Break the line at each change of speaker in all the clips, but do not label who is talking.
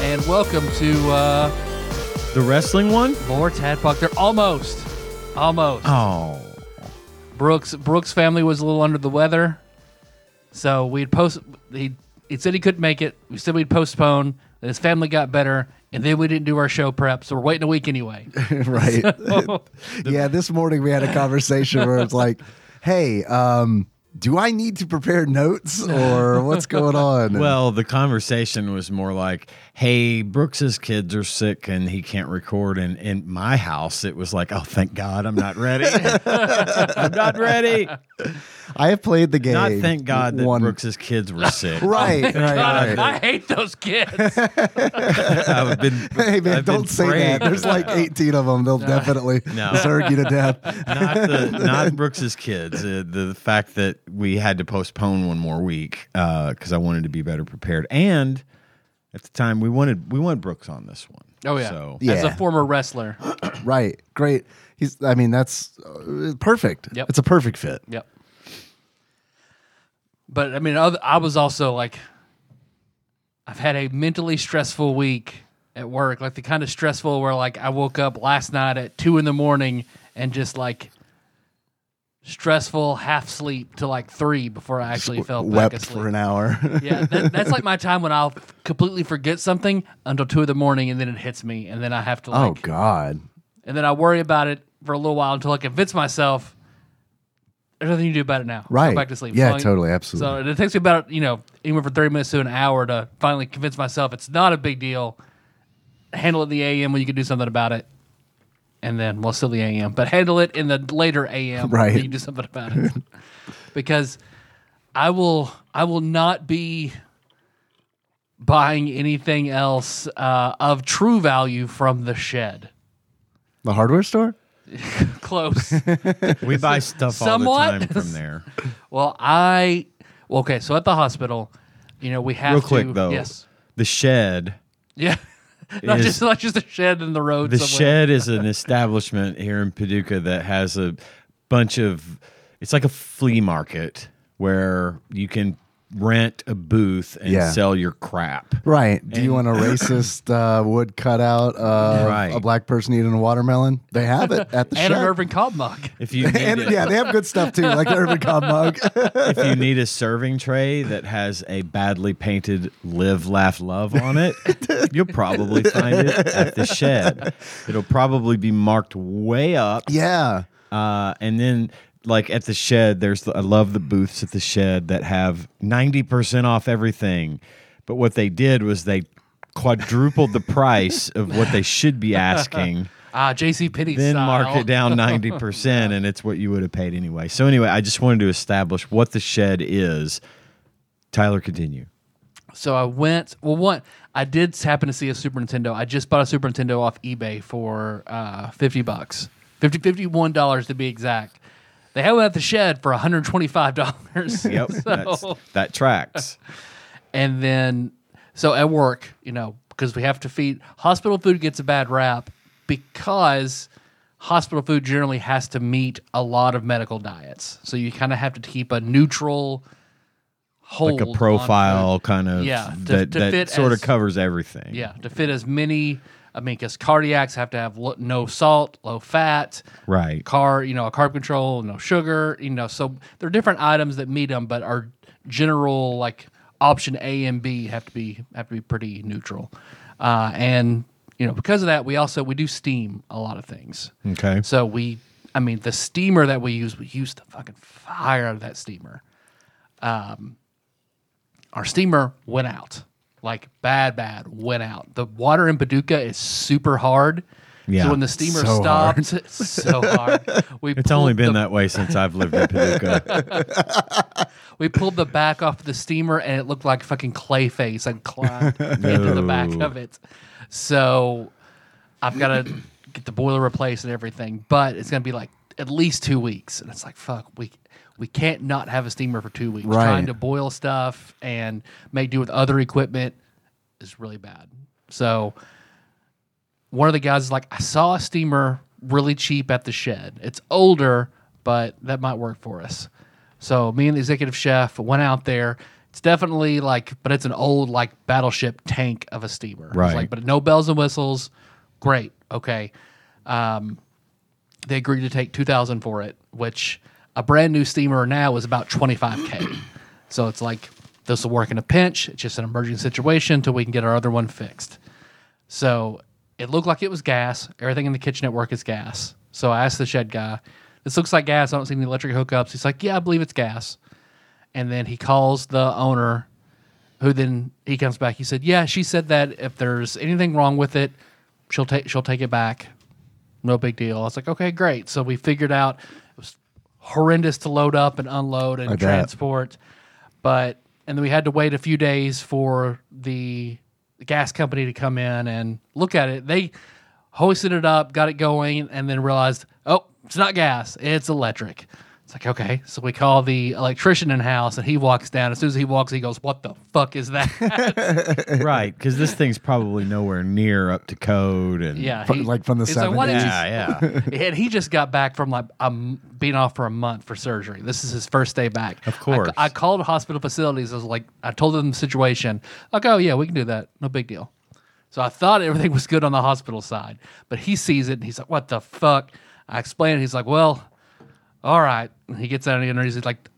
and welcome to uh,
The wrestling one?
more Tadpock. They're almost, almost.
Oh.
Brooks Brooks' family was a little under the weather, so we'd post. He he said he couldn't make it. We said we'd postpone. Then His family got better, and then we didn't do our show prep, so we're waiting a week anyway.
right yeah this morning we had a conversation where it's like hey um do i need to prepare notes or what's going on
Well, the conversation was more like, hey, Brooks's kids are sick and he can't record. And in my house, it was like, oh, thank God I'm not ready. I'm not ready.
i have played the game
Not thank God that
one
Brooks's kids were sick. Oh,
right right,
God,
right.
I hate those kids.
I've been,
Hey man,
I've been
don't say that.
praying.
There's like 18 of them. They'll definitely
No.
zerg you to death.
not, the, not Brooks's kids. Uh, the fact that we had to postpone one more week because I wanted to be better prepared. And at the time, we wanted we wanted Brooks on this one.
Oh yeah.
So
as a
Yeah.
former wrestler.
Right, great. He's. I mean, that's uh, perfect.
Yep.
It's a perfect fit.
Yep. But I mean, oth- I was also like, I've had a mentally stressful week at work, like the kind of stressful where like I woke up last night at two in the morning and just like stressful half sleep to like three before I actually fell back
Wept
asleep.
for an hour.
yeah, that, that's like my time when I'll completely forget something until two in the morning, and then it hits me, and then I have to like
oh God.
and then I worry about it for a little while until I convince myself there's nothing you do about it now.
Right.
Go back to sleep.
Yeah,
Finally-
totally, absolutely.
So and it takes me about, you know, anywhere from 30 minutes to an hour to finally convince myself it's not a big deal. Handle it in the AM when you can do something about it. And then, well, still the AM, but handle it in the later AM when
Right.
you can do something about it. because I will, I will not be buying anything else uh, of true value from the shed.
The hardware store.
Close.
We buy stuff
Somewhat.
all the time from there.
Well, I well, okay. So at the hospital, you know, we have
Real
to.
quick though,
Yes.
the shed.
Yeah. not
Is-
just not just the shed in the road.
The
somewhere.
shed is an establishment here in Paducah that has a bunch of. It's like a flea market where you can rent a booth and
Yeah.
sell your crap.
Right. Do you want a racist uh, wood cutout of
Right.
a black person eating a watermelon? They have it at the
and an
shack.
urban cob mug.
If you need
and
a,
yeah, they have good stuff too, like the urban cob mug.
if you need a serving tray that has a badly painted "Live, Laugh, Love" on it, you'll probably find it at the shed. It'll probably be marked way up.
yeah.
Uh, and then like at the shed, there's I love the booths at the shed that have ninety percent off everything. But what they did was they quadrupled the price of what they should be asking,
Ah, J.C. Penney
then
style.
mark it down ninety percent, and it's what you would have paid anyway. So anyway, I just wanted to establish what the shed is. Tyler, continue.
So I went. Well, one I did happen to see a Super Nintendo. I just bought a Super Nintendo off eBay for uh, fifty bucks, 50 51 dollars to be exact. They had it at the shed for one hundred twenty five dollars.
Yep, that's, that tracks.
and then so at work, you know, because we have to feed hospital food gets a bad rap because hospital food generally has to meet a lot of medical diets. So you kind of have to keep a neutral hold
Like a
on
profile kind of
Yeah, to-
that,
to fit
that sort
as-
of covers everything.
food. Yeah, to fit as many I mean, because cardiacs have to have lo- no salt, low fat,
Right.
carb, you know, a carb control, no sugar, you know. So there are different items that meet them, but our general like option A and B have to be have to be pretty neutral. Uh, and you know, because of that, we also we do steam a lot of things.
Okay.
So we, I mean, the steamer that we use, we use the fucking fire out of that steamer. Um, our steamer went out, like bad, bad went out. The water in Paducah is super hard.
Yeah.
So when the steamer
So hard.
stopped, it's so hard. We
It's only been that way since I've lived in Paducah.
We pulled the back off the steamer, and it looked like fucking Clayface and climbed into the back
No.
of it. So I've got to get the boiler replaced and everything, but it's going to be like at least two weeks. And it's like, fuck, we we can't not have a steamer for two weeks.
Right.
Trying to boil stuff and make do with other equipment is really bad. So one of the guys is like, I saw a steamer really cheap at the shed. It's older, but that might work for us. So me and the executive chef went out there. It's definitely like, but it's an old like battleship tank of a steamer. It's
Right.
like, but no bells and whistles. Great. Okay. Um, they agreed to take two thousand for it, which a brand new steamer now is about twenty five k. So it's like this will work in a pinch. It's just an emergency situation until we can get our other one fixed. So it looked like it was gas. Everything in the kitchen at work is gas. So I asked the shed guy, "This looks like gas. I don't see any electric hookups." He's like, "Yeah, I believe it's gas." And then he calls the owner, who then he comes back. He said, "Yeah, she said that if there's anything wrong with it, she'll take she'll take it back. No big deal." I was like, "Okay, great." So we figured out it was horrendous to load up and unload and
bet.
transport, but and then we had to wait a few days for the gas company to come in and look at it. They hoisted it up, got it going, and then realized, oh, it's not gas, it's electric. It's like, okay. So we call the electrician in house and he walks down. As soon as he walks, he goes, What the fuck is that?
right, because this thing's probably nowhere near up to code. And
yeah.
Fr- like from the
he's like, "Why did you
70s?"
yeah, yeah.
and he just got back from like um, being off for a month for surgery. This is his first day back. Of
course.
I, I called hospital facilities. I was like, I told them the situation. Like, oh yeah, we can do that. No big deal. So I thought everything was good on the hospital side, but he sees it and he's like, "What the fuck?" I explain it. He's like, "Well, all right." And he gets out of the interview. He's like,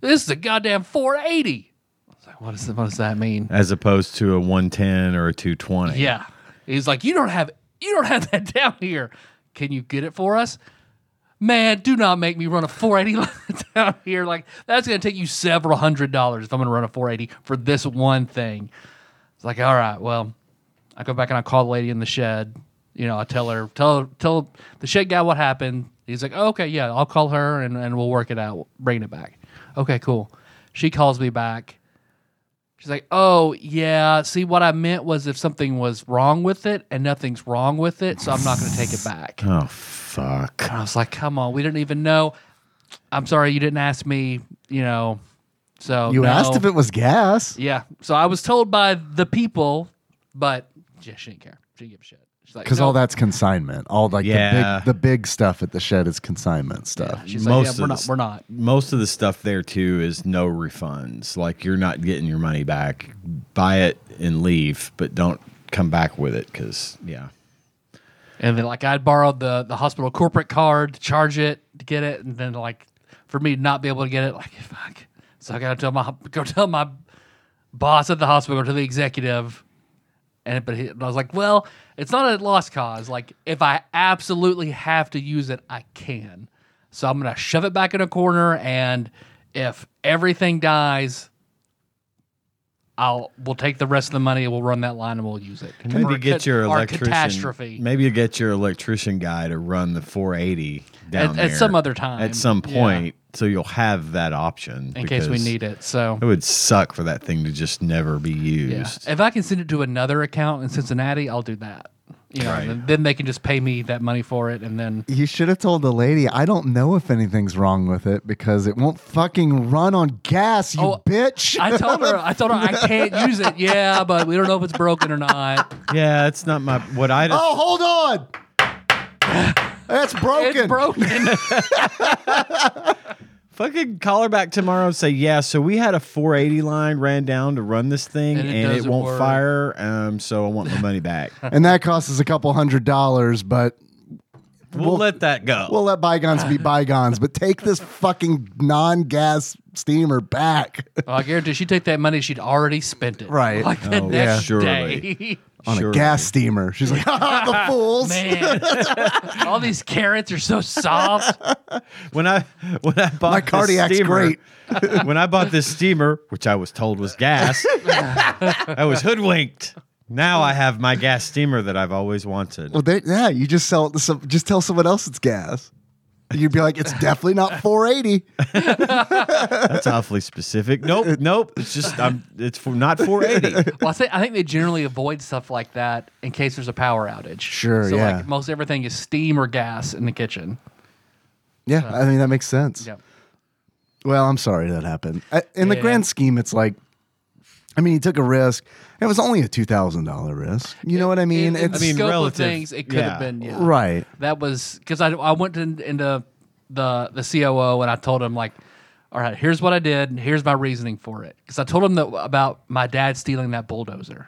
"This is a goddamn 480." I was like, "What does what does that mean?"
As opposed to a 110 or a 220.
Yeah. He's like, you don't have you don't have that down here. Can you get it for us? Man, do not make me run a 480 line down here. Like that's gonna take you several hundred dollars if I'm gonna run a 480 for this one thing. It's like, all right, well, I go back and I call the lady in the shed. You know, I tell her, tell tell the shed guy what happened. He's like, oh, okay, yeah, I'll call her and, and we'll work it out, bring it back. Okay, cool. She calls me back. She's like, oh, yeah. See, what I meant was if something was wrong with it and nothing's wrong with it, so I'm not going to take it back. And
Oh fuck.
I was like, come on, we didn't even know. I'm sorry you didn't ask me, you know. So
You
no.
asked if it was gas.
Yeah. So I was told by the people, but yeah, she didn't care. She didn't give a shit. She's like,
Because
"No."
all that's consignment. All like
Yeah.
the big the big stuff at the shed is consignment stuff.
She's
most
like,
of
yeah,
the
we're not,
s-
we're not.
Most of the stuff there too is no refunds. Like you're not getting your money back. Buy it and leave, but don't come back with it because yeah.
And then like I'd borrowed the the hospital corporate card to charge it to get it, and then like for me to not be able to get it, like fuck. So I gotta tell my go tell my boss at the hospital, go to the executive, and but he, and I was like, well, it's not a lost cause. Like if I absolutely have to use it, I can. So I'm gonna shove it back in a corner, and if everything dies. I'll we'll take the rest of the money. We'll run that line and we'll use it.
Maybe
Or
get
cat-
your
or
electrician.
catastrophe.
Maybe you get your electrician guy to run the 480 down
At-
there
at some other time.
At some
Yeah.
point, so you'll have that option
in case we
because
need it. So
It would suck for that thing to just never be
yeah.
used.
if I can send it to another account in Cincinnati, I'll do that. You know,
Right.
and then they can just pay me that money for it, and then
You should have told the lady, I don't know if anything's wrong with it because it won't fucking run on gas, you
Oh,
bitch.
I told her, I told her I can't use it. Yeah, but we don't know if it's broken or not.
Yeah, it's not my what I just
oh, hold on. That's broken.
It's broken.
Fucking call her back tomorrow and say, yeah, so we had a 480 line ran down to run this thing
And
and
it
it,
doesn't
won't
work.
fire. Um, so I want my money back.
And that costs us a couple hundred dollars, but
we'll, let that go.
we'll let bygones be bygones. But take this fucking non gas steamer back.
well, Oh, I guarantee she took that money; she'd already spent it.
Right.
Like the
Oh, yeah.
next
Surely.
day.
On
Surely.
a gas steamer. She's like, "Ah, the fools.
Man, all these carrots are so soft.
When I when I bought
My
this
cardiac's
steamer, great. when I bought this steamer, which I was told was gas, I was hoodwinked. Now I have my gas steamer that I've always wanted.
Well, they, yeah, you just sell it to some, just tell someone else it's gas. You'd be like, it's definitely not 480.
That's awfully specific. Nope, nope. It's just I'm. It's for not 480.
Well, I think, I think they generally avoid stuff like that in case there's a power outage.
Sure,
So
yeah.
like most everything is steam or gas in the kitchen.
Yeah, I mean that makes sense.
Yep.
Well, I'm sorry that happened. I, in the
Yeah.
grand scheme, it's like, I mean, he took a risk. It was only a two thousand dollar risk. You know what I mean?
In, in
It's
the
mean,
scope
relative,
of things, it could
yeah.
have been yeah.
right.
That was because I, I went in, into the the COO and I told him like, all right, here's what I did and here's my reasoning for it. Because I told him that about my dad stealing that bulldozer.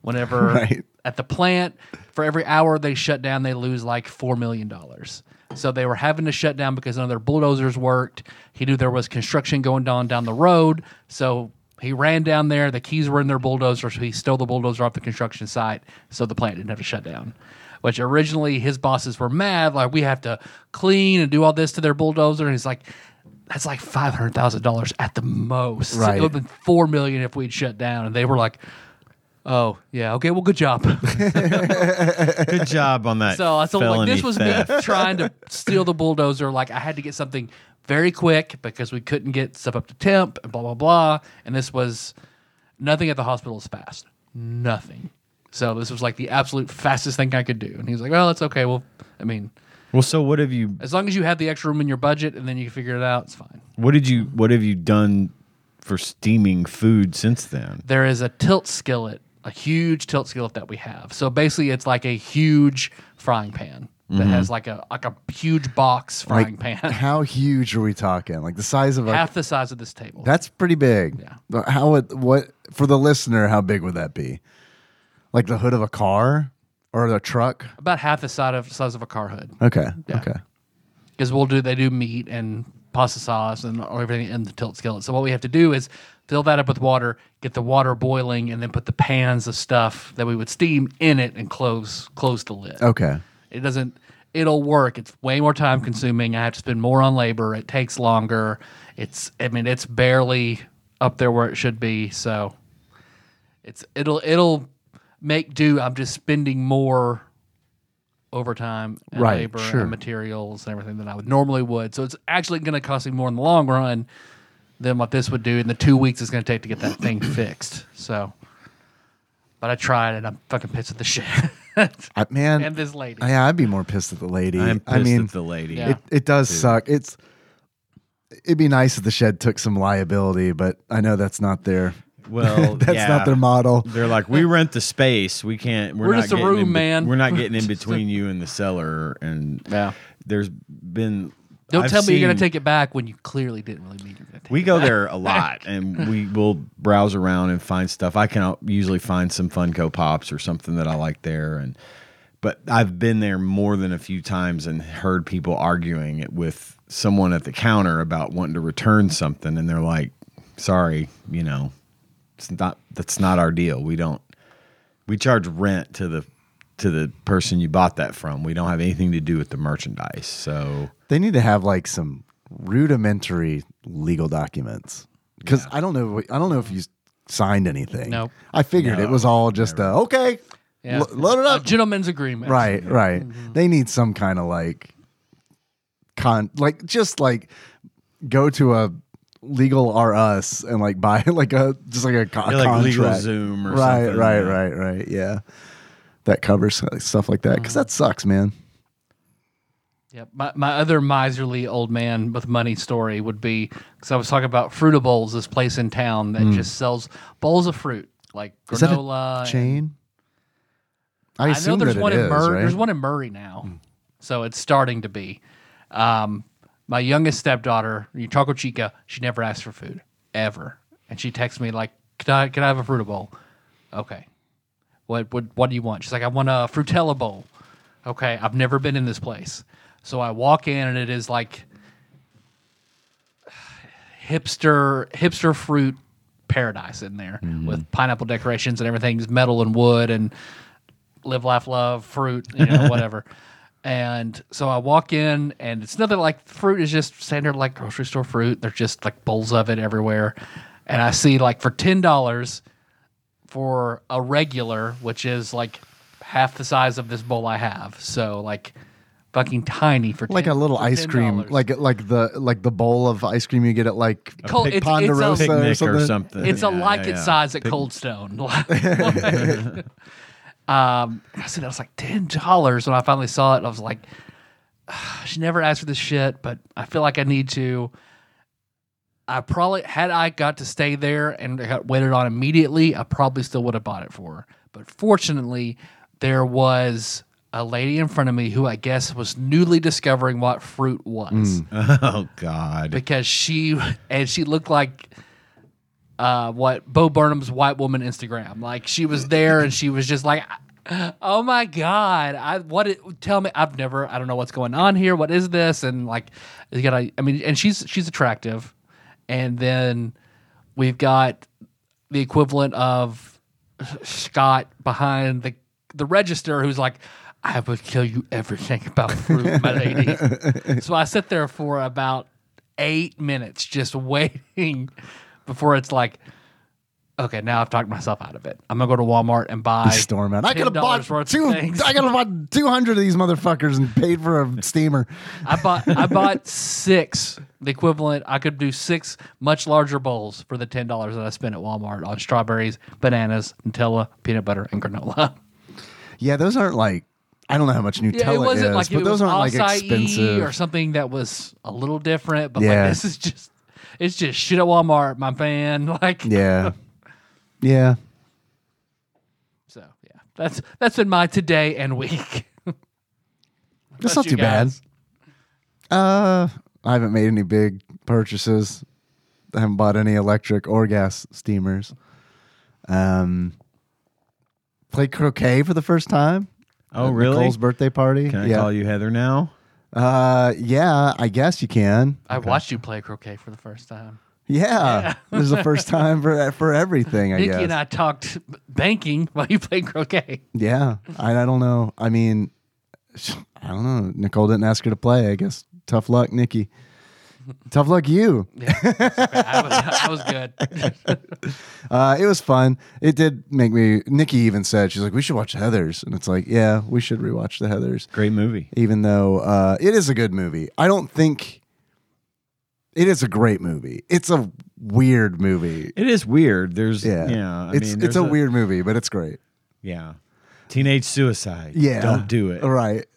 Whenever
Right.
at the plant, for every hour they shut down, they lose like four million dollars. So they were having to shut down because none of their bulldozers worked. He knew there was construction going on down the road, so he ran down there. The keys were in their bulldozer, so he stole the bulldozer off the construction site, so the plant didn't have to shut down. Which originally his bosses were mad, like we have to clean and do all this to their bulldozer, and he's like, "That's like five hundred thousand dollars at the most.
Right.
It would have been four million if we'd shut down." And they were like, "Oh yeah, okay, well, good job."
Good job on that.
So I told him, like
felony
this was
theft.
me trying to steal the bulldozer. Like I had to get something very quick because we couldn't get stuff up to temp and blah blah blah. And this was nothing at the hospital is fast. Nothing. So this was like the absolute fastest thing I could do. And he's like, Well, it's okay. Well I mean,
Well, so what have you?
as long as you have the extra room in your budget and then you can figure it out, it's fine.
What did you? What have you done for steaming food since then?
there is a tilt skillet, a huge tilt skillet that we have. So basically, it's like a huge frying pan that has like a like a huge box frying
Mm-hmm. Like,
pan,
how huge are we talking? Like the size of a
half the size of this table.
That's pretty big. Yeah. How would what for the listener? How big would that be? Like the hood of a car or the truck?
About half the size of size of a car hood
Okay. Okay.
because we'll do they do meat and pasta sauce and everything in the tilt skillet. So what we have to do is fill that up with water, get the water boiling, and then put the pans of stuff that we would steam in it and close close the lid.
Okay.
It doesn't. It'll work. It's way more time consuming. I have to spend more on labor. It takes longer. It's. I mean, it's barely up there where it should be. So, it's. It'll. It'll make do. I'm just spending more overtime, and
Right,
Labor
sure.
and materials and everything that I would normally would. So it's actually going to cost me more in the long run than what this would do in the two weeks it's going to take to get that thing fixed. So, but I tried and I'm fucking pissed at the shit.
I, man.
and this lady.
yeah, I'd be more pissed at the lady.
I'm pissed
I mean,
at the lady.
Yeah.
it it does suck. It's it'd be nice if the shed took some liability, but I know that's not their
Well,
that's
yeah.
not their model.
They're like, we rent the space. We can't. We're,
We're
not
just a
getting in
room,
be-
man."
We're not getting in between you and the seller. And
Yeah.
there's been.
Don't
I've
tell me you're going
seen-
to take it back when you clearly didn't really mean you're going to take
We
it.
go there a lot, and we will browse around and find stuff. I can usually find some Funko Pops or something that I like there, and but I've been there more than a few times and heard people arguing it with someone at the counter about wanting to return something, and they're like, "Sorry, you know, it's not that's not our deal. We don't we charge rent to the." To the person you bought that from, we don't have anything to do with the merchandise. So
They need to have like some rudimentary legal documents because I don't know. I don't know if you signed anything.
Nope.
I figured it was all just a, okay.
Yeah.
lo- load it
A
up.
gentleman's agreement.
right, right.
Mm-hmm.
They need some kind of like con, like just like go to a legal R us and like buy like a just like a, co-
Yeah, like legal
contract.
Zoom or
right,
something,
Right,
yeah.
right, right, Yeah, that covers like, stuff like that
Mm-hmm.
because that sucks, man.
Yep. My, my other miserly old man with money story would be because I was talking about Fruita Bowls, this place in town that just sells bowls of fruit like
Hmm. Is that a
granola. and-
Chain. I,
I, know
assume
there's
that it
one in
is,
Murray.
right? Hmm.
There's one in Murray now, so it's starting to be. Um, my youngest stepdaughter, Choco Chica, she never asks for food ever, and she texts me like, "Can I can I have a fruita bowl?" Okay. What what what do you want? She's like, "I want a frutella bowl." Okay, I've never been in this place, so I walk in and it is like hipster hipster fruit paradise in there with pineapple decorations and everything's metal and wood and live, laugh, love, fruit, you know, whatever. And so I walk in, and it's nothing like fruit is just standard like grocery store fruit. There's just like bowls of it everywhere. And I see like for ten dollars for a regular, which is like half the size of this bowl I have. So like fucking tiny for 10,
like a little
for
ice cream,
$10.
like like the like the bowl of ice cream you get at like
Cold- it's- it's a-
Ponderosa
picnic
or something.
It's a
Yeah,
like
yeah,
it
yeah.
size at Cold Stone. um, I said I was like ten dollars when I finally saw it. and I was like, "Ah, she never asked for this shit, but I feel like I need to. I probably had I got to stay there and I got waited on immediately, I probably still would have bought it for her. But fortunately, there was a lady in front of me who I guess was newly discovering what fruit was Mm.
Oh God.
because she and she looked like uh what Bo Burnham's white woman Instagram. Like she was there and she was just like oh my god, I what it, tell me I've never I don't know what's going on here. What is this? And like you got I mean and she's she's attractive. And then we've got the equivalent of Scott behind the the register who's like, I will tell you everything about fruit, my lady. so I sit there for about eight minutes just waiting before it's like, okay, now I've talked myself out of it. I'm gonna go to Walmart and buy
Storm out. I could have
$10
bought
worth of
two.
things.
I could have bought two hundred of these motherfuckers and paid for a steamer.
I bought I bought six, the equivalent. I could do six much larger bowls for the ten dollars that I spent at Walmart on strawberries, bananas, Nutella, peanut butter, and granola.
Yeah, those aren't like I don't know how much Nutella
Yeah, it wasn't
is,
like
but
it
those
was
aren't like
acai
expensive.
or something that was a little different. But
Yeah.
like this is just it's just shit at Walmart, my man. Like
yeah, yeah.
so yeah. That's that's been my today and week.
That's
about
not
you
too
guys?
bad. Uh, I haven't made any big purchases. I haven't bought any electric or gas steamers. Um, played croquet for the first time.
Oh
at
really?
Nicole's birthday party.
Can I
yeah.
call you Heather now?
Uh, yeah, I guess you can.
I watched you play croquet for the first time.
Yeah, this is the first time for for everything. I
Nikki
guess.
and I talked banking while you played croquet.
Yeah, I, I don't know. I mean, I don't know. Nicole didn't ask her to play. I guess tough luck, Nikki. tough luck, you.
Yeah, it's okay. I, was, I was good.
Uh, it was fun. It did make me. Nikki even said she's like, we should watch Heather's, and it's like, yeah, we should rewatch the Heather's.
Great movie.
Even though uh, it is a good movie, I don't think it is a great movie. It's a weird movie.
It is weird. There's
Yeah,
yeah. I
it's
mean,
it's
there's
a, weird movie, but it's great.
Yeah. Teenage suicide.
Yeah,
Don't do it.
Right.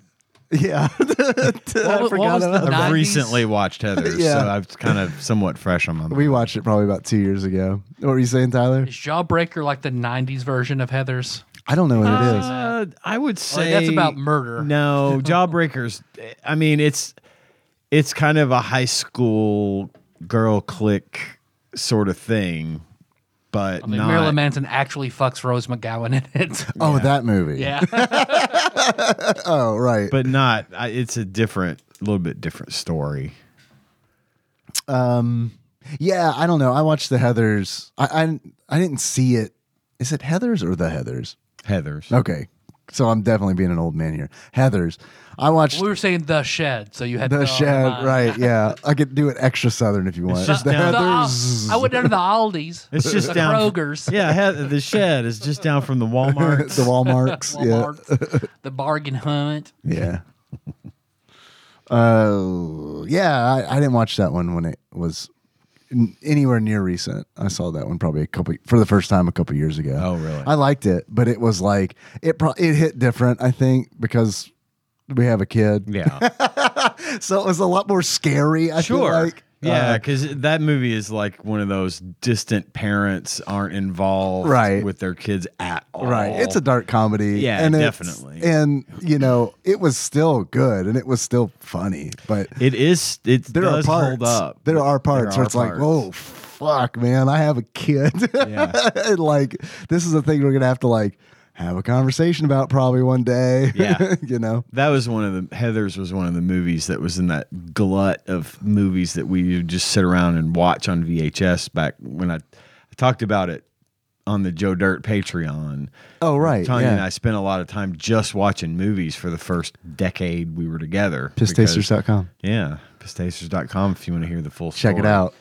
Yeah,
What was- what was the
about-
Nineties-
I've recently watched Heather's,
Yeah.
so I've kind of somewhat fresh on my mind.
We watched it probably about two years ago. What were you saying, Tyler?
Is Jawbreaker like the '90s version of Heather's?
I don't know what it is.
Uh, I would say
that's about murder.
No, Jawbreakers. I mean, it's it's kind of a high school girl clique sort of thing, but
I mean,
not.
Marilyn Manson actually fucks Rose McGowan in it.
Oh, that movie.
yeah, Uh.
Oh, right.
but not. I, it's a different, a little bit different story.
Um, yeah, I don't know. I watched the Heathers. I, I I didn't see it. Is it Heathers or the Heathers?
Heather's.
Okay, so I'm definitely being an old man here. Heathers. I watched
we were saying the shed, so you had
the Shed.
line.
Right. Yeah, I could do it extra Southern if you want.
just
the
down-
The Al-
Heathers.
I went down to the Aldi's.
It's just
the
down.
Kroger's.
Yeah, Heather, the shed is just down from the Walmart.
the Walmarts. yeah.
Walmart, the bargain hunt.
Yeah. Uh, yeah, I, I didn't watch that one when it was n- anywhere near recent. I saw that one probably a couple for the first time a couple years ago.
Oh, really?
I liked it, but it was like it pro- it hit different. I think because we have a kid,
Yeah.
so it was a lot more scary. I feel
Sure.
like
yeah,
Uh,
because that movie is like one of those distant parents aren't involved
Right.
with their kids at all.
Right. It's a dark comedy.
Yeah,
it's-
definitely.
And, you know, it was still good and it was still funny, but
It is. It
there
does
are parts.
hold up.
There are parts
There
where
are
it's like,
parts.
whoa, fuck, man, I have a kid. and like, this is a thing we're gonna have to like have a conversation about probably one day.
Yeah.
you know.
That was one of the Heather's was one of the movies that was in that glut of movies that we would just sit around and watch on VHS back when I, I talked about it on the Joe Dirt Patreon.
Oh right.
Tanya and
yeah.
I spent a lot of time just watching movies for the first decade we were together. because-
Pisstasters.com.
Yeah, pistacers.com if you want to hear the full
Check it
story.
out.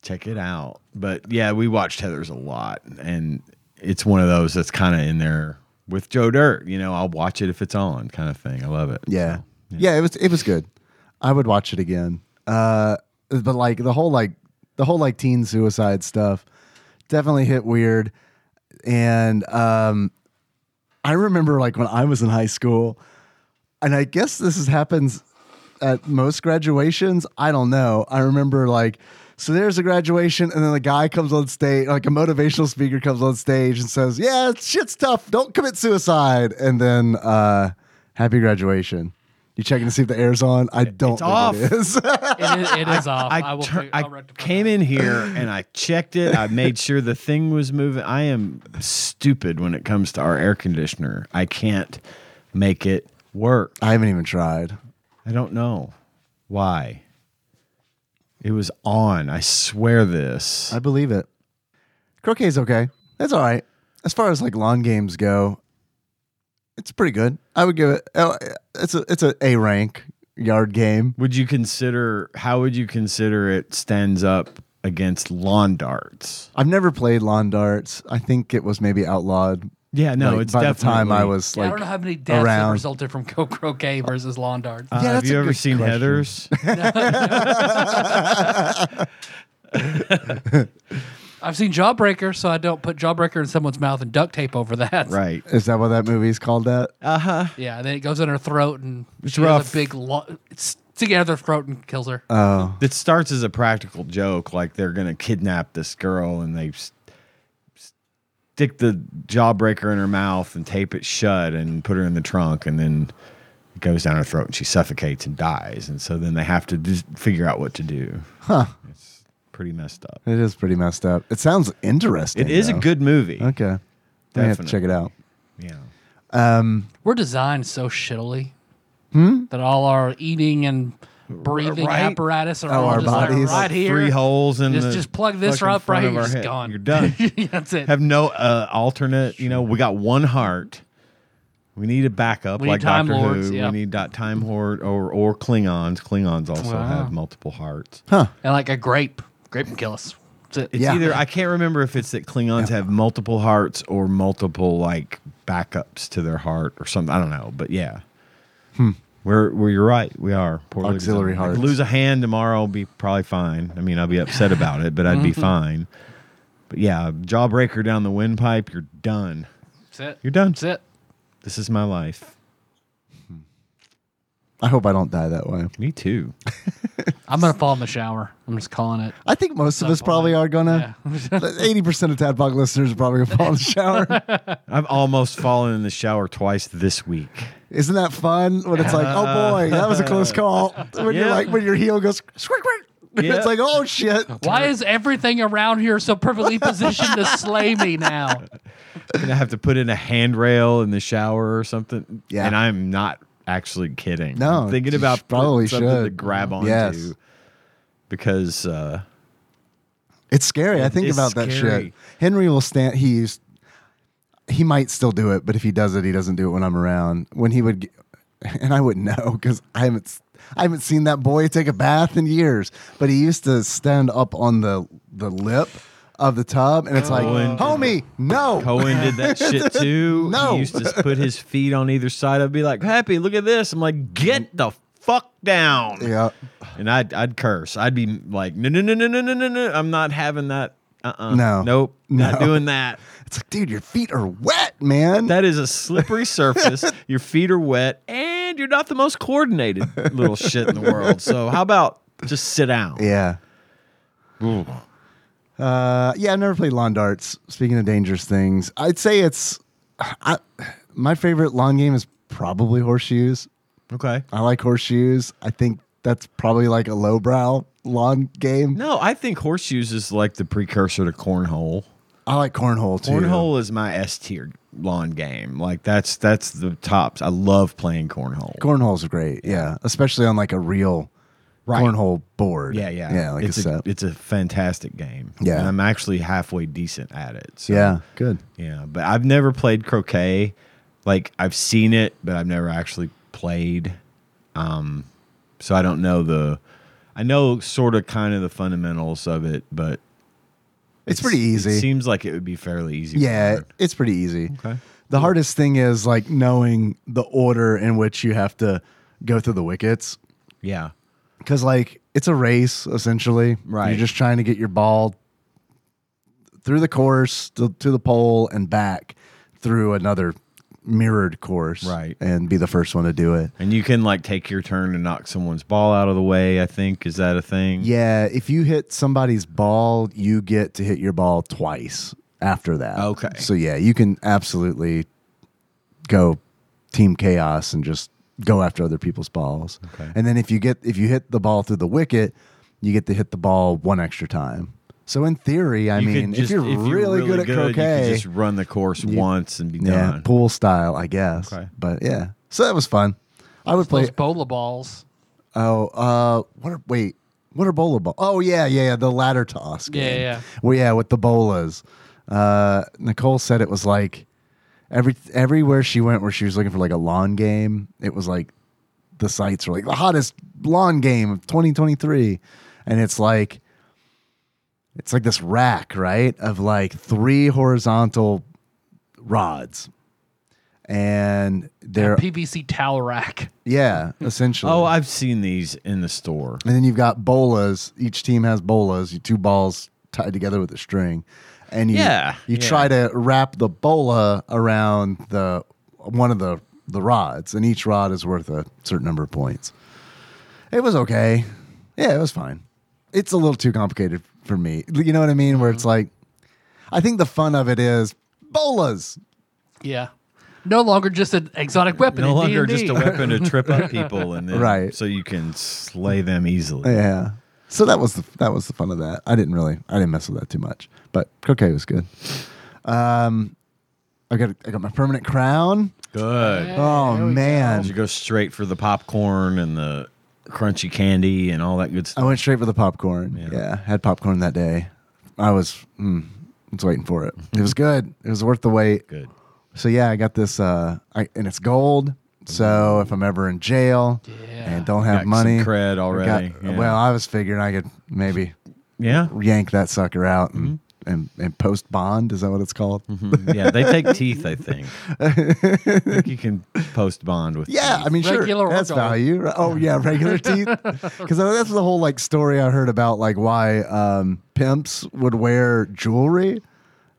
Check it out. But yeah, we watched Heather's a lot and it's one of those that's kind of in there with Joe Dirt, you know, I'll watch it if it's on kind of thing. I love it.
Yeah. Yeah, it was it was good. I would watch it again. Uh, but like the whole like the whole like teen suicide stuff definitely hit weird. And um, I remember like when I was in high school, and I guess this is, happens at most graduations. I don't know. I remember like so there's a graduation, and then the guy comes on stage, like a motivational speaker comes on stage and says, "Yeah, shit's tough. Don't commit suicide." And then, uh, happy graduation. You checking to see if the air's on? I don't think
off.
it is.
It is, it is off. I,
I,
will.
tur-
fi-
I
I'll rectify
came in here and I checked it. I made sure the thing was moving. I am stupid when it comes to our air conditioner. I can't make it work.
I haven't even tried.
I don't know why. It was on. I swear this.
I believe it. Croquet's okay. That's all right. As far as like lawn games go, it's pretty good. I would give it. oh, It's a it's a A rank yard game.
Would you consider? How would you consider it stands up against lawn darts?
I've never played lawn darts. I think it was maybe outlawed.
Yeah, no,
like,
it's
by
definitely.
the time I was
Yeah,
like
I don't know how many deaths have
around.
resulted from co- croquet versus lawn darts.
Uh,
Yeah,
have
that's
you
a
ever
good
seen
question.
Heather's?
I've seen Jawbreaker, so I don't put Jawbreaker in someone's mouth and duct tape over that.
right.
Is that what that movie's called? That
Uh-huh.
Yeah, and then it goes in her throat and
It's
she has
rough.
a big lo- it's sticking out of her throat and kills her.
It starts as a practical joke, like they're gonna kidnap this girl and they s- stick the jawbreaker in her mouth and tape it shut and put her in the trunk and then it goes down her throat and she suffocates and dies. And so then they have to just figure out what to do. Huh. It's pretty messed up.
it is pretty messed up. It sounds interesting.
It is a
though.
good movie.
Okay, I have to check it
Definitely.
out. Um,
Yeah.
We're designed so shittily that all our eating and breathing
Hmm? Right.
apparatus are
Oh,
all
our
just like
bodies.
right here.
Three holes in
just,
the
just plug this
fucking
up
front
right here.
of
You're
our
just
head.
gone.
You're done.
Yeah, That's it.
have no uh, alternate. You know, we got one heart. We need a backup
We need
like
Time
Doctor
Lords,
Who.
yeah.
We need dot Time Lord or or Klingons. Klingons also
Wow.
have multiple hearts.
and like a grape, grape can kill us. That's it.
It's
Yeah.
either I can't remember if it's that Klingons have multiple hearts or multiple like backups to their heart or something. I don't know, but yeah. We're, we're you're right. We are poorly
Hmm. Auxiliary
designed. I could
hearts.
lose a hand tomorrow, I'll be probably fine. I mean, I'll be upset about it, but I'd
Mm-hmm.
be fine. But yeah, jawbreaker down the windpipe, you're done.
That's it.
You're done.
That's it.
This is my life.
Hmm. I hope I don't die that way.
Me too.
I'm gonna fall in the shower. I'm just calling it.
I think most of us probably are gonna. Eighty percent of Tadpog listeners are probably gonna fall in the shower.
I've almost fallen in the shower twice this week.
Isn't that fun? When it's like, oh boy, that was a close call. When you're
Yeah.
like, when your heel goes, squirt, squirt.
Yeah.
It's like, oh shit.
Why is everything around here so perfectly positioned to slay me now?
And I have to put in a handrail in the shower or something.
Yeah.
And I'm not actually kidding.
No,
I'm thinking
you
about
probably
putting something to
should.
grab onto
Yes.
because uh,
It's scary. I think
is
about that
scary.
shit. Henry will stand. He used. He might still do it, but if he does it, he doesn't do it when I'm around. When he would, g- and I wouldn't know because I haven't. s- I haven't seen that boy take a bath in years. But he used to stand up on the the lip of the tub, and it's like, "Oh
Cohen.
homie, no.
Cohen did that shit too.
No.
He used to put his feet on either side. I'd be like, Happy, look at this. I'm like, Get the fuck down.
Yeah.
And I'd, I'd curse. I'd be like, No, no, no, no, no, no, no, no. I'm not having that. Uh uh
No.
Nope. Not
No.
doing that.
It's like, dude, your feet are wet, man.
That is a slippery surface. Your feet are wet, and you're not the most coordinated little shit in the world. So how about just sit down?
yeah. Uh, yeah, I've never played lawn darts. Speaking of dangerous things, I'd say it's I, my favorite lawn game is probably horseshoes.
Okay.
I like horseshoes. I think that's probably like a lowbrow lawn game.
No, I think horseshoes is like the precursor to cornhole.
I like cornhole too.
Cornhole is my S tier lawn game. Like that's that's the tops. I love playing cornhole.
cornhole's great. Yeah, especially on like a real
Right.
cornhole board.
yeah, yeah,
yeah, like
it's
a set.
it's a fantastic game.
Yeah.
and I'm actually halfway decent at it. So.
yeah, good.
Yeah, but I've never played croquet. Like I've seen it, but I've never actually played. Um, so I don't know the. I know sort of kind of the fundamentals of it, but
It's, pretty easy.
It seems like it would be fairly easy. to
Yeah,
learn.
it's pretty easy.
Okay.
The hardest thing is like knowing the order in which you have to go through the wickets
Yeah.
because like it's a race essentially.
Right.
You're just trying to get your ball through the course to, to the pole and back through another mirrored course,
Right.
And be the first one to do it.
And you can like take your turn and knock someone's ball out of the way, I think. Is that a thing?
Yeah, if you hit somebody's ball, you get to hit your ball twice after that.
Okay.
So yeah, you can absolutely go team chaos and just go after other people's balls.
Okay.
And then if you get if you hit the ball through the wicket, you get to hit the ball one extra time. So in theory, I
You could
mean,
just-
if, you're really good at
you could
croquet,
just run the course once and be
yeah,
done.
pool style, I guess.
Okay.
But yeah, so that was fun. I would play
Those bola balls.
Oh, uh, what? Are, wait, what are bola ball? Oh yeah, yeah, yeah, the ladder toss. Game.
Yeah, yeah.
Well, yeah, with the bolas. Uh, Nicole said it was like every everywhere she went where she was looking for like a lawn game, it was like the sites were like the hottest lawn game of 2023, and it's like it's like this rack right of like three horizontal rods, and they're
PVC towel rack.
yeah essentially
Oh, I've seen these in the store.
and then you've got bolas. Each team has bolas. You two balls tied together with a string, and you
Yeah,
you
yeah.
try to wrap the bola around the one of the the rods, and each rod is worth a certain number of points. It was okay. Yeah, it was fine. It's a little too complicated for me. You know what I mean? Where
Mm-hmm.
it's like, I think the fun of it is bolas.
Yeah. No longer just an exotic weapon.
No
in
longer
D&D.
just a weapon to trip up people and then
Right.
so you can slay them easily.
Yeah. So that was the that was the fun of that. I didn't really I didn't mess with that too much, but croquet was good. Um, I got I got my permanent crown.
Good.
Oh
there we
man,
You go straight for the popcorn and the crunchy candy and all that good
I
stuff.
went straight for the popcorn.
Yeah.
Yeah, had popcorn that day. I was mm, I was waiting for it. It was good. It was worth the wait.
Good.
So yeah, I got this. Uh, I, and it's gold. So if I'm ever in jail
Yeah.
and don't have
Got some
money,
cred
I
already.
got-
yeah.
Well, I was figuring I could maybe
yeah.
yank that sucker out and, and, and post bond. Is that what it's called?
Mhm. yeah, they take teeth, I think. I think you can post bond with
Yeah, I mean,
Regular
sure,
or
that's
gold?
value. Re- Oh yeah, regular teeth. Because that's the whole like story I heard about like why um, pimps would wear jewelry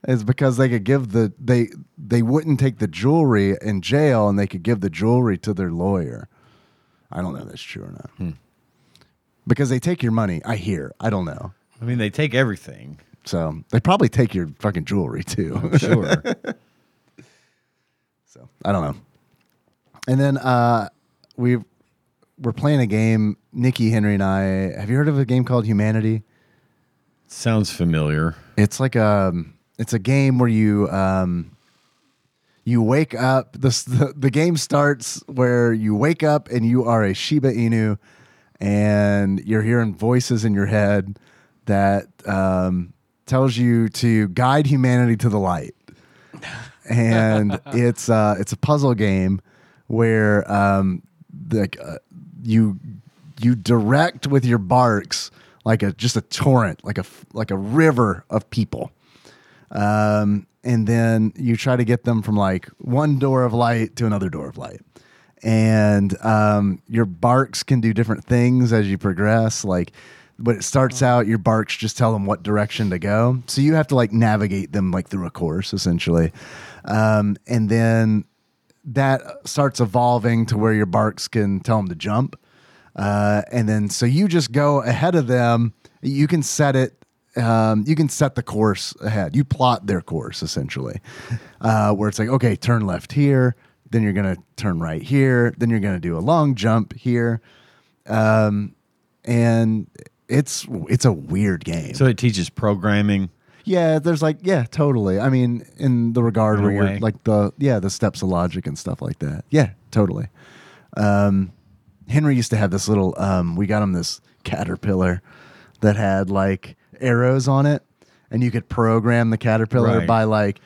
is because they could give the they they wouldn't take the jewelry in jail and they could give the jewelry to their lawyer. I don't know if that's true or not. Because they take your money. I hear. I don't know.
I mean, they take everything.
So they probably take your fucking jewelry too.
Sure.
So I don't know. And then uh, we we're playing a game. Nikki Henry and I. Have you heard of a game called Humanity?
Sounds familiar.
It's like a it's a game where you um, you wake up. The, s- the the game starts where you wake up and you are a Shiba Inu, and you're hearing voices in your head that um, tells you to guide humanity to the light. and it's uh, it's a puzzle game where um, the, uh, you you direct with your barks like a just a torrent, like a f- like a river of people, um, and then you try to get them from like one door of light to another door of light. And um, your barks can do different things as you progress. Like when it starts out, your barks just tell them what direction to go. So you have to like navigate them like through a course essentially. Um, and then that starts evolving to where your barks can tell them to jump. Uh, and then so you just go ahead of them. You can set it. Um, you can set the course ahead. You plot their course essentially, uh, where it's like, okay, turn left here. Then you're gonna turn right here. Then you're gonna do a long jump here. Um, and it's it's a weird game.
So it teaches programming.
Yeah, there's like yeah, totally. I mean, in the regard
In a
where
way.
you're like the yeah, the steps of logic and stuff like that. Yeah, totally. Um, Henry used to have this little. Um, we got him this caterpillar that had like arrows on it, and you could program the caterpillar
Right.
by like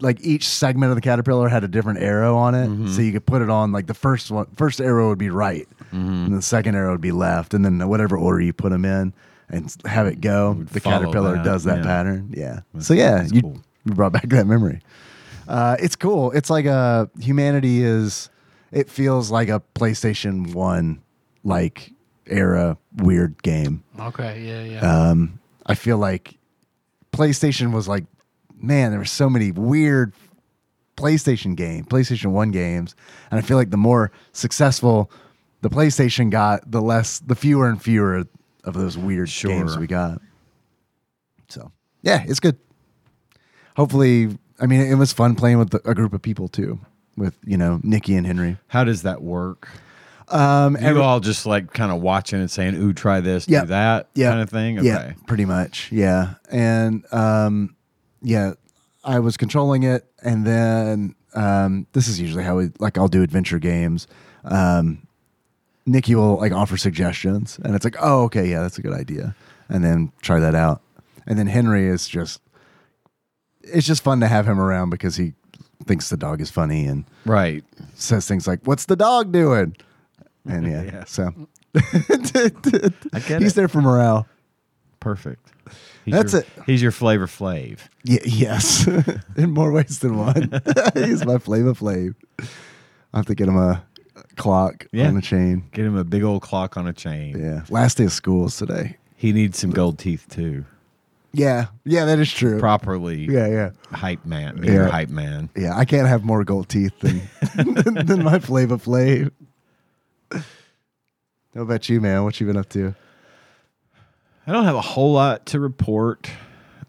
like each segment of the caterpillar had a different arrow on it,
Mm-hmm.
so you could put it on like the first one, first arrow would be right,
Mm-hmm.
and the second arrow would be left, and then whatever order you put them in. And s- have it go.
would
The
follow
caterpillar
that,
does that
yeah.
pattern pattern. Yeah. so yeah, you,
cool.
you brought back that memory. Uh, it's cool. It's like a uh, humanity is it feels like a PlayStation One like era weird game.
Okay, yeah, yeah.
Uh,
Um, I feel like PlayStation was like, man, there were so many weird PlayStation game, PlayStation One games, and I feel like the more successful the PlayStation got, the less, the fewer and fewer of those weird
Sure.
games we got. So yeah, it's good. Hopefully, I mean, it was fun playing with the, a group of people too, with you know Nikki and Henry.
How does that work?
Um,
You all just like kind of watching and saying, "Ooh, try this,
Yeah.
do that,"
yeah.
kind of thing.
Yeah,
Okay,
pretty much. Yeah, and um, yeah, I was controlling it, and then um, this is usually how we like. I'll do adventure games. Um, Nikki will like offer suggestions, and it's like, oh, okay, yeah, that's a good idea, and then try that out, and then Henry is just. It's just fun to have him around because he thinks the dog is funny and
right.
says things like, "What's the dog doing?" And yeah,
Yeah.
so
I get
he's
it.
there for morale.
Perfect. He's
That's
your-
it.
He's your flavor Flav.
Y- yes, in more ways than one. He's my Flava Flav. I have to get him a clock
Yeah.
on the chain.
Get him a big old clock on a chain.
Yeah, last day of school is today.
He needs some gold teeth too.
Yeah, yeah, that is true.
Properly
yeah, yeah,
hype man. Be your
Yeah.
hype man.
yeah. I can't have more gold teeth than than my Flava Flav. How about you, man? What you been up to?
I don't have a whole lot to report.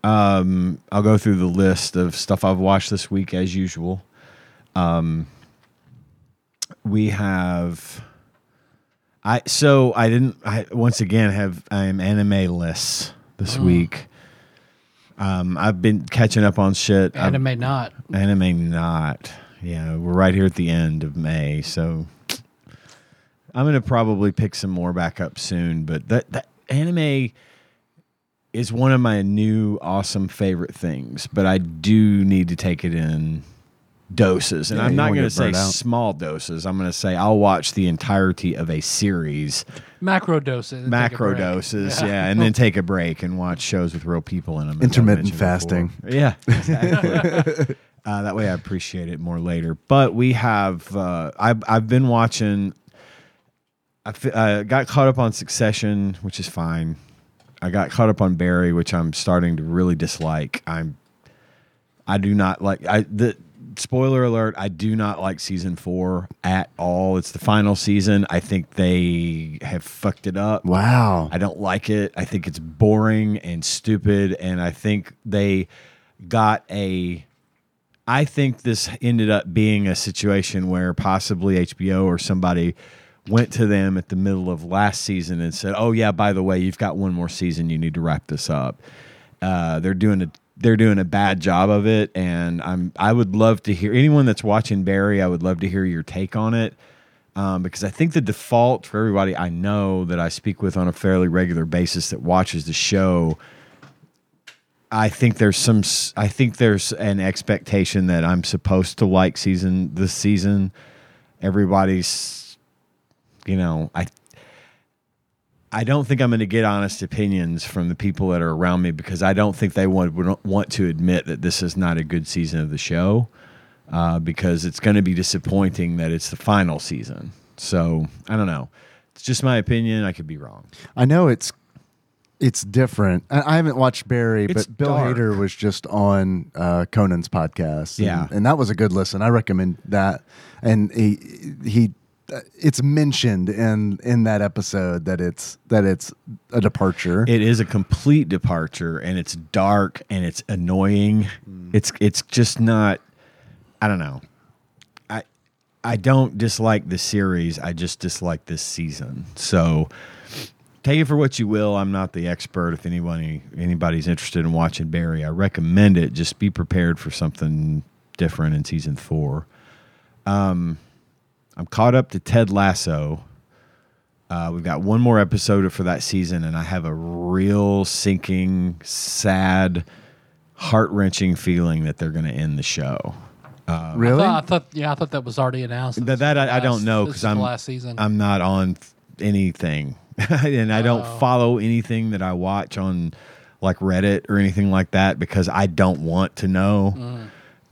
Um, I'll go through the list of stuff I've watched this week as usual. Um, we have. I so I didn't. I once again have I am anime less this
Mm.
week. Um, I've been catching up on shit. I've-
Anime not.
Anime not. Yeah, we're right here at the end of May, so I'm gonna probably pick some more back up soon. But that that anime is one of my new awesome favorite things. But I do need to take it in doses, and
Yeah,
I'm
you
not
won't
gonna
get
say
burnt out.
small doses. I'm gonna say I'll watch the entirety of a series,
Macro doses. and take a
macro
break.
doses, yeah. and then take a break and watch shows with real people in them. as I
Intermittent
mentioned before.
fasting.
Yeah, exactly. uh, that way I appreciate it more later. But we have uh, I've I've been watching. I fi- uh, got caught up on Succession, which is fine. I got caught up on Barry, which I'm starting to really dislike. I'm I do not like I the spoiler alert, I do not like season 4 at all. It's the final season. I think they have fucked it up.
Wow,
I don't like it. I think it's boring and stupid. And I think they got a. I think this ended up being a situation where possibly HBO or somebody went to them at the middle of last season and said, "Oh yeah, by the way, you've got one more season. You need to wrap this up." Uh, they're doing a they're doing a bad job of it, and I'm I would love to hear anyone that's watching Barry. I would love to hear your take on it um, because I think the default for everybody I know that I speak with on a fairly regular basis that watches the show, I think there's some, s- I think there's an expectation that I'm supposed to like season this season. Everybody's, you know, I, I don't think I'm going to get honest opinions from the people that are around me because I don't think they want would want to admit that this is not a good season of the show uh, because it's going to be disappointing that it's the final season. So I don't know. It's just my opinion. I could be wrong.
I know it's it's different. I, I haven't watched Barry,
It's
but Bill
dark.
Hader was just on uh, Conan's podcast. and-
Yeah.
and, that was a good listen. I recommend that. And he he, uh, it's mentioned in in that episode that it's that it's a departure.
It is a complete departure, and it's dark and it's annoying. It's it's just not. I don't know. I I don't dislike the series. I just dislike this season. So take it for what you will. I'm not the expert. If anybody anybody's interested in watching Barry, I recommend it. Just be prepared for something different in season four. Um, I'm caught up to Ted Lasso. Uh, we've got one more episode for that season, and I have a real sinking, sad, heart wrenching feeling that they're going to end the show. Uh,
I
really?
thought, I thought- yeah, I thought that was already announced.
That, that I, I
Last-
don't know because
this is the
I'm
last season.
I'm not on th- anything, and I don't
Oh.
follow anything that I watch on like Reddit or anything like that because I don't want to know.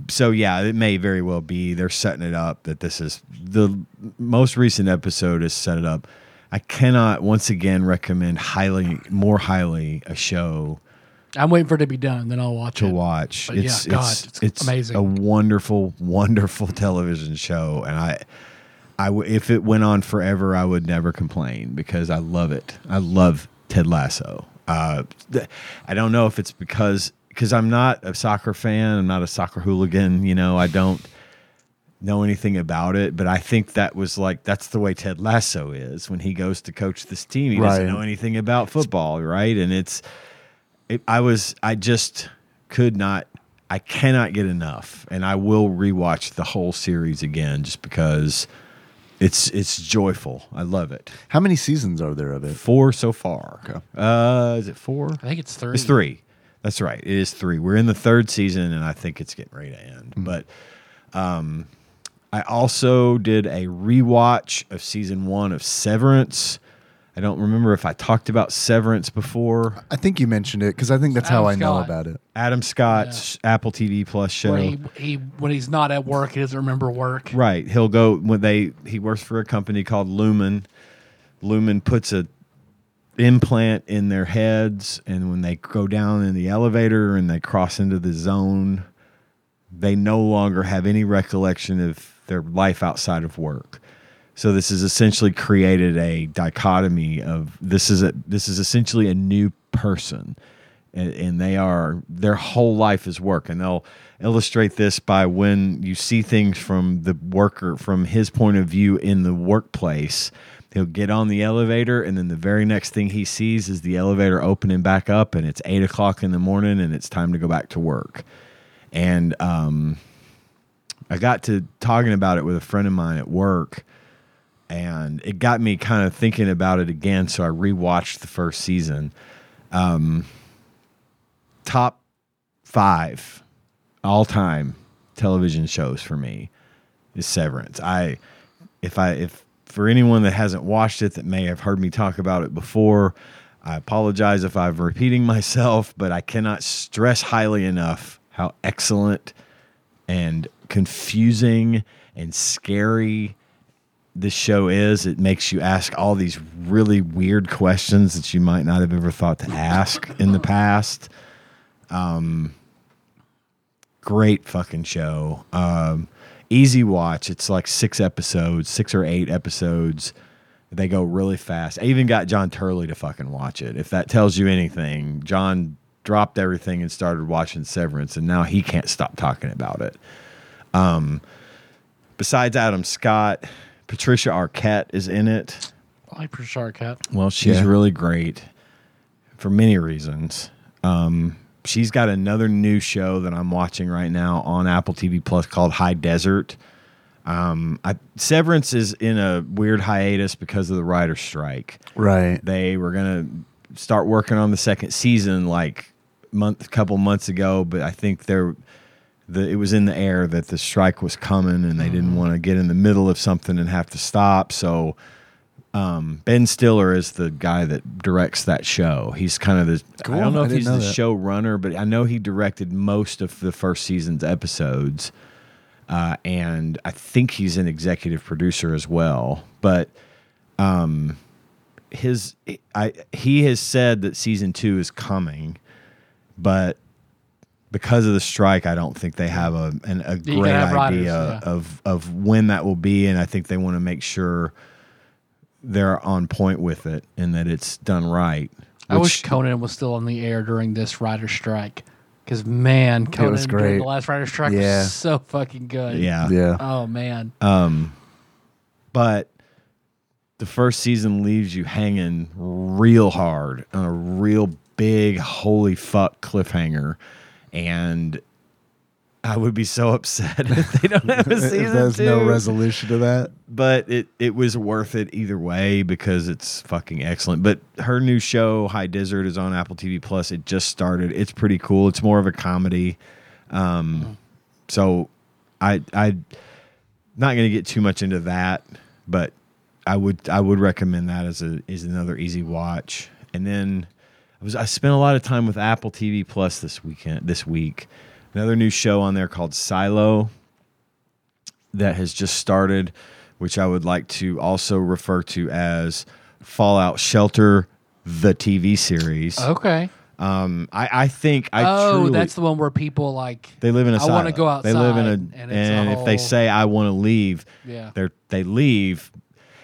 so yeah, it may very well be they're setting it up that this is the most recent episode is set it up. I cannot once again recommend highly more highly a show
I'm waiting for it to be done, then I'll watch
to
it.
watch.
But yeah,
it's,
God,
it's,
it's
it's
amazing.
A wonderful, wonderful television show, and I, I w- if it went on forever, I would never complain because I love it. I love Ted Lasso. Uh, th- I don't know if it's because because I'm not a soccer fan. I'm not a soccer hooligan. You know, I don't know anything about it, but I think that was like that's the way Ted Lasso is when he goes to coach this team. He doesn't
Right.
know anything about football, right? And it's it, I was I just could not I cannot get enough, and I will rewatch the whole series again just because it's it's joyful. I love it.
How many seasons are there of it?
Four so far.
Okay.
Uh, is it four?
I think it's three.
It's three. That's right. It is three. We're in the third season, and I think it's getting ready to end.
Mm-hmm.
But um, I also did a rewatch of season one of Severance. I don't remember if I talked about Severance before.
I think you mentioned it because I think that's how I
Adam
know
Scott.
about it.
Adam Scott's Apple TV Plus show.
Where he, he when he's not at work, he doesn't remember work.
Right. He'll go when they he works for a company called Lumen. Lumen puts a implant in their heads and when they go down in the elevator and they cross into the zone, they no longer have any recollection of their life outside of work. So this has essentially created a dichotomy of this is a this is essentially a new person, and, and they are their whole life is work, and they'll illustrate this by when you see things from the worker from his point of view in the workplace. He'll get on the elevator, and then the very next thing he sees is the elevator opening back up, and it's eight o'clock in the morning, and it's time to go back to work. And um, I got to talking about it with a friend of mine at work, and it got me kind of thinking about it again. So I rewatched the first season. Um, top five all time television shows for me is Severance. I if I if for anyone that hasn't watched it that may have heard me talk about it before, I apologize if I'm repeating myself, but I cannot stress highly enough how excellent and confusing and scary this show is. It makes you ask all these really weird questions that you might not have ever thought to ask in the past. Um, great fucking show. Um, easy watch. It's like six episodes, six or eight episodes. They go really fast. I even got John Turley to fucking watch it. If that tells you anything, John dropped everything and started watching Severance, and now he can't stop talking about it Um, besides Adam Scott, Patricia Arquette is in it.
I like for Shark Cat.
Well, she's
Yeah.
really great for many reasons. Um, she's got another new show that I'm watching right now on Apple TV Plus called High Desert. Um, I, Severance is in a weird hiatus because of the writer's strike.
Right.
They were gonna start working on the second season like month, couple months ago, but I think they're the it was in the air that the strike was coming, and they
Mm-hmm.
didn't want to get in the middle of something and have to stop. So um, Ben Stiller is the guy that directs that show. He's kind of the I
Cool.
don't know
I
if
didn't
he's
know
the
that.
showrunner, but I know he directed most of the first season's episodes. Uh, and I think he's an executive producer as well. But Um, his I he has said that season two is coming, but because of the strike, I don't think they have a an, a
gotta
great
have
idea
writers, yeah.
of of when that will be, and I think they want to make sure they're on point with it and that it's done right.
I wish
which-
Conan was still on the air during this writer strike. Because man, Conan during
great.
the last writer strike
Yeah.
was so fucking good.
yeah,
Yeah.
Oh man.
Um, but the first season leaves you hanging real hard on a real big holy fuck cliffhanger and I would be so upset if they don't have a
If
season
There's
two.
no resolution to that.
but it it was worth it either way because it's fucking excellent. But her new show High Desert is on Apple TV Plus. It just started. It's pretty cool. It's more of a comedy. Um, so I I not going to get too much into that, but I would I would recommend that as a is another easy watch. And then I was I spent a lot of time with Apple TV Plus this weekend this week. another new show on there called Silo that has just started, which I would like to also refer to as Fallout Shelter, the TV series.
Okay.
Um, I, I think I
oh,
truly
that's the one where people like
they live in a
I want to
silo.
go outside.
They live in a
and,
and,
it's a
if they
whole-
say I want to leave,
Yeah.
they they leave.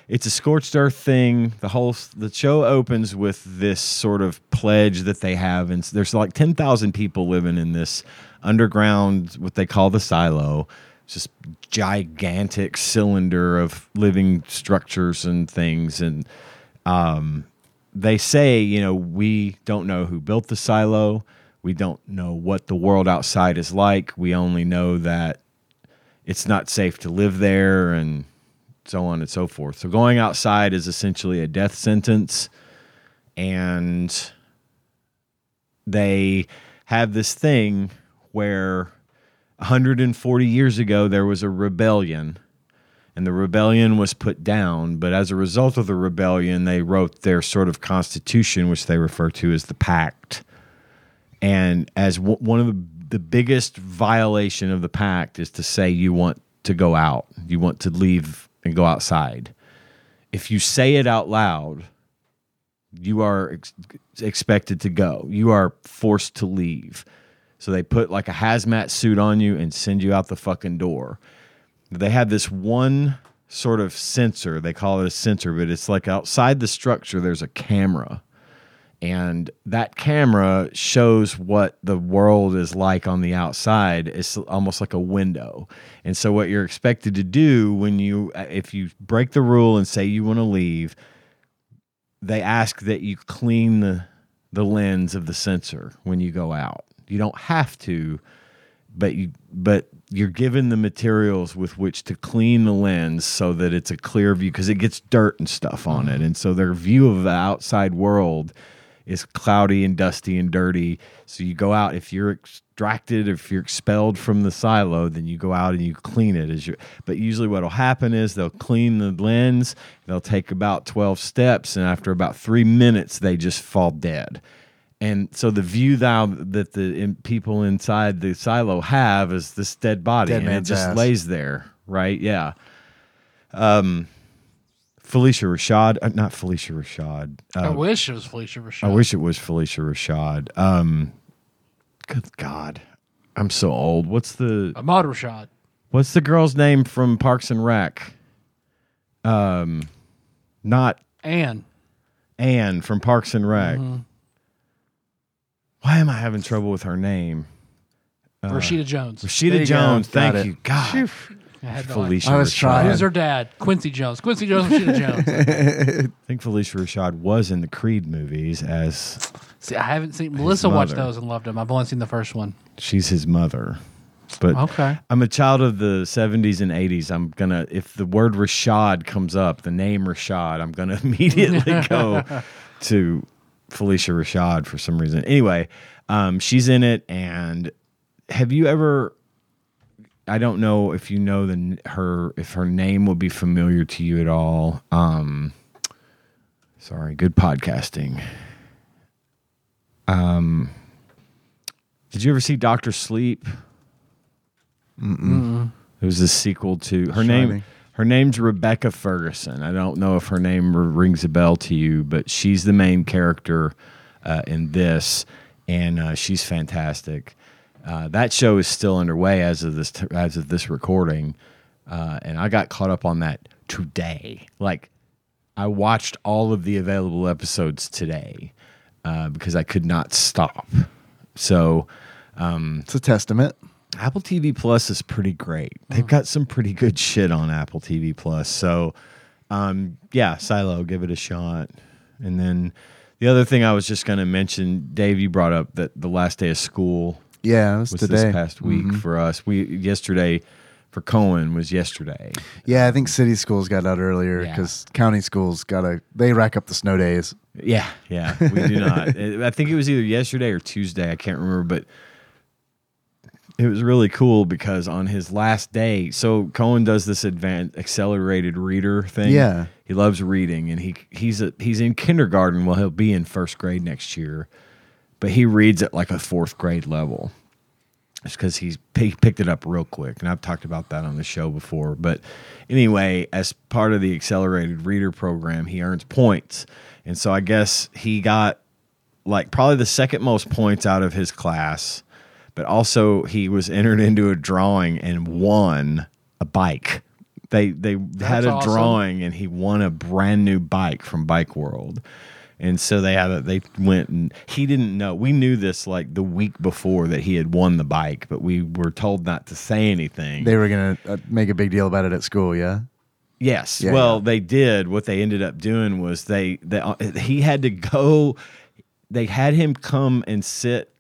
It's a scorched earth thing. The whole s- the show opens with this sort of pledge that they have, and s- there's like ten thousand people living in this underground, what they call the silo. It's just gigantic cylinder of living structures and things, and um, they say, you know, we don't know who built the silo. We don't know what the world outside is like. We only know that it's not safe to live there and so on and so forth. So going outside is essentially a death sentence. And they have this thing where 140 years ago there was a rebellion and the rebellion was put down. But as a result of the rebellion, they wrote their sort of constitution, which they refer to as the Pact. And as w- one of the, the biggest violation of the Pact is to say you want to go out, you want to leave and go outside. If you say it out loud, you are ex- expected to go. You are forced to leave. So they put like a hazmat suit on you and send you out the fucking door they have this one sort of sensor. They call it a sensor, but it's like outside the structure, there's a camera. And that camera shows what the world is like on the outside. It's almost like a window. And so, what you're expected to do when you, uh, if you break the rule and say you want to leave, they ask that you clean the, the lens of the sensor when you go out. You don't have to, but you but you're given the materials with which to clean the lens so that it's a clear view because it gets dirt and stuff on it and so their view of the outside world is cloudy and dusty and dirty so you go out if you're extracted if you're expelled from the silo then you go out and you clean it as you but usually what'll happen is they'll clean the lens they'll take about 12 steps and after about 3 minutes they just fall dead and so the view thou that the in, people inside the silo have is this dead body,
Dead
and it
man's
just
ass.
lays there, right? Yeah. Um, Felicia Rashad, uh, not Felicia Rashad. Uh,
I wish it was Felicia Rashad.
I wish it was Felicia Rashad. Um, good God, I'm so old. What's the
Ahmad Rashad.
What's the girl's name from Parks and Rec? Um, not
And
Anne from Parks and Rec.
Mm-hmm.
Why am I having trouble with her name?
Rashida Jones.
There
Uh, Rashida
you
Jones.
go. Got
Thank
it.
you. God.
I had no
Felicia
I was
Rashad.
idea.
trying.
Who's her dad? Quincy Jones. Quincy Jones, Rashida Jones.
I think Felicia Rashad was in the Creed movies as
See, I haven't seen. Melissa watched
mother.
those and loved them. I've only seen the first one.
she's his mother. But
Okay.
I'm a child of the 70s and 80s. I'm going to, if the word Rashad comes up, the name Rashad, I'm going to immediately go to Felicia Rashad for some reason. Anyway, um, she's in it. And have you ever, I don't know if you know the, n- her, if her name will be familiar to you at all. Um, sorry, good podcasting. Um, did you ever see Doctor Sleep? It was a sequel to her name.
Shining.
Her name's Rebecca Ferguson. I don't know if her name r- rings a bell to you, but she's the main character uh, in this, and uh, she's fantastic. Uh, that show is still underway as of this t- as of this recording, uh, and I got caught up on that today. Like, I watched all of the available episodes today uh, because I could not stop. So. um,
It's a testament. Mm.
Apple TV Plus is pretty great. They've got some pretty good shit on Apple TV Plus. So, um, yeah, Silo, give it a shot. And then the other thing I was just going to mention, Dave, you brought up that the last day of school
Yeah, it was,
was
today. Mm-hmm.
this past week for us. We yesterday for Cohen was yesterday.
yeah, I think city schools got out earlier
Yeah.
because county schools got to they rack up the snow days.
Yeah, yeah, we do not. It- I think it was either yesterday or Tuesday. I can't remember, but it was really cool because on his last day, so Cohen does this advanced accelerated reader thing.
Yeah.
he loves reading, and he he's a he's in kindergarten. Well, he'll be in first grade next year, but he reads at like a fourth grade level. It's because he's he picked it up real quick, and I've talked about that on the show before. But anyway, as part of the accelerated reader program, he earns points, and so I guess he got like probably the second most points out of his class, but also he was entered into a drawing and won a bike. They they had a
awesome.
drawing and he won a brand new bike from Bike World. And so they had a, they went and he didn't know. We knew this like the week before that he had won the bike, but we were told not to say anything.
They were gonna uh, make a big deal about it at school. Yeah.
Yes.
Yeah,
well,
yeah.
they did. What they ended up doing was they, they uh, he had to go. They had him come and sit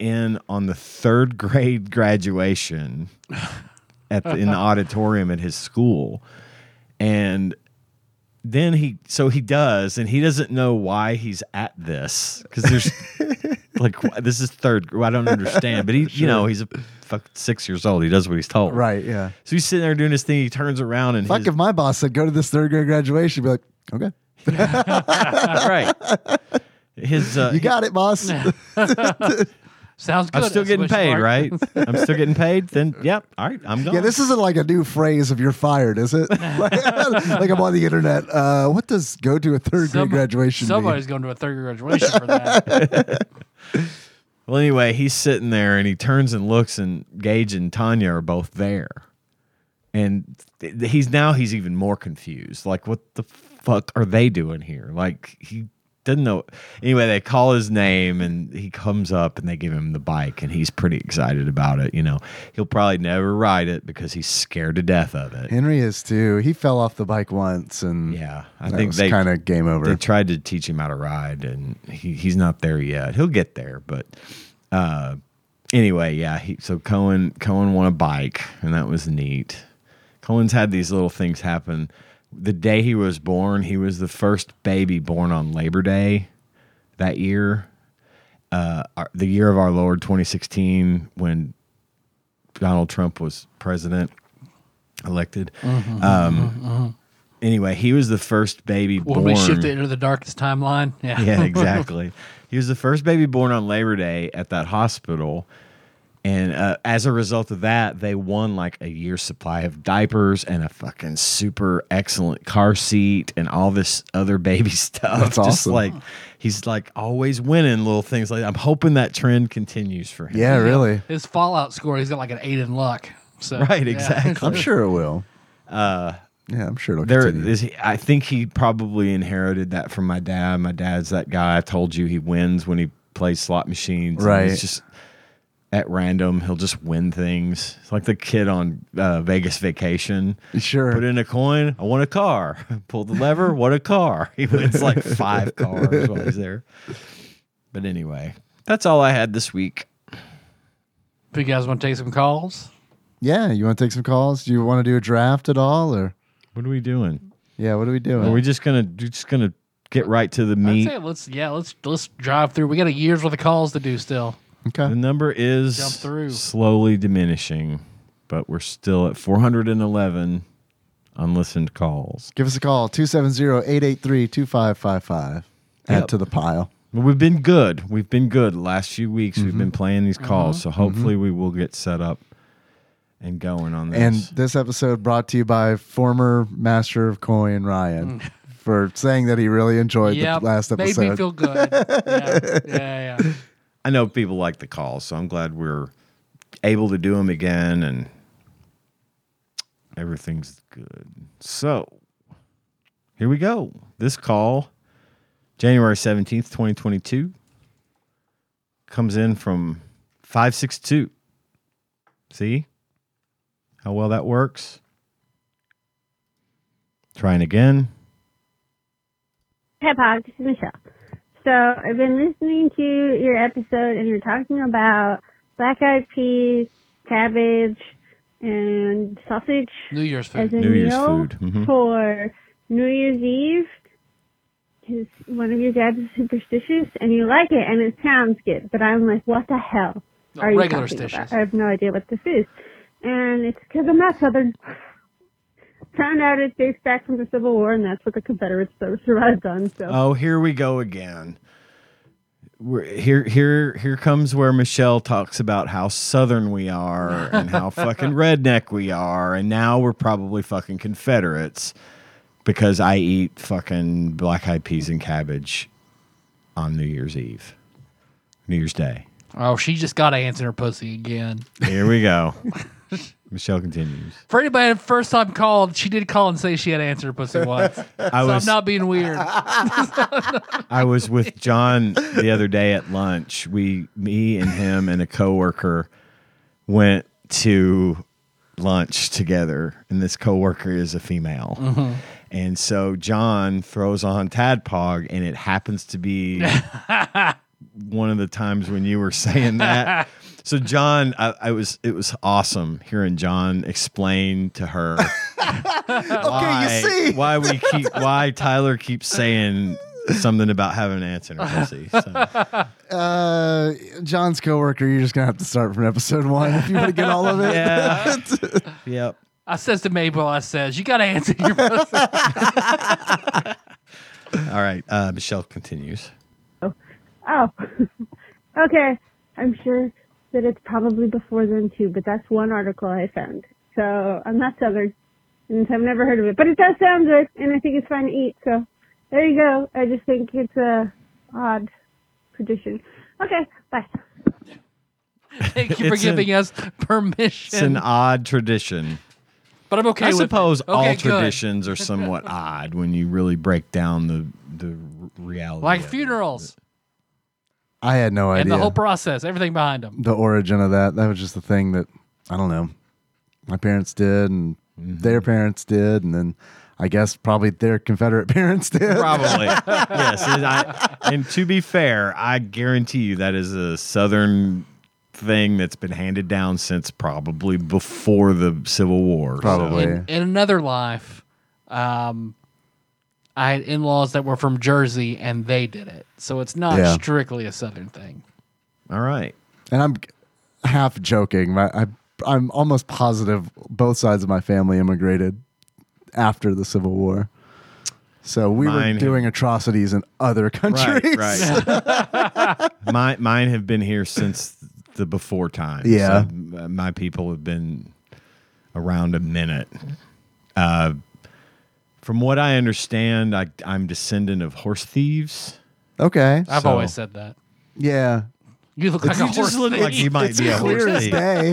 in on the third grade graduation at the, in the auditorium at his school, and then he so he does, and he doesn't know why he's at this because there's like why- this is third. I don't understand, but he you know he's a fuck six years old. He does what he's told.
Right. Yeah.
So he's sitting there doing his thing. He turns around and
Fuck
his,
if my boss said go to this third grade graduation, I'd be like, okay,
right. His uh,
you got it, boss.
Sounds good.
I'm still
That's
getting
what you
paid,
like.
right? I'm still getting paid. Then, yep. All right, I'm going.
Yeah, this isn't like a new phrase of you're fired, is it? like, I'm on the internet. Uh, what does go to a third
Some-
grade graduation mean?
Somebody's going to a third grade graduation for that.
well, anyway, he's sitting there and he turns and looks, and Gage and Tanya are both there, and th- th- he's now he's even more confused. Like, what the fuck are they doing here? Like, he doesn't know. Anyway, they call his name and he comes up and they give him the bike and he's pretty excited about it. You know, he'll probably never ride it because he's scared to death of it.
Henry is too. He fell off the bike once, and
Yeah, I
I
think
think
they
kind of game over.
they tried to teach him how to ride, and he, he's not there yet. He'll get there, but uh, anyway, yeah. He, so Cohen Cohen won a bike, and that was neat. Cohen's had these little things happen. The day he was born, he was the first baby born on Labor Day that year, uh, our- the year of our Lord 2016, when Donald Trump was president elected.
Mm-hmm,
um, Anyway, he was the first baby
when
born.
we shift it into the darkest timeline. Yeah.
Yeah, exactly. he was the first baby born on Labor Day at that hospital. And uh, as a result of that, they won like a year's supply of diapers and a fucking super excellent car seat and all this other baby stuff.
That's
Just
awesome.
like he's like always winning little things like I'm hoping that trend continues for him.
yeah, really.
His Fallout score, he's got like an eight in luck. So
Right,
yeah.
exactly.
I'm sure it will. Uh, yeah, I'm sure it'll
There
continue.
is I think he probably inherited that from my dad. My dad's that guy I told you he wins when he plays slot machines. and
Right.
He's just at random, he'll just win things. It's like the kid on uh, Vegas vacation.
Sure.
Put in a coin, I want a car. Pull the lever, what a car. He wins like five cars while he's there. But anyway, that's all I had this week.
If you guys want to take some calls,
yeah, you want to take some calls? Do you want to do a draft at all, or
What are we doing?
yeah, what are we doing?
Are we just gonna we're just gonna get right to the
I'd
meat?
say let's yeah let's let's drive through. We got a year's worth of calls to do still.
The
okay.
number is
Jump through.
slowly diminishing, but we're still at 411 unlistened calls.
Give us a call 270-883-2555.
Yep.
Add to the pile.
But we've been good. We've been good. The last few weeks, we've been playing these calls,
Uh-huh.
so hopefully we will get set up and going on
And
this.
this episode brought to you by former master of coin Ryan for saying that he really enjoyed
Yeah,
the last episode.
Mm. made me feel good. yeah, yeah, yeah.
I know people like the calls, so I'm glad we're able to do them again, and everything's good. So here we go. This call, January 17th, 2022, comes in from 562. See how well that works? Trying again.
Hey, Pog, this is Michelle. So I've been listening to your episode, and you're talking about black eyed peas, cabbage, and sausage
New Year's
as a
food.
New Year's
meal
food, mhm.
for New Year's Eve. 'Cause one of your dads is superstitious, and you like it, and it sounds good. But I'm like, what the hell
No,
are you
regular
talking
stitious.
about? I have no idea what this is, and it's because I'm not Southern. Found out it dates back from the Civil War, and that's what the Confederates survived on. So
Oh, here we go again. we're, here here here comes where Michelle talks about how southern we are and how fucking redneck we are and now we're probably fucking confederates because I eat fucking black eyed peas and cabbage on New Year's Eve. New Year's Day.
Oh, she just got ants in her pussy again.
Here we go. Michelle continues.
For anybody that first time called, she did call and say she had ants in her pussy once. so
I
I'm
was
not being weird. Mm-hmm.
I was with John the other day at lunch. We, me and him and a coworker went to lunch together, and this coworker is a female. And so John throws on Tadpog, and it happens to be one of the times when you were saying that. So John, I, I was it was awesome hearing John explain to her why,
see.
why we keep why Tyler keeps saying something about having ants in her pussy. So.
Uh, John's coworker, you're just gonna have to start from episode one if you want to get all of it.
Yeah. yep.
I says to Mabel, I says, you got ants in your pussy.
All right. Uh, Michelle continues.
Oh, okay. I'm sure that it's probably before then too, but that's one article I found. So I'm not Southern, and so I've never heard of it. But it does sound good, and I think it's fun to eat. So there you go. I just think it's a odd tradition. Okay, bye.
Thank you for
It's an-
giving us
It's an
permission.
odd tradition.
but I'm okay
I
with
suppose
it.
all
Okay, good.
traditions are somewhat odd when you really break down the the r- reality.
Like
of it.
funerals
I had no
and
idea
the whole process, everything behind them.
the origin of that. That was just the thing that I don't know. My parents did, and
Mm-hmm.
their parents did, and then I guess probably their Confederate parents did.
Probably. yes. And, I, and to be fair, I guarantee you that is a Southern thing that's been handed down since probably before the Civil War. so-
Probably.
in, in another life, um, I had in laws that were from Jersey and they did it. So it's not
Yeah.
strictly a Southern thing.
All right.
and I'm half joking. My, I, I'm almost positive both sides of my family immigrated after the Civil War. So we
Mine-
were doing atrocities in other countries.
Right, right. my, mine have been here since the before time.
Yeah.
So, m- my people have been around a minute. Uh, from what I understand, I, I'm descendant of horse thieves.
Okay.
I've
So-
always said that.
Yeah.
You look like a
You
horse
just look
thief.
like you might be a horse
Clear as
thief.
day.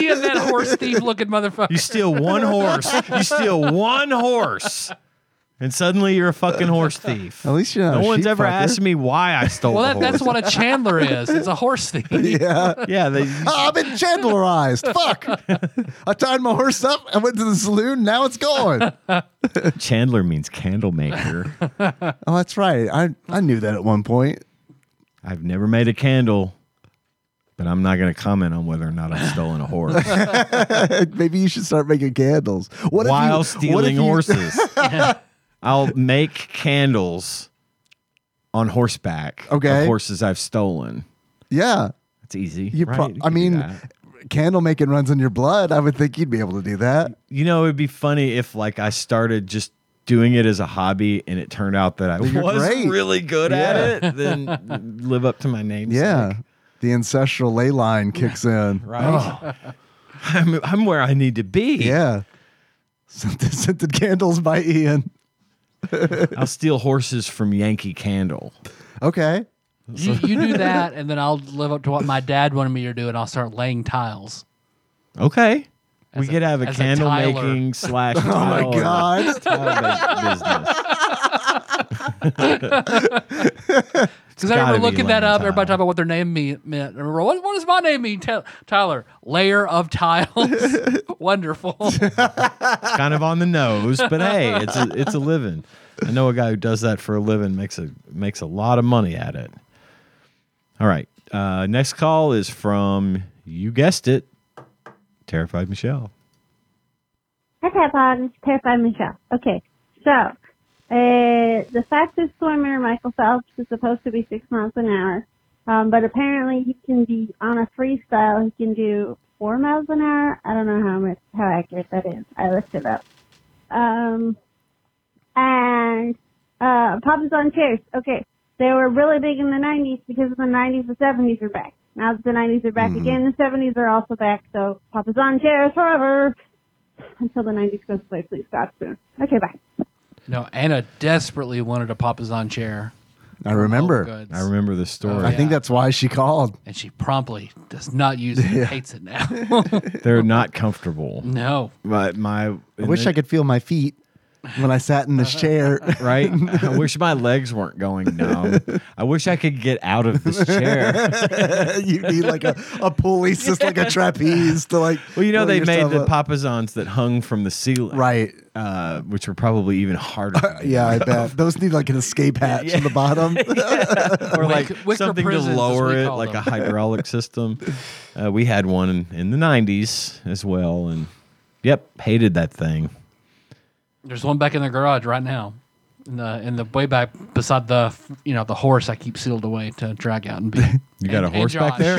He and that horse thief looking motherfucker.
You steal one horse. You steal one horse. And suddenly you're a fucking horse thief.
At least you're not
no
a
one's ever
sheepfucker.
asked me why I stole
well, that,
the
that's
horse.
what a Chandler is. It's a horse thief.
yeah, they,
Ah, I've been chandlerized. Fuck. I tied my horse up. I went to the saloon. Now it's gone.
Chandler means candle maker.
Oh, that's right. I, I knew that at one point.
I've never made a candle, but I'm not going to comment on whether or not I've stolen a horse
Maybe you should start making candles. What
while
if you, what if
stealing
you-
horses. I'll make candles on horseback.
Okay.
of horses I've stolen.
Yeah.
That's easy.
You
right?
pro-
You
I
can do
mean,
that.
candle making runs in your blood. I would think you'd be able to do that.
you know, it'd be funny if like I started just doing it as a hobby and it turned out that I
You're
was
great.
really good at
Yeah.
it. Then live up to my name.
Yeah. The ancestral ley line kicks in. Oh.
Right. I'm, I'm where I need to be.
Yeah. Scented, scented candles by Ian.
I'll steal horses from Yankee Candle.
Okay.
You, you do that, and then I'll live up to what my dad wanted me to do, and I'll start laying tiles.
Okay. we
As a-
could have a
as a
candle
Tyler.
making slash.
Oh my
tile-
God.
tile business.
Because I
gotta
remember
be
looking that
laying
up.
tile.
Everybody talking about what their name mean, meant. I remember, what, what does my name mean? Ty- Tyler, layer of tiles. Wonderful.
It's kind of on the nose, but hey, it's a it's a living. I know a guy who does that for a living makes a makes a lot of money at it. All right. Uh, next call is from you guessed it, terrified Michelle.
Hi, Tapon. It's Terrified Michelle. Okay, so uh, the fastest swimmer, Michael Phelps, is supposed to be six miles an hour, um, but apparently he can be on a freestyle. He can do four miles an hour. I don't know how much how accurate that is. I looked it up. Um, and uh, pops on chairs. Okay,
They were really big in the 90s because in the 90s, the 70s are back. Now that the 90s are back again, the 70s are also back. So Papa's on chairs forever until the 90s goes away. Please stop soon. Okay, bye.
No, Anna desperately wanted a Papasan chair.
I remember.
goods.
I remember the story.
I think that's why she called.
and she promptly does not use it. Hates it now.
They're not comfortable.
no,
But my
I wish I could feel my feet when I sat in this chair.
right? I wish my legs weren't going numb. I wish I could get out of this chair.
you need like a, a pulley, just like a trapeze to like.
Well, you know
pull
they made
yourself
the
up.
papazons that hung from the ceiling,
Right.
Uh, which were probably even harder. to get
Yeah, I bet those need like an escape hatch on the bottom.
or like
Wick- wicker
something to
prisons, as
lower
we
it,
call
like a
them.
hydraulic system. Uh, we had one in, in the '90s as well, and yep, hated that thing.
there's one back in the garage right now. In the in the way back beside the you know the horse I keep sealed away to drag out and be.
You got
and-
a
and
horse back
Josh.
there?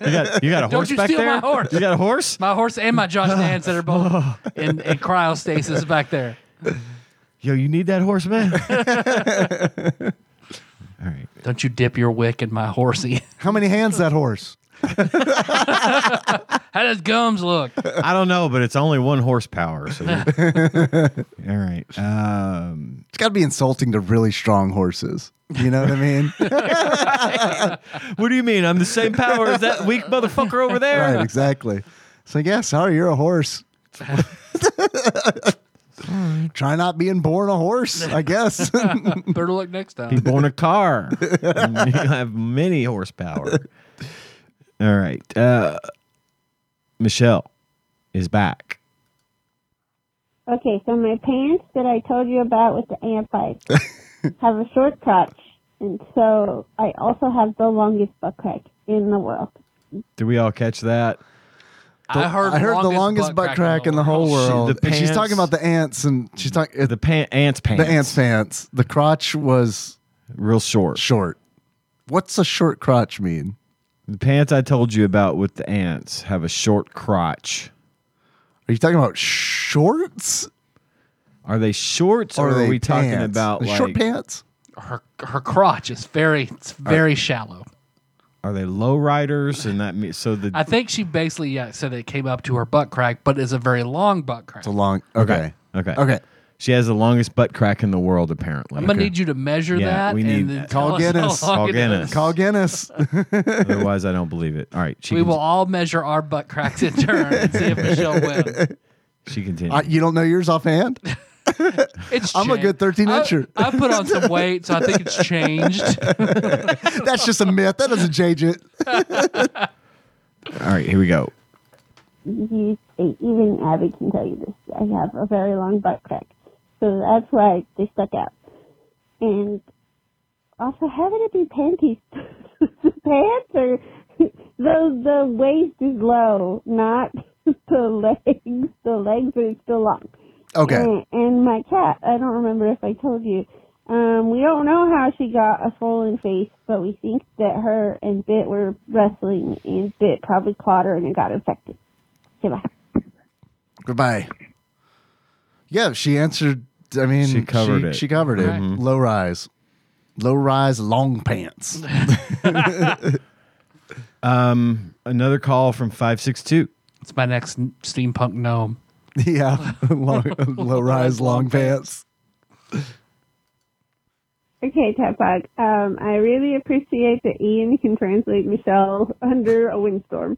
You got you got a
Don't
horse
you
back
steal
there?
my horse.
You got a horse?
My horse and my Josh Nance that are both in, in cryostasis back there.
Yo, you need that horse, man. All right.
Don't you dip your wick in my horsey?
How many hands that horse?
How does gums look?
I don't know, but it's only one horsepower. So all right. Um,
It's got to be insulting to really strong horses. You know what I mean?
what do you mean? I'm the same power as that weak motherfucker over there.
right, exactly. So yeah, sorry, you're a horse. Try not being born a horse, I guess.
Better look next time.
Be born a car. I have many horsepower. All right. Uh, Michelle is back.
Okay, so my pants that I told you about with the amp lights have a short crotch, and so I also have the longest butt crack in the world.
Did we all catch that?
I heard,
I heard the longest butt crack in the whole world.
She- the
and she's talking
pants-
about the ants, and she's talking
The pan- ants pants.
the ants pants. The crotch was
Real short.
short. What's a short crotch mean?
The pants I told you about with the ants have a short crotch.
Are you talking about shorts?
Are they shorts or,
Or
are,
they
we talking
pants?
about
They
like
short pants?
Her her crotch is very it's very shallow.
are they low riders and that means so the
I think she basically yeah, said it came up to her butt crack, but it's a very long butt crack.
It's a long. Okay.
okay
Okay.
She has the longest butt crack in the world, apparently.
I'm gonna need you to measure
Yeah,
that.
we need
and then
that.
tell
Call
us how
Guinness.
long
Call
it
Guinness.
is.
Call Guinness.
Otherwise, I don't believe it. All right, she
We
con-
will all measure our butt cracks in turn and see if Michelle wins.
She continues.
I, you don't know yours offhand?
It's
I'm a
changed.
good 13
I-
incher.
I, put on some weight, so I think it's changed.
That's just a myth. That doesn't change it.
all right, here we go.
You, even Abby can tell you this. I have a very long butt crack, so that's why they stuck out. And also, how would it be panties? the pants are the the waist is low, not the legs. The legs are still long.
Okay.
And, and my cat, I don't remember if I told you. Um, we don't know how she got a swollen face, but we think that her and Bit were wrestling, and Bit probably caught her and it got infected. Goodbye.
Goodbye. Yeah, she answered. I mean,
She covered it.
She covered it.
Right.
Low rise, low rise, long pants.
Um, Another call from 562.
It's my next steampunk gnome.
yeah, long, low rise, long pants.
Okay, Tapog. Um, I really appreciate that Ian can translate Michelle under a windstorm.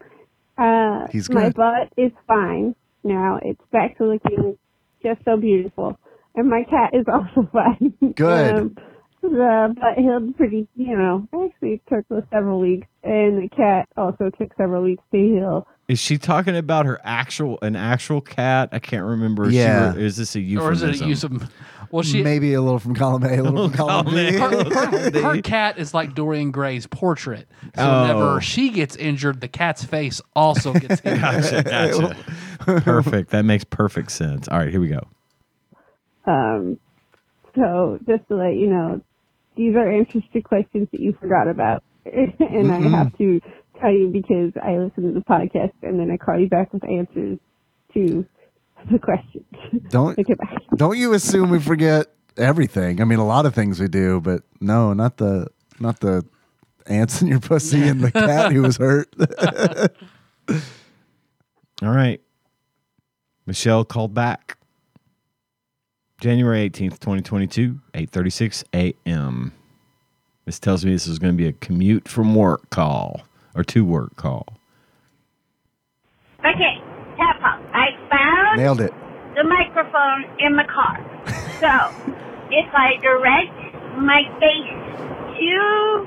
Uh,
He's
My
good.
butt is fine now. It's back to looking just so beautiful. And my cat is also fine.
Good.
um, the butt healed pretty, you know, actually it took us several weeks. And the cat also took several weeks to heal.
Is she talking about her actual an actual cat? I can't remember. Is she-
Yeah.
is this a
Or is
euphemism?
it a use of well she
Maybe a little from column A, a little from
Oh,
column B.
her, her cat is like Dorian Gray's portrait. So
Oh.
whenever she gets injured, the cat's face also gets injured.
Gotcha, gotcha. perfect. That makes perfect sense. All right, here we go.
Um, so just to let you know, these are interesting questions that you forgot about, and
Mm-hmm.
I have to tell you because I listen to the podcast and then I call you back with answers to the questions.
Don't
okay, bye.
don't you assume we forget everything. I mean, a lot of things we do, but no, not the not the ants in your pussy and the cat who was hurt.
All right. Michelle called back. January 18th, 2022, 8:36 a.m. This tells me this is going to be a commute from work call or to work call.
Okay, tap pop. I found
Nailed it.
the microphone in the car. So if I direct my face to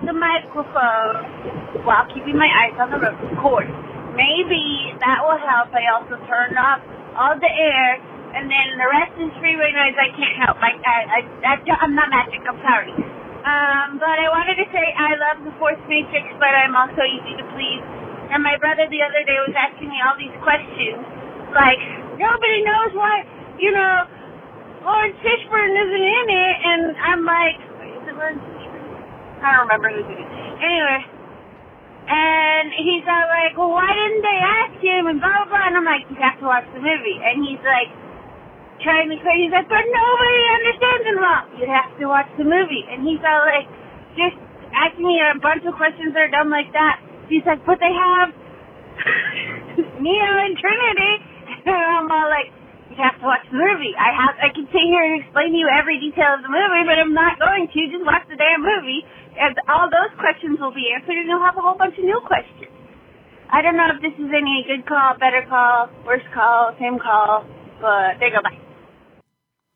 the microphone while keeping my eyes on the road, of course, maybe that will help. I also turned off all the air, and then the rest is freeway noise. I can't help. Like I, I that, I'm not magic. I'm sorry. Um, but I wanted to say I love the Force Matrix, but I'm also easy to please. And my brother the other day was asking me all these questions like nobody knows why you know Lawrence Fishburne isn't in it, and I'm like, is it Lawrence Fishburne? I don't remember who's in it. Anyway, and he's all like, well, why didn't they ask him? And blah blah blah. And I'm like, you have to watch the movie. And he's like, trying to say, he's like, but nobody understands him. Well, you have to watch the movie. And he's all like, just asking me a bunch of questions that are dumb like that. He's like, but they have Neo and Trinity. And I'm all like, you have to watch the movie. I have, I can sit here and explain to you every detail of the movie, but I'm not going to. Just watch the damn movie, and all those questions will be answered, and you'll have a whole bunch of new questions. I don't know if this is any good call, better call, worse call, same call, but there you go. Bye.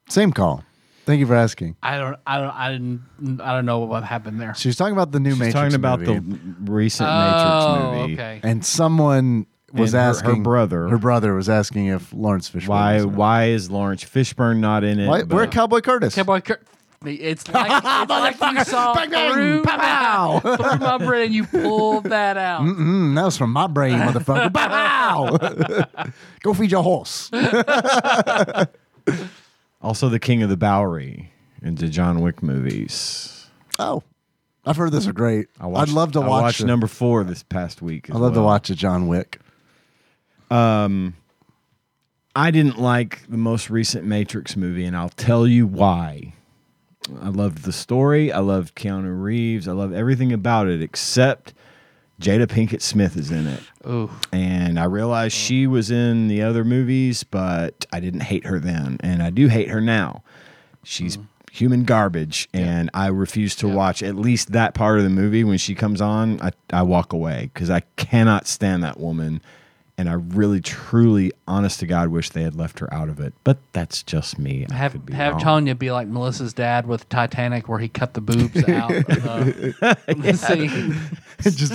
Same call. Thank you for asking.
I don't, I don't, I didn't, I don't know what happened there.
She was talking about the new
She's talking
Matrix
about
movie,
the recent
oh,
Matrix movie.
okay.
and someone was
And her- her
asking
brother.
Her brother was asking if Lawrence Fishburne.
Why
was in it.
why is Lawrence Fishburne not in it?
Why-
but-
We're Cowboy Curtis.
Cowboy Kurt. It's like, it's like you saw
Bang, bang,
through,
pow, pow.
my, through my brain, you pulled that out.
Mm, that was from my brain, motherfucker. Bow! Go feed your horse.
also the King of the Bowery in the John Wick movies.
Oh, I've heard those are great. I would love to
I
watch.
watched
the-
number four this past week. as
I'd love to
well. Um,
watch a John Wick.
I didn't like the most recent Matrix movie, and I'll tell you why. I loved the story. I loved Keanu Reeves. I love everything about it except Jada Pinkett Smith is in it.
Ooh.
And I realized she was in the other movies, but I didn't hate her then. And I do hate her now. She's human garbage. And I refuse to watch at least that part of the movie. When she comes on, I, I walk away because I cannot stand that woman. And I really, truly, honest to God, wish they had left her out of it. But that's just me. I
Have
could be
have
wrong.
Tanya be like Melissa's dad with Titanic, where he cut the boobs out. Uh, let's see.
Just,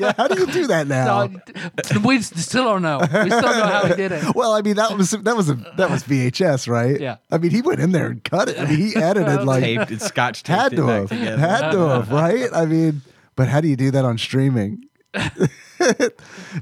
yeah, how do you do that now?
No, we s- still don't know. We still don't know how he did it.
Well, I mean that was that was a, that was VHS, right?
Yeah.
I mean he went in there and cut it. I mean he edited like
taped and scotch taped
had
it
to
back
have
together.
had to have right. I mean, but how do you do that on streaming?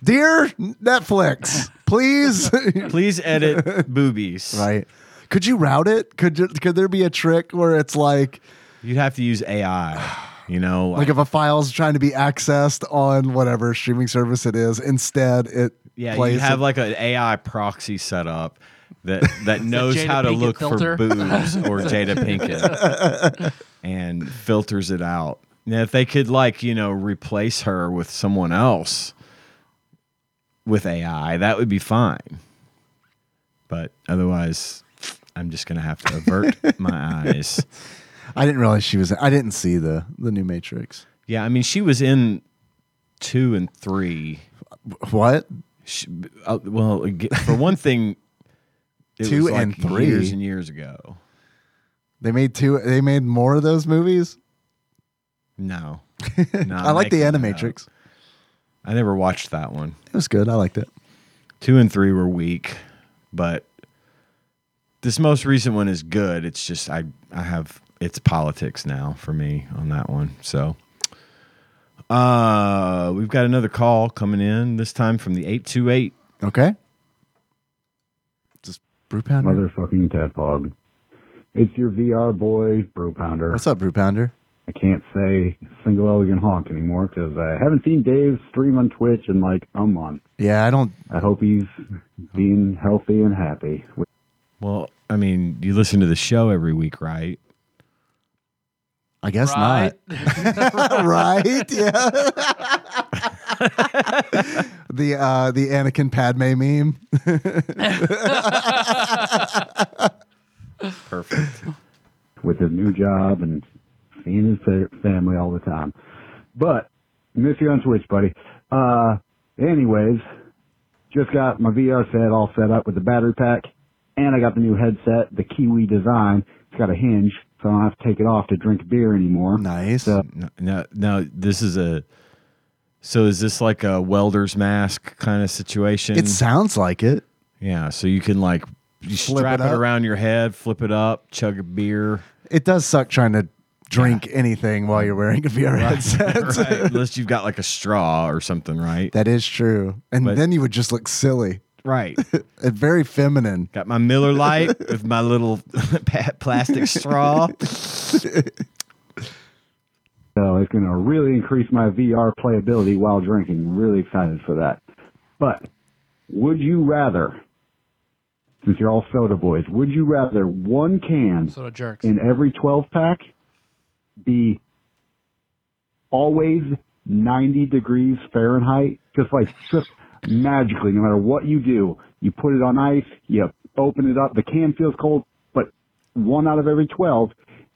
Dear Netflix, please
Please edit boobies.
right. Could you route it? Could you, could there be a trick where it's like
You'd have to use AI. You know,
like if a file's trying to be accessed on whatever streaming service it is, instead it
Yeah,
plays
you have
it-
like an AI proxy set up that that knows
Jada
how to
Pinkett
look
filter?
for boobs or Jada Pinkett and filters it out. Now, if they could like you know replace her with someone else with AI, that would be fine. But otherwise, I'm just gonna have to avert my eyes.
I didn't realize she was. I didn't see the the new Matrix.
Yeah, I mean, she was in two and three.
What?
She, uh, well, ag- for one thing, it
Two
was like
and three?
years and years ago.
They made two. They made more of those movies.
No,
I like the Animatrix.
I never watched that one.
It was good. I liked it.
Two and three were weak, but this most recent one is good. It's just I I have it's politics now for me on that one. So, uh, we've got another call coming in this time from the eight two eight.
Okay. Just brew pounder.
Motherfucking Tadpog. It's your VR boy, Brew Pounder.
What's up, brew pounder?
I can't say single elegant honk anymore because I haven't seen Dave stream on Twitch in like a month.
Yeah, I don't.
I hope he's being healthy and happy.
Well, I mean, you listen to the show every week, right?
I guess
right?
not. right? Yeah. the uh, the Anakin Padme meme.
Perfect.
with his new job and seeing his fa- family all the time. But miss you on Twitch, buddy. Uh, anyways, just got my VR set all set up with the battery pack, and I got the new headset, the Kiwi design. It's got a hinge, so I don't have to take it off to drink beer anymore.
Nice.
So-
No- Now, now this is a. So is this like a welder's mask kind of situation?
It sounds like it.
yeah. So you can like you
Flip
strap
it
it,
up.
around your head, flip it up, chug a beer.
It does suck trying to drink anything while you're wearing a VR headset.
Right, Unless you've got like a straw or something, right?
That is true. And
But-
then you would just look silly
right.
and very feminine.
Got my Miller Light with my little pa- plastic straw.
So it's going to really increase my VR playability while drinking. Really excited for that. But would you rather, since you're all soda boys, would you rather one can
Sort of jerks.
in every 12 pack be always 90 degrees Fahrenheit? Just like just magically, no matter what you do, you put it on ice, you open it up, the can feels cold, but one out of every 12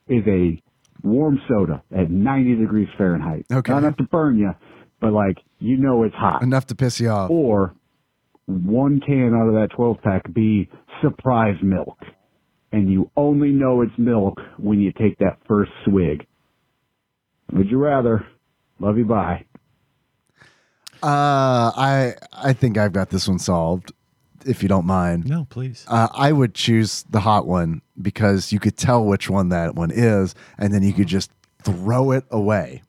is a warm soda at 90 degrees Fahrenheit.
Okay.
Not enough to burn you, but like, you know it's hot
Enough to piss you off.
or one can out of that 12 pack be surprise milk. And you only know it's milk when you take that first swig. Would you rather? Love you, bye.
Uh, I I think I've got this one solved. If you don't mind,
No, please.
uh, I would choose the hot one because you could tell which one that one is, and then you could just throw it away.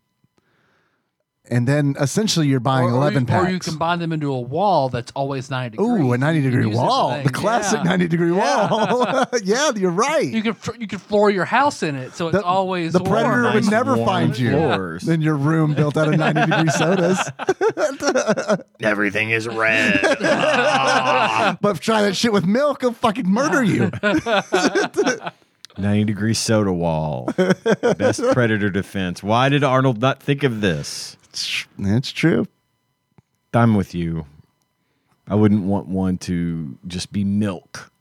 And then essentially you're buying
or,
eleven
or you,
packs.
Or you combine them into a wall that's always 90 degrees.
Ooh, a ninety
You can
degree
use it for
wall, the
things.
classic
Yeah.
ninety degree
Yeah.
wall. yeah, you're right.
You could fr- you could floor your house in it, so it's
the,
always
the
warm.
predator would
Nice
never
warm
find you
floors.
in your room built out of 90 degree sodas
Everything is red.
but if try that shit with milk he'll fucking murder you
90 degree soda wall. Best predator defense. Why did Arnold not think of this?
that's true
I'm with you. I wouldn't want one to just be milk.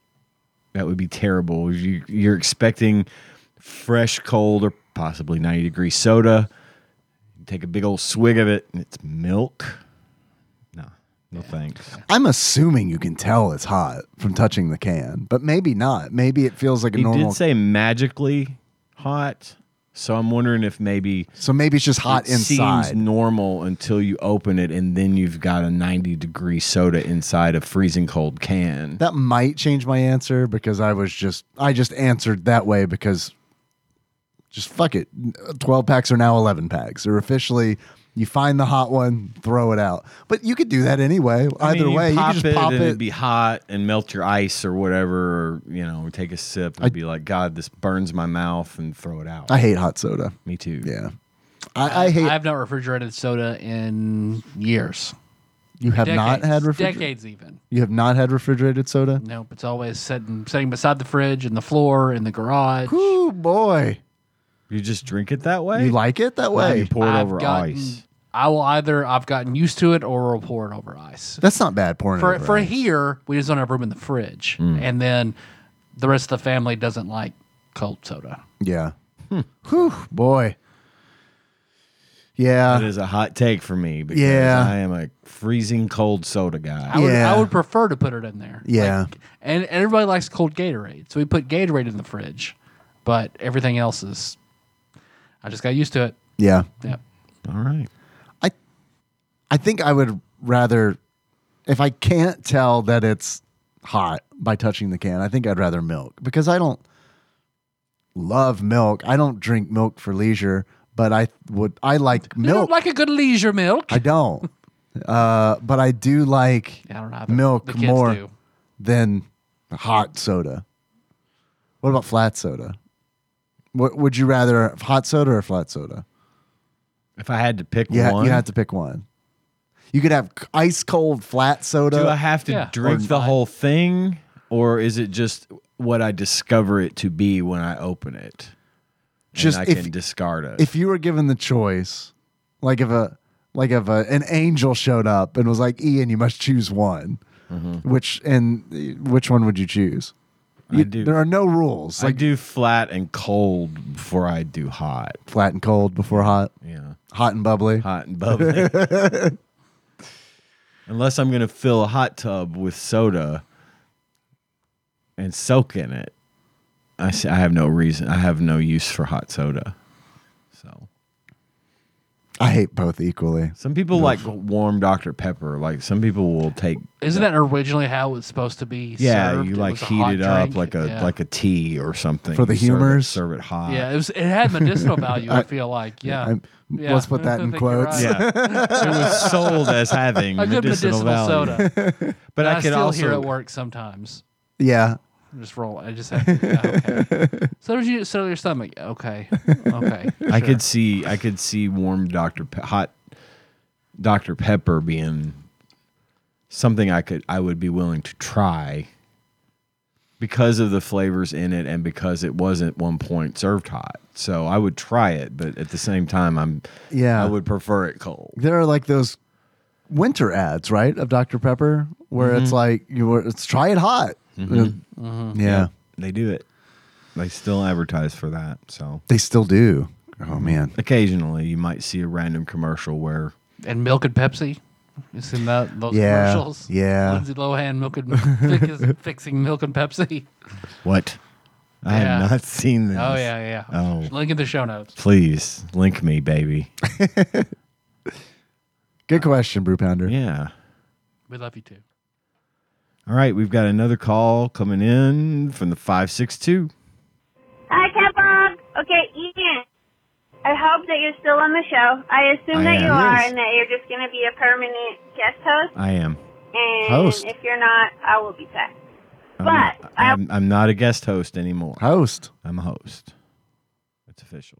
That would be terrible. You, you're expecting fresh, cold, or possibly 90 degree soda. Take a big old swig of it, and it's milk. No, no thanks.
i'm assuming you can tell it's hot from touching the can but maybe not maybe it feels like a
He
normal
did say magically hot, so I'm wondering if maybe
so maybe it's just hot
it
inside
seems normal until you open it, and then you've got a 90 degree soda inside a freezing cold can.
that might change my answer because i was just i just answered that way because just fuck it 12 packs are now 11 packs they're officially you find the hot one throw it out but you could do that anyway
I
either
mean,
way you could just pop
and
it
it'd be hot and melt your ice or whatever or, you know take a sip and be like god this burns my mouth and throw it out
I hate hot soda.
me too
Yeah. I, I hate
I have not refrigerated soda in years.
you have not had refrigerated
decades even.
you have not had refrigerated soda?
Nope, it's always sitting sitting beside the fridge in the floor in the garage.
Ooh boy.
you just drink it that way
You like it that
Now you
way?
pour it
I've
over
gotten-
ice
I will either I've gotten used to it or will pour it over ice.
That's not bad pouring it
For
over
for
ice.
here, we just don't have room in the fridge,
Hmm.
and then the rest of the family doesn't like cold soda.
Yeah.
Hmm.
Whew, boy. Yeah.
that is a hot take for me because
Yeah.
i am a freezing cold soda guy
I would,
Yeah.
I would prefer to put it in there.
Yeah.
Like, and and everybody likes cold Gatorade, so we put Gatorade in the fridge, but everything else is. I just got used to it.
yeah.
Yep.
all right
I I think I would rather if I can't tell that it's hot by touching the can, I think I'd rather milk because I don't love milk. I don't drink milk for leisure, but I would I like
You don't
milk.
like a good leisure milk.
I don't. Uh, but I do like
Yeah, I don't know. but
milk
the kids
more
do.
than hot soda. What about flat soda? What would you rather hot soda or flat soda?
if i had to pick
You, ha-
one
you have to pick one. You could have c- ice cold flat soda.
do i have to
Yeah. Or
drink the
not.
whole thing or is it just what i discover it to be when i open it Just
Just
I
if-
can discard it.
if you were given the choice, like if a like if a, an angel showed up and was like, "Ian, you must choose one,"
Mm-hmm.
which and uh, which one would you choose?
I
You-
do-
There are no rules.
I
Like
do flat and cold before I do hot.
flat and cold before hot,
Yeah.
hot and bubbly.
Hot and bubbly. Unless I'm going to fill a hot tub with soda and soak in it. I s- I have no reason. I have no use for hot soda. So
I hate both equally.
some people like warm Dr. Pepper. Like some people will take
Isn't that originally how it's supposed to be?
yeah,
served?
you
It
like
was a
heat
hot
it up
drink.
like a
yeah.
like a tea or something
For the
You serve it-
humors? Uh,
Serve it hot.
yeah. It was. It had medicinal value. I,
I-
feel like yeah.
I'm-
Yeah.
Let's put
I
that in
think you're
quotes.
right.
Yeah. it was sold as having
A good
medicinal,
medicinal
value.
soda.
But
I,
I, could
still
also
hear it work sometimes.
Yeah,
I just roll. I just have. To, yeah, okay. so did you settle your stomach? Okay. Okay.
I
sure.
could see I could see warm Dr Pe- hot Dr Pepper being something I could I would be willing to try because of the flavors in it and because it was at one point served hot. So I would try it, but at the same time I'm
yeah.
I would prefer it cold.
there are like those winter ads, right, of Dr Pepper, where
Mm-hmm.
it's like you were, it's try it hot. Yeah.
They do it. They still advertise for that. So
they still do. Oh man,
occasionally you might see a random commercial where
And milk and Pepsi. You seen that those
Yeah,
commercials?
yeah.
Lindsay Lohan milk and fix- fixing milk and Pepsi.
what? I
Yeah.
have not seen this.
Oh yeah, yeah.
Oh.
Link in the show notes.
Please link me, baby.
good question, Brew Pounder.
Yeah.
We love you too.
All right, we've got another call coming in from the 562.
Hi, Catbog. Okay, Ian. I hope that you're still on the show. I assume
I
that
am.
you are
Yes.
and that you're just going to be a permanent guest host.
I am.
And
Host.
if you're not, I will be sad.
I'm
But
not,
I-
I'm, I'm not a guest host anymore.
Host.
I'm a host. It's official.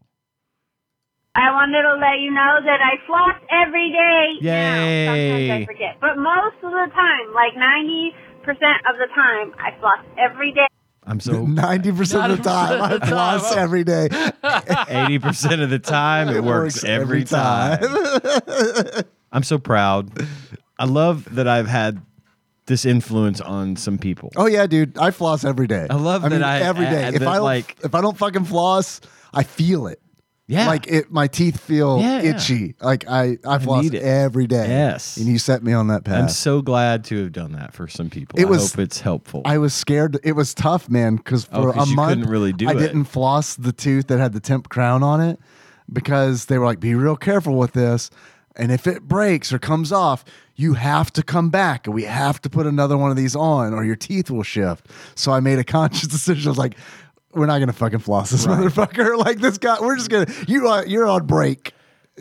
I wanted to let you know that I floss every day.
Yay.
Now, sometimes I forget. But most of the time, like 90% of the time, I floss every day.
I'm so
Ninety percent of the
90%
time, I
of the time.
floss every day.
80% of the time it works every time. I'm so proud. I love that I've had this influence on some people.
Oh yeah, dude, I floss every day.
I love
I
that
mean,
I-
every
I-
day. if
that,
I don't,
like-
if I don't fucking floss, I feel it.
Yeah.
Like it, my teeth feel
Yeah, yeah.
itchy. Like I, I floss
need it.
every day.
Yes.
and you set me on that path.
I'm so glad to have done that for some people.
It
I
was-
hope it's helpful.
I was scared. It was tough, man, because
Oh,
for
'cause
a
you
month
couldn't really do
I
it.
didn't floss the tooth that had the temp crown on it because they were like, "Be real careful with this, and if it breaks or comes off, you have to come back, and we have to put another one of these on, or your teeth will shift." So I made a conscious decision. I was like, "We're not gonna fucking floss this motherfucker. Like this guy, we're just gonna you are you're on break."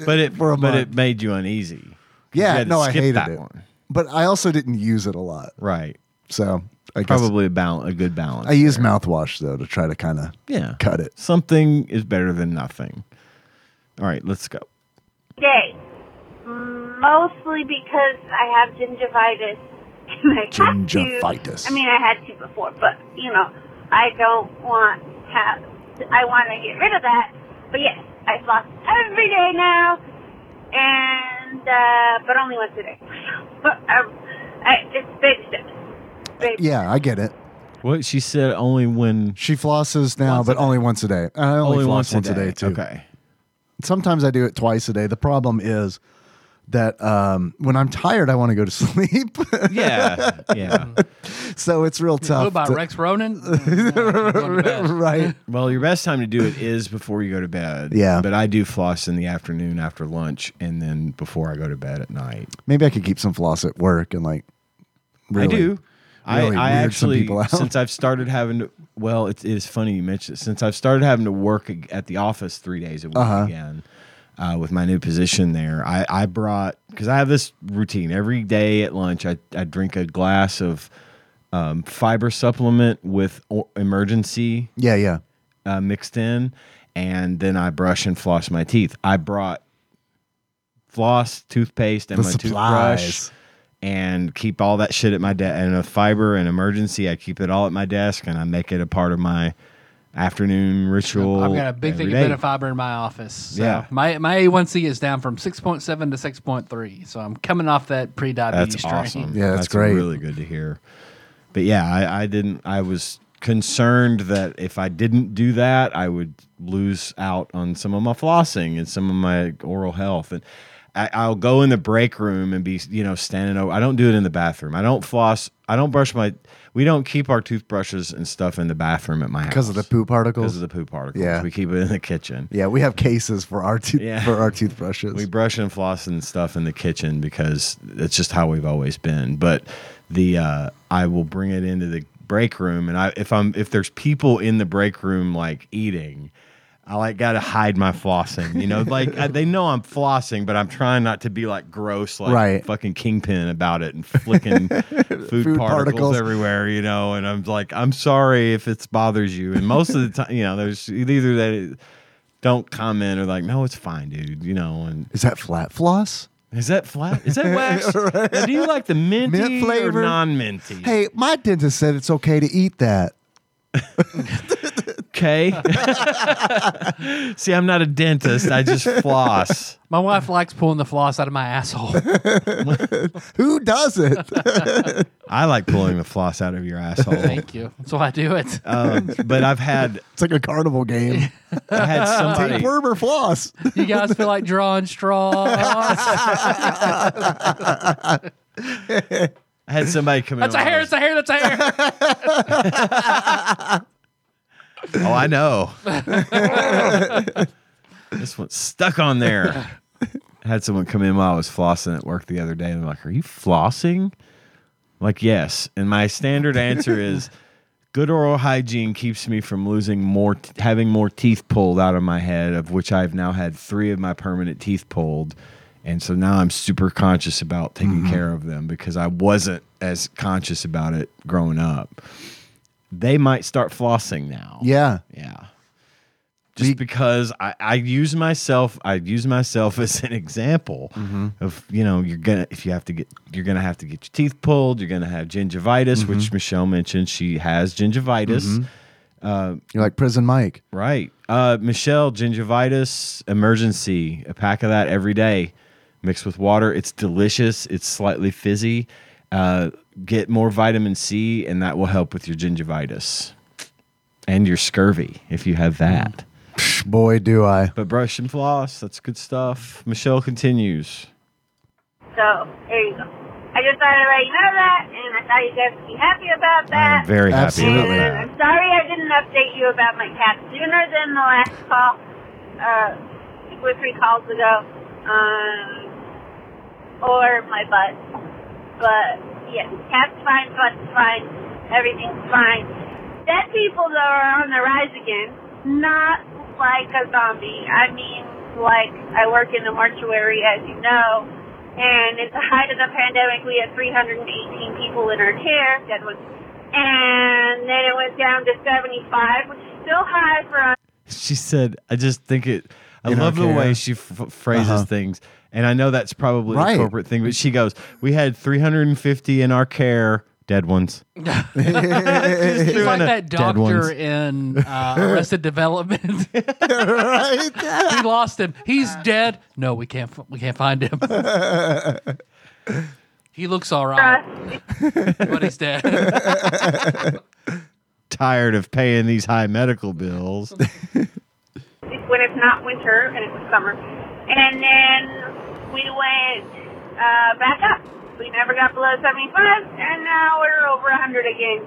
uh,
but it
for a
but it
month.
made you uneasy. 'Cause you
Yeah,
had to
no, I
skip
hated
that
it,
one.
but I also didn't use it a lot,
Right.
so I guess
Probably a bal- a good balance.
I use mouthwash though to try to kind of
yeah.
cut it.
Something is better than nothing. All right, let's go.
day. Mostly because I have gingivitis. And I have to-
Gingivitis.
I mean, I had to before, but, you know, I don't want to have, I want to get rid of that. But yes, I floss every day now, and, uh, but only once a day. but, um, I, it's baby steps. Baby
Yeah, I get it.
What she said only when
She flosses now,
Once a
but
day.
only once a day. I only, floss once a day, too.
Okay.
Sometimes I do it twice a day. The problem is that um, when I'm tired, I want to go to sleep.
Yeah. Yeah.
so it's real
What
tough.
about
to-
Rex Ronan? Uh, no, going to bed.
right.
well, your best time to do it is before you go to bed.
Yeah.
But I do floss in the afternoon after lunch and then before I go to bed at night.
Maybe I could keep some floss at work and like. Really.
I do.
really
I, I
weird some
actually,
people out.
since I've started having to, well, it, it is funny you mentioned it. Since I've started having to work ag- at the office three days a week
Uh-huh.
again uh, with my new position there, I, I brought, because I have this routine every day at lunch, I, I drink a glass of um, fiber supplement with o- emergency
Yeah, yeah.
uh, mixed in, and then I brush and floss my teeth. I brought floss, toothpaste, and
The
my
supplies.
toothbrush, and keep all that shit at my desk. And a fiber and emergency, I keep it all at my desk, and I make it a part of my afternoon ritual.
I've got a big
every
thing
day.
of beta fiber in my office. So
Yeah.
My my A1C is down from 6.7 to 6.3. So I'm coming off that pre diabetes
That's
strain.
awesome.
Yeah, that's great.
Really good to hear. But yeah, I, I didn't. I was concerned that if I didn't do that, I would lose out on some of my flossing and some of my oral health. And I, I'll go in the break room and be, you know, standing over. I don't do it in the bathroom. I don't floss. I don't brush my. We don't keep our toothbrushes and stuff in the bathroom at my house
because of the poo
Because of
particles.
the poop particles.
Yeah.
we keep it in the kitchen.
yeah, we have cases for our tooth
Yeah.
for our toothbrushes.
We brush and floss and stuff in the kitchen because it's just how we've always been. But the uh, I will bring it into the break room, and I if I'm if there's people in the break room like eating. I like got to hide my flossing, you know. Like I, they know I'm flossing, but I'm trying not to be like gross, like
Right.
fucking kingpin about it and flicking food, particles,
particles.
everywhere, you know. And I'm like, I'm sorry if it bothers you. And most of the time, you know, there's either that don't comment or like, no, it's fine, dude, you know. And
Is that flat floss?
is that flat? Is that wax? Now, do you like the minty
Mint flavor?
or non-minty?
Hey, my dentist said it's okay to eat that.
okay. See, I'm not a dentist. I just floss.
My wife likes pulling the floss out of my asshole.
Who does it?
I like pulling the floss out of your asshole.
Thank you. That's why I do it.
Um, but I've had
it's like a carnival game.
I had somebody.
Tapeworm or floss?
You guys feel like drawing straws.
I had somebody come in.
That's a
when I
hair.
was-
That's a hair. That's a hair.
Oh, I know. this one's stuck on there. I had someone come in while I was flossing at work the other day and they're like, Are you flossing? I'm like, yes. And my standard answer is good oral hygiene keeps me from losing more, t- having more teeth pulled out of my head, of which I've now had three of my permanent teeth pulled. And so now I'm super conscious about taking care of them because I wasn't as conscious about it growing up. They might start flossing now.
Yeah.
Yeah. Just because I, I use myself, I use myself as an example of you know you're gonna if you have to get you're gonna have to get your teeth pulled, you're gonna have gingivitis, which Michelle mentioned she has gingivitis,
Mm-hmm.
Uh,
You're like prison Mike.
right? Uh, Michelle, gingivitis emergency, a pack of that every day, mixed with water. It's delicious. It's slightly fizzy. Uh, get more vitamin C, and that will help with your gingivitis and your scurvy if you have that.
Psh, Boy, do I.
But brush and floss, that's good stuff. Michelle continues.
So there you go. I just thought I'd let you know that, and I thought you guys would be happy about
I
that.
am very happy about
Absolutely.
and
that.
I'm sorry I didn't update you about my cat sooner than the last call, uh, two or three calls ago, um, or my butt. But yes, cat's fine, butt's fine, everything's fine. Dead people though are on the rise again. Not like a zombie. I mean, like I work in the mortuary, as you know. And at the height of the pandemic, we had 318 people in our care, dead ones. And then it went down to 75, which is still high for us.
She said, I just think it, I
You don't
love the
care.
way she f- phrases
Uh-huh.
things. And I know that's probably
Right.
a corporate thing, but she goes, We had 350 in our care, dead ones.
It's like
a- dead
that doctor
ones.
in uh, Arrested Development.
right?
we lost him. He's dead. No, we can't. f- We can't find him. he looks all right, but he's dead.
Tired of paying these high medical bills.
It's when it's not winter and it was summer. And then we went uh, back up. We never got below 75, and now we're over 100 again.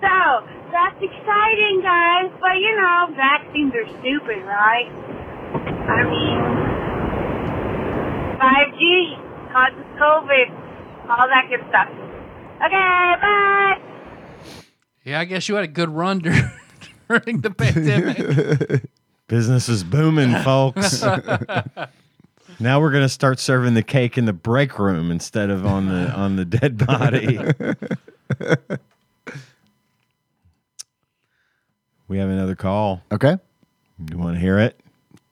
So that's exciting, guys. But you know, vaccines are stupid, right? I mean, 5G causes COVID, all that good stuff. Okay, bye.
Yeah, I guess you had a good run dur- during the pandemic.
Business is booming, folks. now we're going to start serving the cake in the break room instead of on the on the dead body. we have another call.
Okay.
You want to hear it?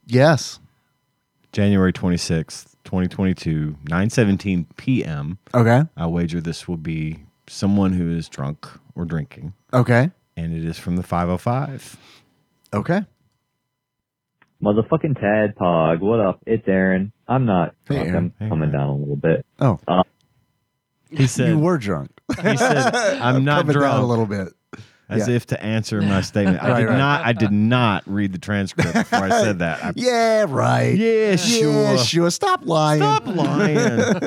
Yes.
January 26th, 2022, 9:17 p.m.
Okay.
I wager this will be someone who is drunk or drinking
Okay.
oh and it is from the 505.
Okay.
Motherfucking Tadpog, what up? It's Aaron. I'm not
Hey,
drunk.
Aaron.
I'm
Hey,
coming
Aaron.
down a little bit. Uh,
Oh,
He said,
you were drunk.
he said I'm not
Coming down
drunk.
a little bit.
As
Yeah.
if to answer my statement. I
Right,
did
right.
not I did not read the transcript before I said that. I,
Yeah, right.
Yeah,
Yeah,
sure.
sure. Stop lying.
Stop lying.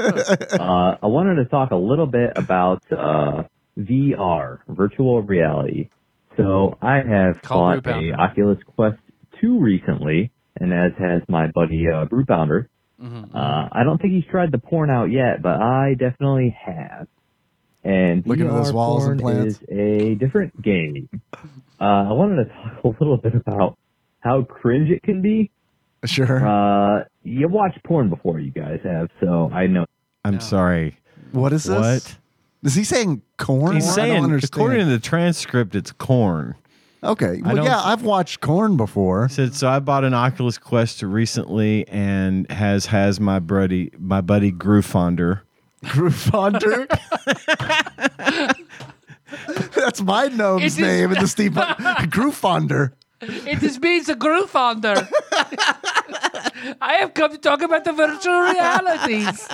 Uh, I wanted to talk a little bit about uh, VR, virtual reality. So I have
Call
bought
Brewbounder.
a Oculus Quest 2 recently, and as has my buddy uh, Brewbounder.
Mm-hmm.
Mm-hmm.
Uh, I don't think he's tried the porn out yet, but I definitely have. And
Looking at
VR
those walls
porn
and plants.
is a different game. Uh, I wanted to talk a little bit about how cringe it can be.
Sure.
Uh, you watched porn before, you guys have, so I know.
I'm sorry.
what is this?
What?
Is he saying corn?
He's
I don't
saying
understand.
according to the transcript it's corn.
okay. Well,
don't-
yeah, I've watched corn before.
He said so I bought an Oculus Quest recently and has has my buddy my buddy Groofonder.
Groovefonder. That's my gnome's
Is it-
name in the Steve Groovefonder.
It is me, the Groove Founder. I have come to talk about the virtual realities.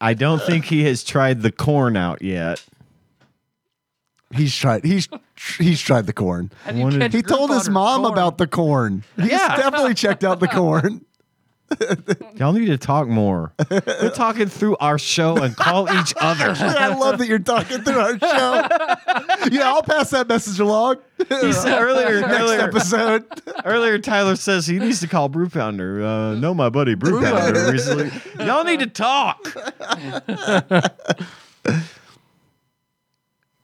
I don't think he has tried the corn out yet.
He's tried. He's he's tried the corn.
And you
Wanted-
catch
He
Groove
told his
Founder
mom
corn.
about the corn. He's
Yeah.
definitely checked out the corn.
Y'all need to talk more. We're talking through our show and call each other.
I love that you're talking through our show. yeah, I'll pass that message along.
He said earlier,
Next
earlier,
episode.
Earlier, Tyler says he needs to call Brewfounder. Uh, know my buddy Brewfounder recently. Y'all need to talk.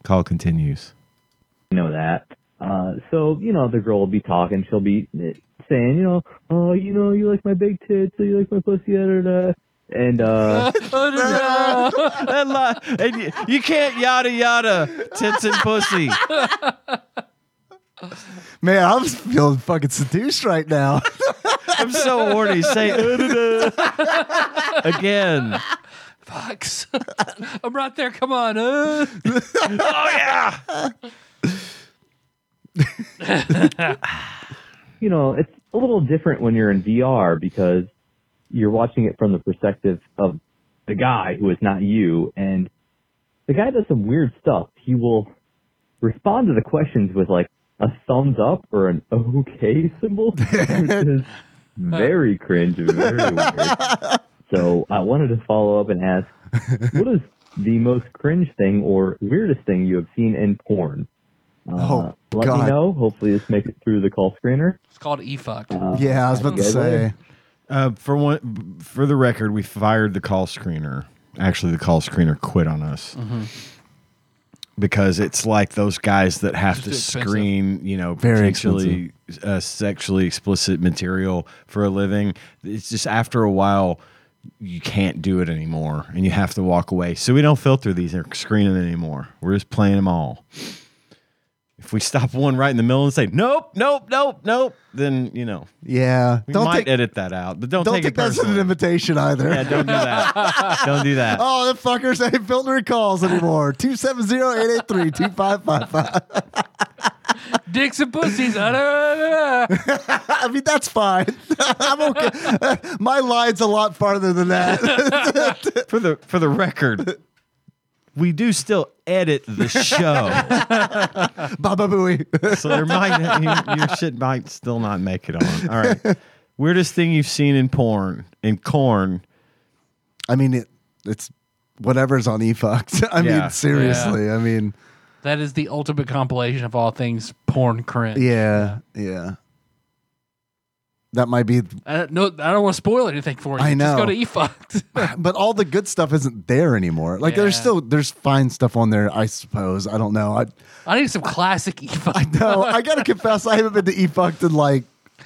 call continues.
know that. Uh, so, you know, the girl will be talking. She'll be eh, saying, you know, oh, you know, you like my big tits, so you like my pussy, da da da. And, uh,
That li- and you, you can't yada yada tits and pussy.
Man, I'm feeling fucking seduced right now.
I'm so horny. Say "Uh, da, da." again.
Fox. I'm right there. Come on. Uh.
Oh,
you know, it's a little different when you're in VR because you're watching it from the perspective of the guy who is not you. And the guy does some weird stuff. He will respond to the questions with like a thumbs up or an okay symbol, which is very cringe and very weird. So I wanted to follow up and ask, what is the most cringe thing or weirdest thing you have seen in porn? Uh,
Oh,
let me
God.
know. Hopefully this makes it through the call screener.
It's called E Fuck.
Yeah, I was about to
Okay,
say.
Uh, for one, for the record, we fired the call screener. Actually, the call screener quit on us because it's like those guys that have
It's
to
just too expensive.
screen, you know,
Very
potentially uh, sexually explicit material for a living. It's just after a while, you can't do it anymore, and you have to walk away. So we don't filter these or screen them anymore. We're just playing them all. If we stop one right in the middle and say nope, nope, nope, nope, then you know
Yeah.
we
Don't
might
take,
edit that out, but don't,
don't
take
think
it
that's
personally.
an invitation either.
Yeah, don't do that. don't do that.
Oh, the fuckers ain't filtering calls anymore. 270-883-2555.
Dicks and pussies. Uh, da, da, da.
I mean, that's fine. I'm okay. My line's a lot farther than that.
For the for the record, we do still edit the show,
Baba Booey.
so there might your, your shit might still not make it on. All right. Weirdest thing you've seen in porn in corn.
I mean, it, it's whatever's on eFox. I
Yeah.
mean, seriously. I mean,
that is the ultimate compilation of all things porn cringe.
yeah, yeah. That might be,
I don't, Uh, no, I don't want to spoil anything for you.
I
Just go
know.
to E Fuck.
but all the good stuff isn't there anymore. Like there's
Yeah.
still there's fine stuff on there. I suppose. I don't know. I
I need some classic E Fuck.
I know. I gotta confess, I haven't been to eFucked in like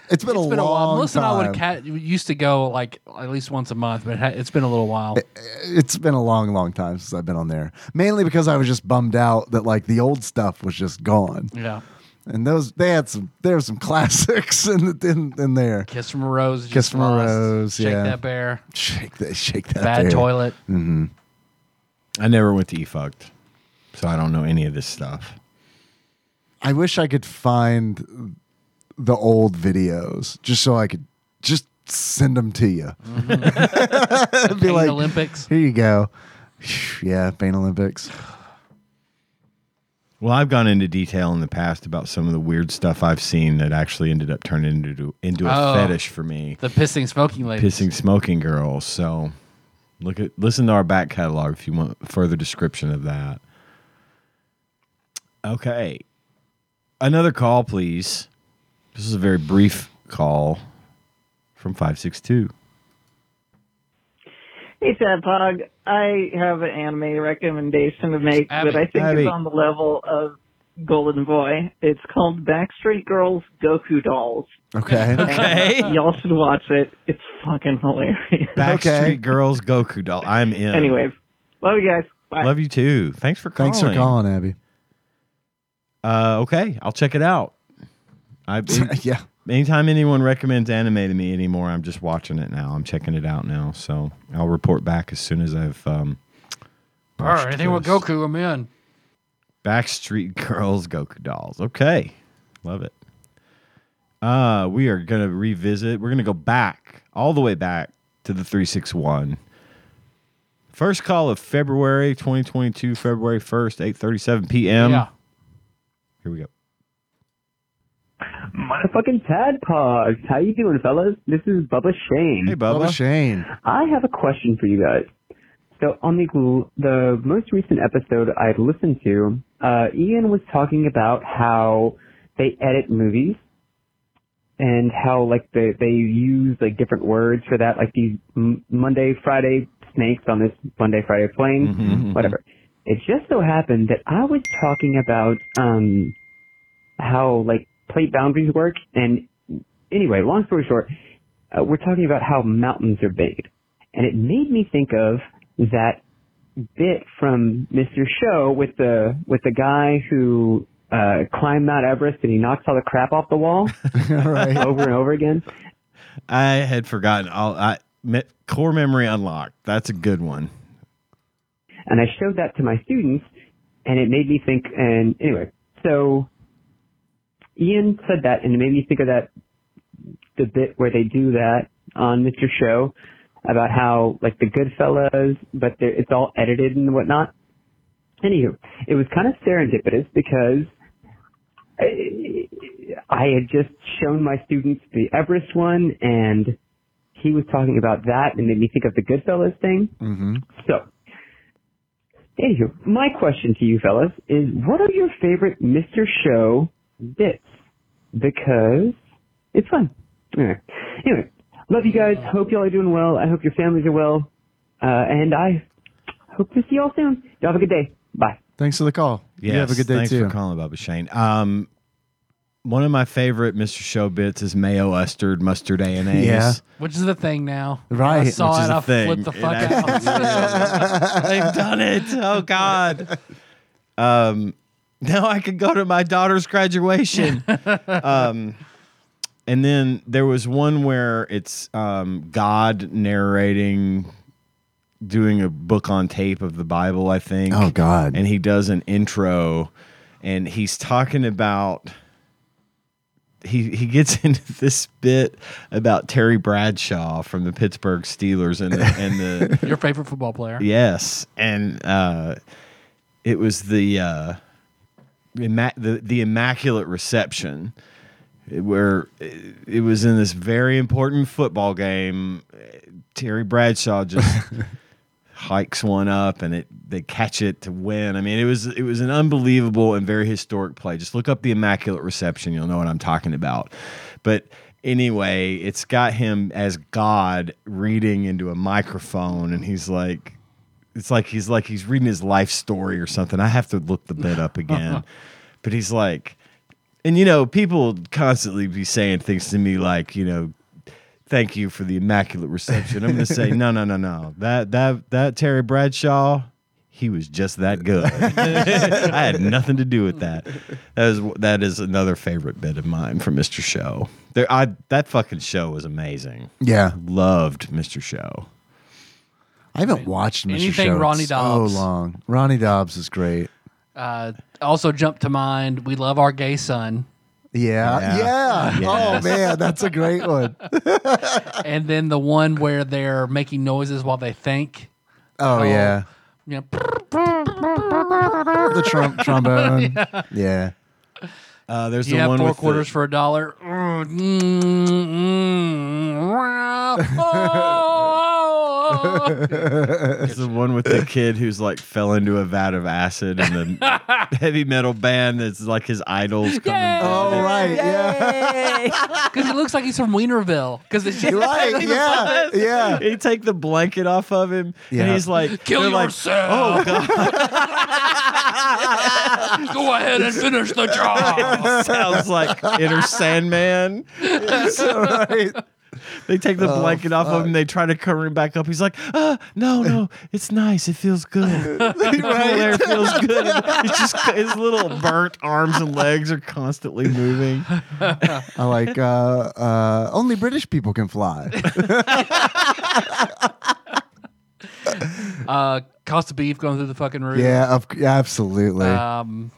it's been,
It's
a,
been a
long
while. Melissa and I would
time.
have cat, used to go like at least once a month, but it ha- it's been a little while.
it's been a long, long time since I've been on there. Mainly because I was just bummed out that like the old stuff was just gone.
yeah.
And those they had some there were some classics in in, in there.
Kiss from a Rose.
Kiss
just
from a
lost.
Rose,
Shake
yeah.
that bear.
Shake that shake that Mm-hmm.
Bad
there.
toilet.
I never went to E fucked, so I don't know any of this stuff.
I wish I could find the old videos just so I could just send them to you. Be
Mm-hmm. Pain
like,
Olympics.
here you go. yeah, Pain Olympics.
Well, I've gone into detail in the past about some of the weird stuff I've seen that actually ended up turning into into a
Oh.
fetish for me.
The pissing smoking lady.
Pissing smoking girls. So look at listen to our back catalog if you want further description of that. Okay. Another call, please. This is a very brief call from 562.
Hey, Sad Pog. I have an anime recommendation to make
Abby,
that I think
Abby.
is on the level of Golden Boy. It's called Backstreet Girls Goku Dolls.
Okay.
Okay.
Y'all should watch it. It's fucking hilarious.
Backstreet
Okay.
Girls Goku doll. I'm in.
Anyways, love you guys. Bye.
Love you too. Thanks for calling.
Thanks for calling, Abby.
Uh, okay, I'll check it out. I
yeah.
Anytime anyone recommends anime to me anymore, I'm just watching it now. I'm checking it out now, so I'll report back as soon as I've. Um,
All right,
brushed
anything with
this.
Goku, I'm in.
Backstreet Girls Goku dolls. Okay, love it. Uh, we are gonna revisit. We're gonna go back all the way back to the three six one. First call of February 2022, February 1st, 8:37 p.m.
yeah.
Here we go.
Motherfucking Tad Pogs. How you doing, fellas? This is Bubba Shane.
Hey, Bubba.
Bubba Shane.
I have a question for you guys. So on the the most recent episode I listened to, uh, Ian was talking about how they edit movies and how like they they use like different words for that, like these M- Monday Friday snakes on this Monday Friday plane,
Mhm,
whatever. It just so happened that I was talking about um, how like plate boundaries work, and anyway, long story short, uh, we're talking about how mountains are made. And it made me think of that bit from Mr. Show with the with the guy who uh, climbed Mount Everest and he knocks all the crap off the wall
right.
over and over again.
I had forgotten. All I me, core memory unlocked. That's a good one.
And I showed that to my students, and it made me think. And anyway, so Ian said that, and it made me think of that the bit where they do that on Mr. Show about how like the Goodfellas, but they're- it's all edited and whatnot. Anywho, it was kind of serendipitous because I, I had just shown my students the Everest one, and he was talking about that, and made me think of the Goodfellas thing.
hmm
So, anywho, my question to you fellas is what are your favorite Mr. Show bits? Because it's fun. Anyway, anyway love you guys. Hope y'all are doing well. I hope your families are well. Uh, and I hope to see y'all soon. Y'all have a good day. Bye.
Thanks for the call.
Yes,
you have a good day
thanks
too.
for calling, Bubba Shane. Um, one of my favorite Mr. Show bits is mayo mustard, mustard A and A's.
Yeah.
Which is the thing now.
Right,
I saw
which is
it.
a
I
thing.
flipped the
It
fuck
actually
out.
They've done it. Oh God. Um, now I could go to my daughter's graduation. um, and then there was one where it's um, God narrating, doing a book on tape of the Bible. I think.
Oh God.
and he does an intro and he's talking about he he gets into this bit about Terry Bradshaw from the Pittsburgh Steelers and the, and the
Your favorite football player.
Yes, and uh, it was the, uh, imma- the the immaculate reception, where it, it was in this very important football game. Terry Bradshaw just hikes one up, and it they catch it to win. I mean, it was it was an unbelievable and very historic play. Just look up the immaculate reception; you'll know what I'm talking about. But anyway, it's got him as God reading into a microphone, and he's like it's like he's like he's reading his life story or something. I have to look the bit up again. but he's like and you know, people constantly be saying things to me like, you know, thank you for the immaculate reception. I'm gonna say, no, no, no, no. That that that Terry Bradshaw, he was just that good. I had nothing to do with that. That is that is another favorite bit of mine from Mr. Show. There I that fucking show was amazing.
yeah.
Loved Mr. Show.
I haven't watched Mr.
Anything
Show in
Ronnie Dobbs.
So long. Ronnie Dobbs is great.
Uh, also jumped to mind. We love our gay son.
Yeah.
Yeah.
Yeah. Oh man, that's a great one.
and then the one where they're making noises while they think.
Oh, yeah.
You know,
The trump trombone. yeah.
Uh, there's
you
the
have
one
four
with the-
quarters for a dollar. Mm, mm, mm, oh.
It's the one with the kid who's like fell into a vat of acid and the heavy metal band that's like his idols coming.
Yay.
Oh right. Yeah.
Because he looks like he's from Wienerville. Because it's just
Right. Yeah. Yeah.
They take the blanket off of him and
Yeah.
he's like,
kill
they're like, "Oh,
yourself.
God,
Go ahead and finish the job.
sounds like Inner Sandman.
Right.
They take the
Oh,
blanket off of him. They try to cover him back up. He's like, ah, no, no, it's nice. It feels good. The cool air feels good. And It's just his little burnt arms and legs are constantly moving.
I like uh, uh, only British people can fly.
Uh, cost of beef going through the fucking roof.
yeah, of, yeah, absolutely.
Um,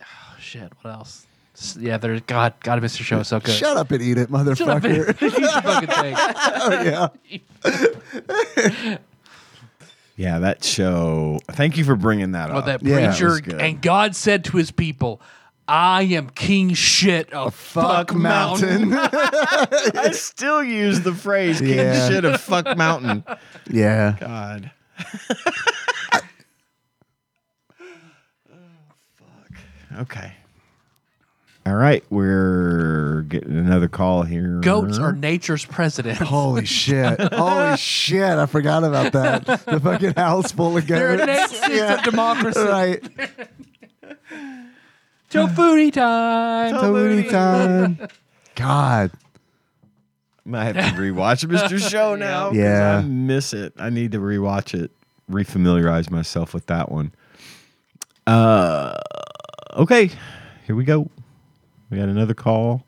oh, shit. What else? S- Yeah, there's God. God, Mr. Show is so good.
Shut up and eat it,
Shut up. Eat
motherfucker.
the fucking thing.
oh, yeah. Oh,
Yeah, that show. Thank you for bringing that
Oh,
up.
that
Yeah, it
preacher.
was good.
and God said to his people, I am king shit of fuck,
Fuck
mountain.
mountain.
I still use the phrase "king
Yeah.
shit of fuck mountain."
yeah.
God. oh, fuck. Okay. All right, we're getting another call here.
Goats are nature's president.
Holy shit. Holy shit. I forgot about that. The fucking house full of
They're a
goats.
nation of democracy.
Right.
Joe Foodie time.
Tony time. God.
Might have to rewatch Mr. Show now. 'cause
Yeah.
I miss it. I need to rewatch it, refamiliarize myself with that one. Uh, okay, here we go. We got another call.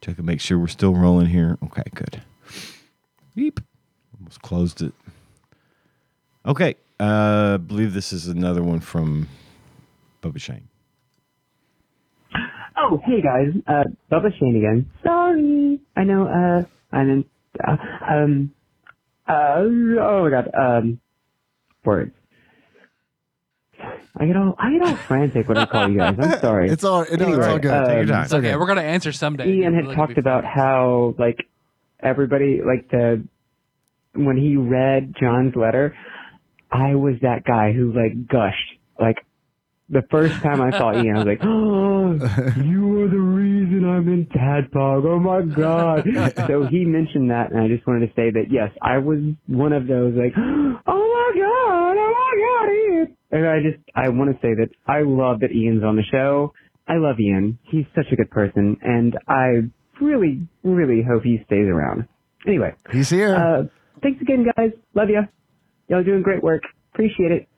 Check and make sure we're still rolling here. Okay, good. Beep. Almost closed it. Okay, uh, I believe this is another one from Bubba Shane.
Oh, hey guys, uh, Bubba Shane again. Sorry, I know. Uh, I'm in. Uh, um. Uh. Oh my God. Um. Words. I get all I get all frantic when I call you guys. I'm sorry.
It's all, no, it's all
Anyway,
good.
uh,
Take your time.
It's okay. We're gonna answer someday.
Ian
Look
had
at
talked
me.
about how like everybody like the when he read John's letter, I was that guy who like gushed like the first time I saw Ian, I was like, "Oh, you are the reason I'm in Tadpog! Oh my god!" so he mentioned that, and I just wanted to say that yes, I was one of those like, "Oh my god! Oh my god, Ian!" And I just I want to say that I love that Ian's on the show. I love Ian. He's such a good person, and I really, really hope he stays around. Anyway,
He's here.
uh, thanks again, guys. Love ya. Y'all doing great work. Appreciate it.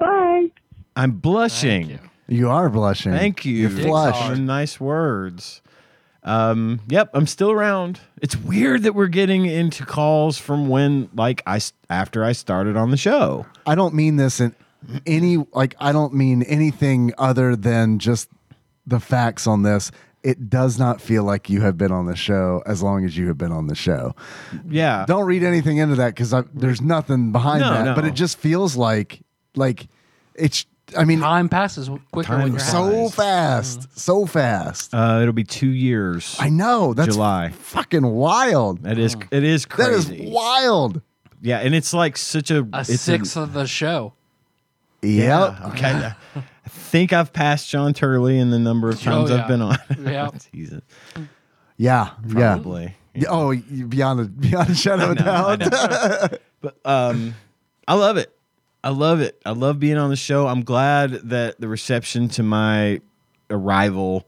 Bye.
I'm blushing.
you are blushing.
Thank you.
You're flushed.
Some Nice words. Um, yep, I'm still around. It's weird that we're getting into calls from when, like, I s- after I started on the show.
I don't mean this in any like I don't mean anything other than just the facts on this. It does not feel like you have been on the show as long as you have been on the show.
Yeah,
Don't read anything into that because there's nothing behind
No,
that.
no.
But it just feels like like it's. I mean,
Time passes quicker
Time
when you're
so-
happy.
so
flies.
fast,
Mm-hmm.
so fast.
uh, it'll be two years.
I know that's
July.
fucking wild.
that is it is
That is
crazy.
wild.
yeah, and it's like such a,
A
it's a-
sixth of the show.
Yep.
Okay, I I think I've passed John Turley in the number of times
Oh, yeah.
I've been on.
Yeah.
Jesus,
Yeah. Yeah.
probably.
Yeah. Oh, you- beyond a beyond a shadow of a
I
doubt.
know. but um, I love it. I love it. I love being on the show. I'm glad that the reception to my arrival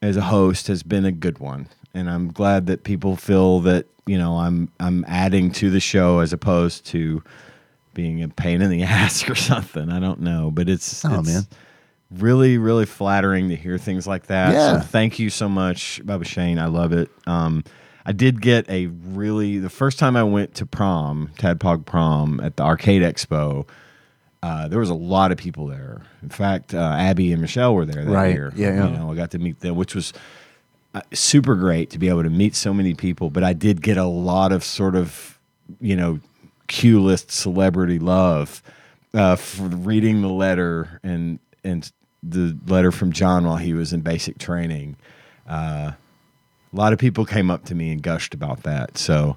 as a host has been a good one, and I'm glad that people feel that you know I'm I'm adding to the show as opposed to being a pain in the ass or something. I don't know, but it's
Oh,
it's
man.
really really flattering to hear things like that.
Yeah.
So thank you so much, Bubba Shane. I love it. Um, I did get a really the first time I went to prom, Tadpog prom at the Arcade Expo. Uh, there was a lot of people there. In fact, uh, Abby and Michelle were there that
Right.
year.
Yeah, yeah.
You know, I got to meet them, which was uh, super great to be able to meet so many people, but I did get a lot of sort of, you know, Q list celebrity love uh, for reading the letter and and the letter from John while he was in basic training. Uh, a lot of people came up to me and gushed about that. So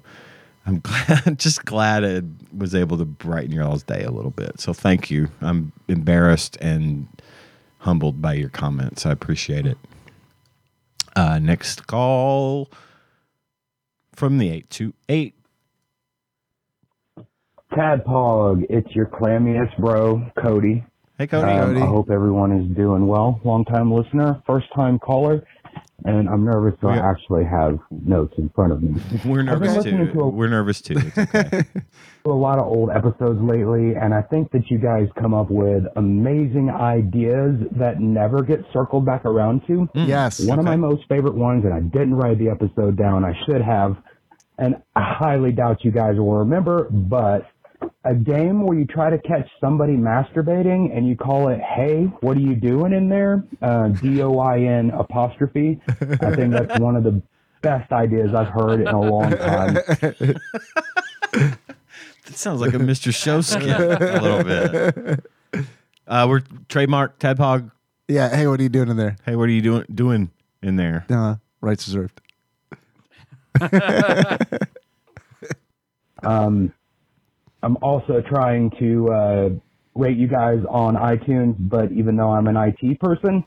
I'm glad, just glad it was able to brighten your all's day a little bit. So thank you. I'm embarrassed and humbled by your comments. I appreciate it. Uh, next call from the 828.
Tadpog, it's your clammiest bro, Cody.
Hey,
Cody. I hope everyone is doing well. Long-time listener, first-time caller, and I'm nervous that I actually have notes in front of me.
We're
I've been
nervous
listening
too.
to a-
We're nervous too. It's okay.
to a lot of old episodes lately, and I think that you guys come up with amazing ideas that never get circled back around to.
Mm. Yes.
One of
Okay.
my most favorite ones, and I didn't write the episode down, I should have, and I highly doubt you guys will remember, but a game where you try to catch somebody masturbating and you call it, hey, what are you doing in there? Uh, D O I N apostrophe. I think that's one of the best ideas I've heard in a long time.
That sounds like a Mr. Show skit a little bit. Uh, we're trademark Tadpog.
Yeah. Hey, what are you doing in there?
Hey, what are you doing doing in there?
Uh, rights reserved.
Um, I'm also trying to uh, rate you guys on iTunes, but even though I'm an IT person,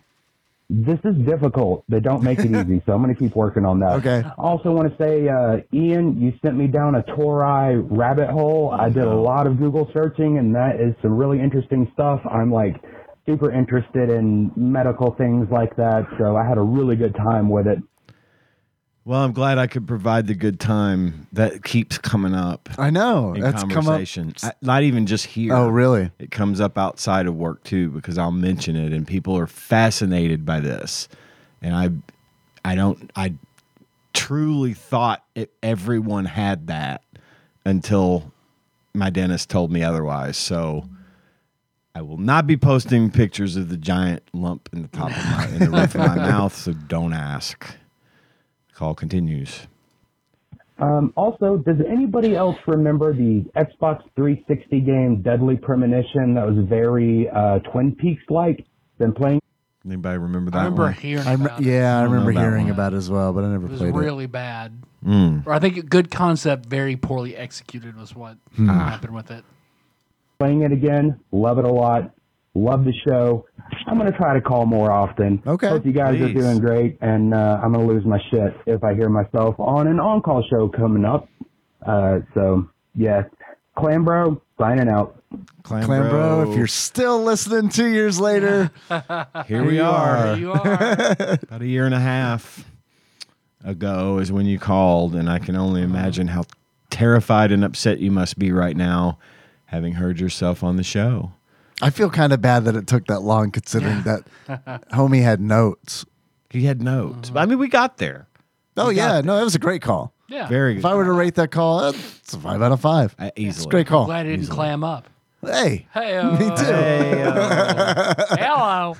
this is difficult. They don't make it easy, so I'm going to keep working on that.
Okay.
I also want to say, uh, Ian, you sent me down a Torai rabbit hole. I did a lot of Google searching, and that is some really interesting stuff. I'm like super interested in medical things like that, so I had a really good time with it.
Well, I'm glad I could provide the good time that keeps coming up.
I know.
in
That's come up.
conversation. I- not even just here.
Oh, really?
It comes up outside of work too because I'll mention it and people are fascinated by this. And I I don't I truly thought it, everyone had that until my dentist told me otherwise. So I will not be posting pictures of the giant lump in the top of my in the roof of my mouth, so don't ask. Call continues.
Um, also, does anybody else remember the Xbox 360 game Deadly Premonition that was very uh, Twin Peaks like? Been playing
Anybody remember that?
I remember
one?
hearing
I rem-
about it.
yeah, I
don't know
remember
about
hearing
one.
about it as well, but I never
It was
played
really bad.
Mm.
Or I think a good concept, very poorly executed, was what
Hmm.
Ah.
happened with it.
playing it again. Love it a lot. Love the show. I'm gonna try to call more often.
Okay.
Hope you guys are
Please.
doing great, and uh, I'm gonna lose my shit if I hear myself on an on-call show coming up. Uh, so yeah, Clambro signing out.
it. Clam bro, if you're still listening two years later,
here we are.
There you are.
About a year and a half ago is when you called, and I can only
Uh-huh.
imagine how terrified and upset you must be right now, having heard yourself on the show.
I feel kind of bad that it took that long considering that homie had notes.
He had notes.
Mm-hmm.
I mean, we got there.
Oh, yeah. No, that was a great call.
yeah.
Very
If
good.
I were to rate that call, uh, it's a five out of five.
Uh,
It's a
easily.
great call.
Glad I didn't clam up.
Hey,
Hey, uh,
me too.
Hello.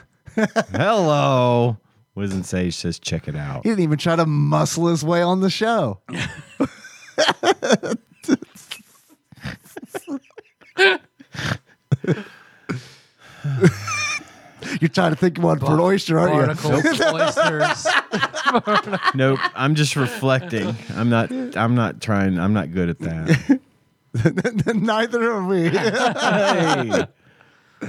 Hello. Wiz and Sage says, check it out.
He didn't even try to muscle his way on the show. You're trying to think of one for an oyster, aren't you?
Barnacles, oysters.
nope. I'm just reflecting. I'm not I'm not trying I'm not good at that.
Neither are we.
Hey.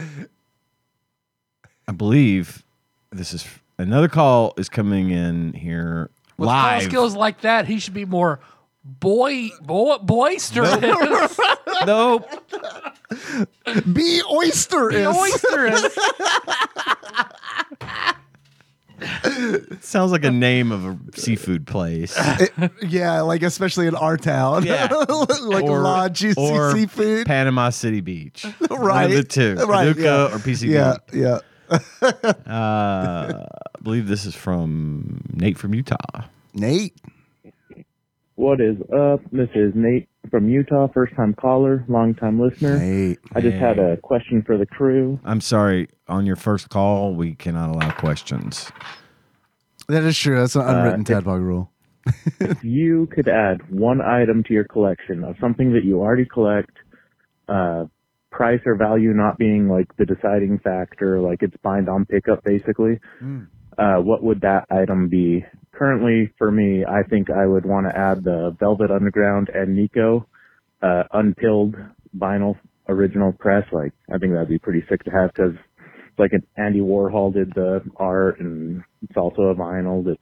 I believe this is another call is coming in here
With call
live.
skills like that, he should be more boy, boy, boisterous.
Nope.
Be oyster is.
Boisterous.
Sounds like a name of a seafood place.
Yeah, like especially in our town.
Yeah.
like
Or-
raw juicy
or
seafood.
Panama City Beach. One
Right.
of the two.
Right,
Paducah
yeah.
or PCB.
yeah, yeah.
Uh, I believe this is from Nate from Utah.
Nate.
What is up? This is Nate from Utah, first time caller, long time listener.
Nate.
I just had a question for the crew.
I'm sorry. On your first call, we cannot allow questions.
That is true. That's an unwritten Tad Bog rule.
if you could add one item to your collection of something that you already collect, uh, price or value not being like the deciding factor, like it's bind on pickup basically,
Mm.
uh, what would that item be? Currently, for me, I think I would want to add the Velvet Underground and Nico uh, unpilled vinyl original press. Like, I think that'd be pretty sick to have because, like, an Andy Warhol did the art, and it's also a vinyl that's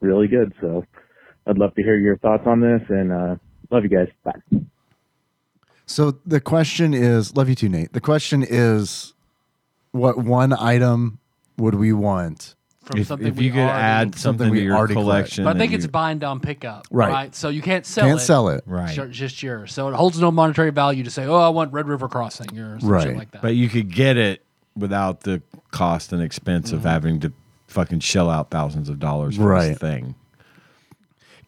really good. So, I'd love to hear your thoughts on this, and uh, love you guys. Bye.
So the question is, love you too, Nate. The question is, what one item would we want
From If- something if we you could already- add
something to your
collect-
collection,
But I think it's bind on pickup,
Right.
right? So you can't sell
Can't
it.
sell it.
Right.
Ju- Just yours. So it holds no monetary value to say, oh, I want Red River Crossing or some shit like
But you could get it without the cost and expense
Mm-hmm.
of having to fucking shell out thousands of dollars for
Right.
this thing.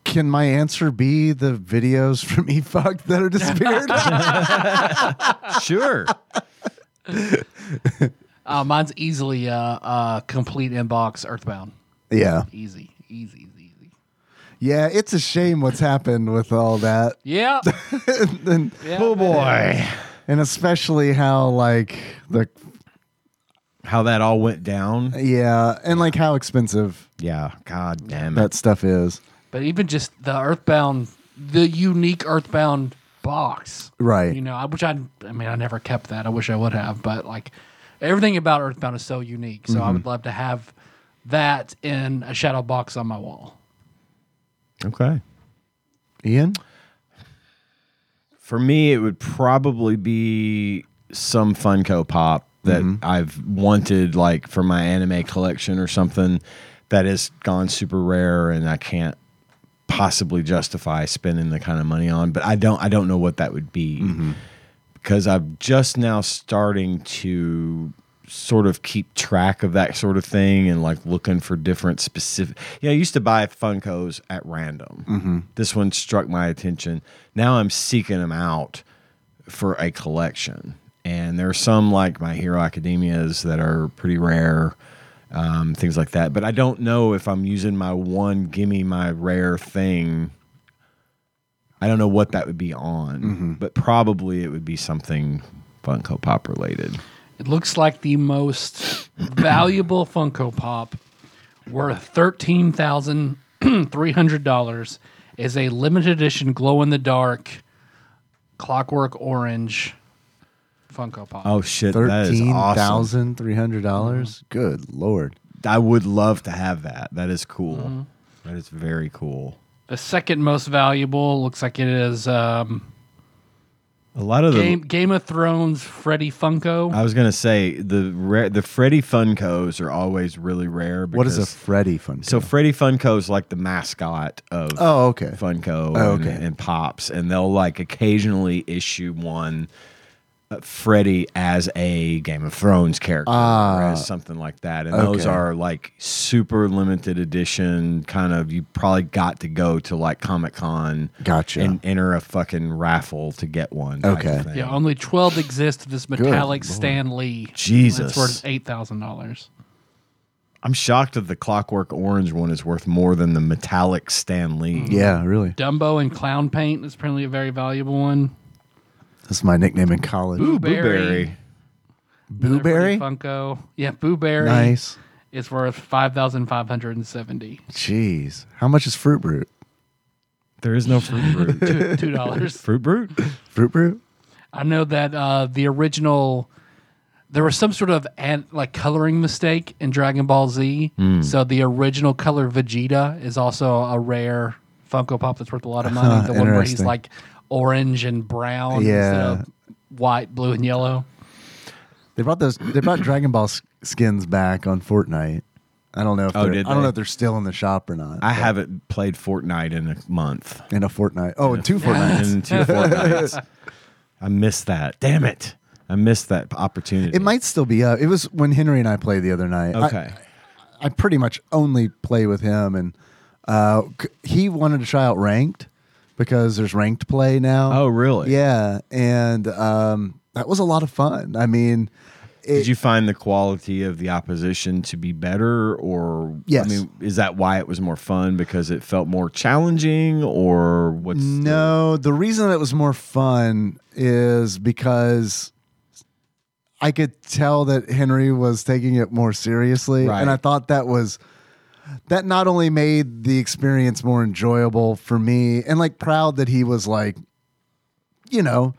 Can my answer be the videos from E Fucked that are disappeared?
sure.
Uh, mine's easily uh, uh, complete inbox Earthbound.
Yeah.
Easy. Easy.
yeah, it's a shame what's happened with all that.
Yeah.
and, and-
Yeah. Oh, boy.
And especially how like the
how that all went down.
Yeah, and like how expensive.
Yeah, god damn
it.
That stuff is.
But even just the Earthbound, the unique Earthbound box,
Right.
You know, I which I, I mean, I never kept that. I wish I would have, but like everything about Earthbound is so unique. So I
Mhm.
would love to have that in a shadow box on my wall.
Okay.
Ian?
For me, it would probably be some Funko Pop that I've wanted, like for my anime collection or something that has gone super rare and I can't possibly justify spending the kind of money on. But I don't, I don't know what that would be because I'm just now starting to sort of keep track of that sort of thing and like looking for different specific. You know, I used to buy Funkos at random.
Mhm.
This one struck my attention. Now I'm seeking them out for a collection. And there are some like My Hero Academias that are pretty rare, um, things like that. But I don't know if I'm using my one, gimme my rare thing. I don't know what that would be on, but probably it would be something Funko Pop related.
It looks like the most valuable Funko Pop, worth thirteen thousand three hundred dollars, is a limited edition glow in the dark, Clockwork Orange Funko Pop.
Oh shit, that is
Thirteen
awesome.
thousand three hundred dollars. Good lord.
I would love to have that. That is cool. That is very cool.
The second most valuable looks like it is um,
A lot of
Game Game of Thrones Freddy Funko.
the I was gonna say the rare, the Freddy Funkos are always really rare.
What is a
because-
Freddy Funko?
So Freddy Funko's like the mascot of
Oh, okay.
Funko
Oh,
and-
okay.
and, Pops, and they'll like occasionally issue one uh, Freddy as a Game of Thrones character or
Ah.
as something like that, and those
Okay.
are like super limited edition kind of. You probably got to go to like Comic Con,
Gotcha.
and enter a fucking raffle to get one. type of
Okay.
thing.
yeah, only twelve exist of this
Good Lord.
metallic Stan Lee.
Jesus.
that's worth eight thousand dollars.
I'm shocked that the Clockwork Orange one is worth more than the metallic Stan Lee.
Mm-hmm. Yeah, really.
Dumbo and clown paint is apparently a very valuable one.
That's my nickname in college.
Boo Berry.
Boo
Freddy
Berry?
Funko. Yeah, Boo Berry.
Nice.
It's worth five thousand five hundred and seventy.
Jeez. How much is Fruit Brute?
There is no Fruit
Two- two dollars.
Fruit Brute?
Fruit Brute?
I know that uh, the original there was some sort of an, like coloring mistake in Dragon Ball Z.
Hmm.
Mm.
So the original color Vegeta is also a rare Funko Pop that's worth a lot of money.
Huh,
the one where he's
interesting.
like orange and brown instead
Yeah.
of white, blue, and yellow.
They brought those they brought Dragon Ball s- skins back on Fortnite. I don't know if
Oh,
they're-
did
I don't
they?
know if they're still in the shop or not.
I haven't played Fortnite in a month.
In a fortnight. Oh, in two fortnights.
In two fortnights. I missed that. Damn it. I missed that opportunity.
It might still be up. It was when Henry and I played the other night. I-
Okay.
I, pretty much only play with him, and uh, c- he wanted to try out ranked because there's ranked play now.
Oh, really?
Yeah, and um, that was a lot of fun. I mean,
Did you find the quality of the opposition to be better, or
Yes.
I mean, is that why it was more fun because it felt more challenging, or what's
no the reason it was more fun is because i could tell that henry was taking it more seriously
Right.
and i thought that was that not only made the experience more enjoyable for me and like proud that he was like you know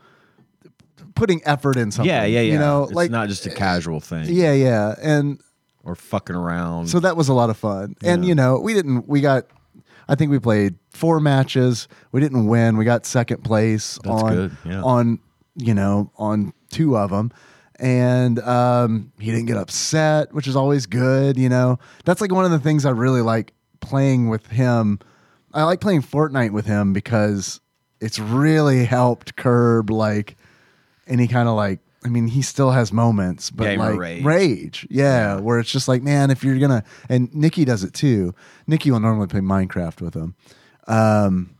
putting effort in something
Yeah, yeah, yeah.
you know
it's
like uh,
not just a casual thing.
yeah yeah and
or fucking around.
so that was a lot of fun. And you know, we didn't we got I think we played four matches. We didn't win. We got second place
That's
on
good, yeah.
on you know, on two of them. And um he didn't get upset, which is always good, you know. That's like one of the things I really like playing with him. I like playing Fortnite with him because it's really helped curb like any kind of like I mean, he still has moments, but
Gamer
like
rage.
rage. Yeah, where it's just like, man, if you're gonna and Nikki does it too. Nikki will normally play Minecraft with him. Um,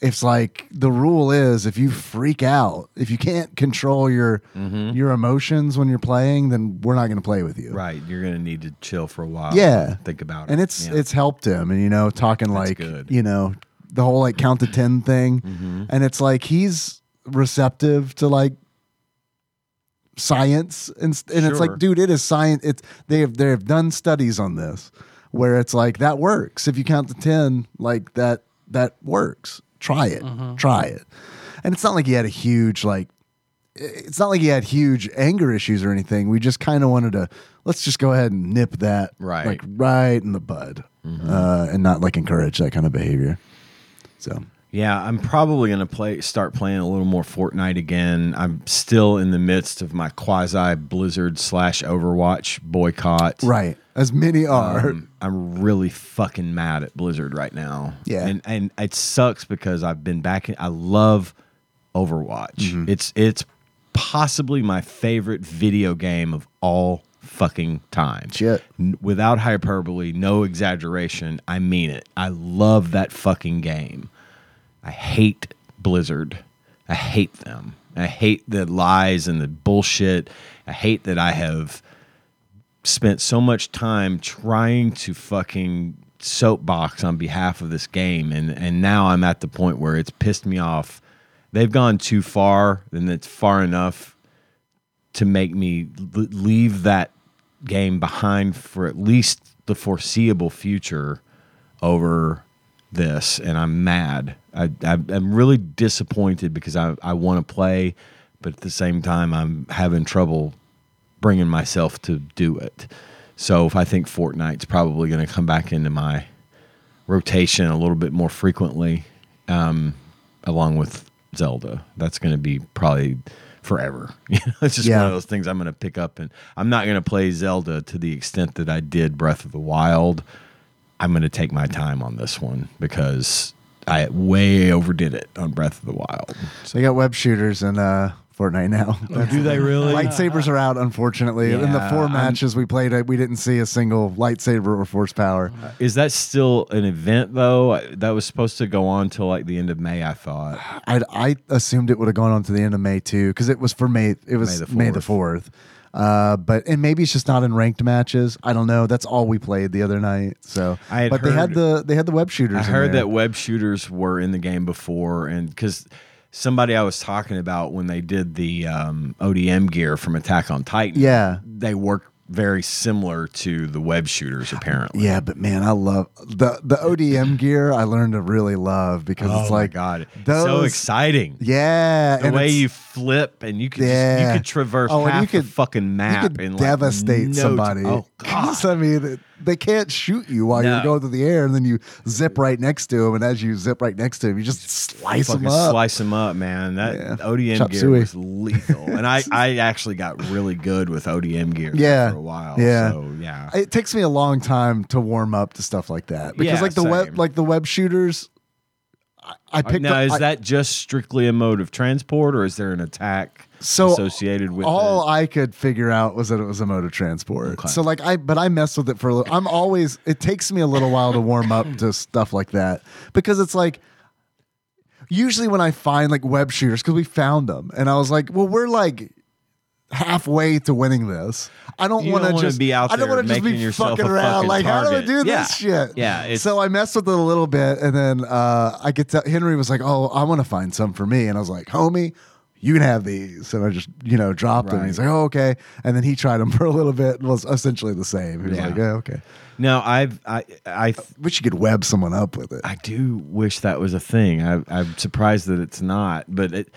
it's like the rule is if you freak out, if you can't control your your emotions when you're playing, then we're not gonna play with you.
right, you're gonna need to chill for a while.
Yeah,
and think about it.
And it's
Yeah.
it's helped him, and you know, talking like you know the whole like count to ten thing,
Mm-hmm.
and it's like he's receptive to like science and, s- and it's
Sure.
like dude it is science it's they have they have done studies on this where it's like that works if you count to 10 like that that works try it
Mm-hmm.
try it and it's not like he had a huge like it's not like he had huge anger issues or anything we just kind of wanted to let's just go ahead and nip that
Right. Mm-hmm.
like right in the bud uh, and not like encourage that kind of behavior so
Yeah, I'm probably gonna play start playing a little more Fortnite again. I'm still in the midst of my quasi Blizzard slash Overwatch boycott.
Right. As many are.
Um, I'm really fucking mad at Blizzard right now.
Yeah.
And and it sucks because I've been back in I love Overwatch.
Mm-hmm.
It's it's possibly my favorite video game of all fucking time.
Shit.
N- without hyperbole, no exaggeration, I mean it. I love that fucking game. I hate Blizzard. I hate them. I hate the lies and the bullshit. I hate that I have spent so much time trying to fucking soapbox on behalf of this game and and now I'm at the point where it's pissed me off. They've gone too far and it's far enough to make me l- leave that game behind for at least the foreseeable future over this and I'm mad. I, I I'm really disappointed because I I want to play but at the same time I'm having trouble bringing myself to do it. So if I think Fortnite's probably going to come back into my rotation a little bit more frequently, um, along with Zelda, that's going to be probably forever. You know, it's just one
Yeah.
of those things I'm going to pick up, and I'm not going to play Zelda to the extent that I did Breath of the Wild. I'm going to take my time on this one because I way overdid it on Breath of the Wild.
So they got web shooters in uh, Fortnite now.
Do they really?
Lightsabers are out, unfortunately. in the
Yeah,
4
I'm-
matches we played, uh, we didn't see a single lightsaber or force power.
Uh, Is that still an event though? That was supposed to go on till like the end of May, I thought.
I I assumed it would have gone on to the end of May too, because it was for May. It was
May the
May the fourth. Uh, but and maybe it's just not in ranked matches. I don't know. That's all we played the other night. So,
I had
but they had
heard-
the they had the web shooters.
I
in
heard
there.
that web shooters were in the game before, and because somebody I was talking about when they did the um, ODM gear from Attack on Titan,
Yeah.
they work very similar to the web shooters apparently.
Yeah, but man, I love the the ODM gear. I learned to really love because
Oh
it's
my
like
God, It's
those,
so exciting!
Yeah,
the
and
way
it's-
you flip and you could just,
Yeah.
you could traverse
Oh, and
half
you
the
could-
fucking map
you could
and like
devastate
no-
somebody.
oh,
'Cause, I mean, th- they can't shoot you while
No.
you're going through the air, and then you zip right next to him, and as you zip right next to him, you just slice
fucking
them up.
Slice them up, man. That ODM
Chop
gear
suey.
was lethal, and I, I actually got really good with ODM gear.
yeah,
for a while.
Yeah,
so, yeah.
It takes me a long time to warm up to stuff like that because,
Yeah,
like the
same.
web, like the web shooters, I, I picked
now,
up.
is
I-
that just strictly a mode of transport, or is there an attack
So,
associated with
all I could figure out was that it was a mode of transport. So like I, but I messed with it for a little. I'm always. It takes me a little while to warm up to stuff like that because it's like. Usually when I find like web shooters, because we found them, and I was like, well, we're like halfway to winning this. I don't
You
want
don't
to
wanna
just
be out
I don't
there
want to just
making
be
yourself
fucking
a
around.
fucking
like how do I
target.
do
Yeah.
this shit?
Yeah, it's-
So I messed with it a little bit, and then uh, I could tell Henry was like, "Oh, I want to find some for me," and I was like, "Homie." You can have these, and I just you know dropped them.
Right.
He's like, "Oh, okay," and then he tried them for a little bit. and was essentially the same. He was
Yeah.
like, "Yeah, okay."
No, I've I I
wish you could web someone up with it.
I do wish that was a thing. I, I'm surprised that it's not, but it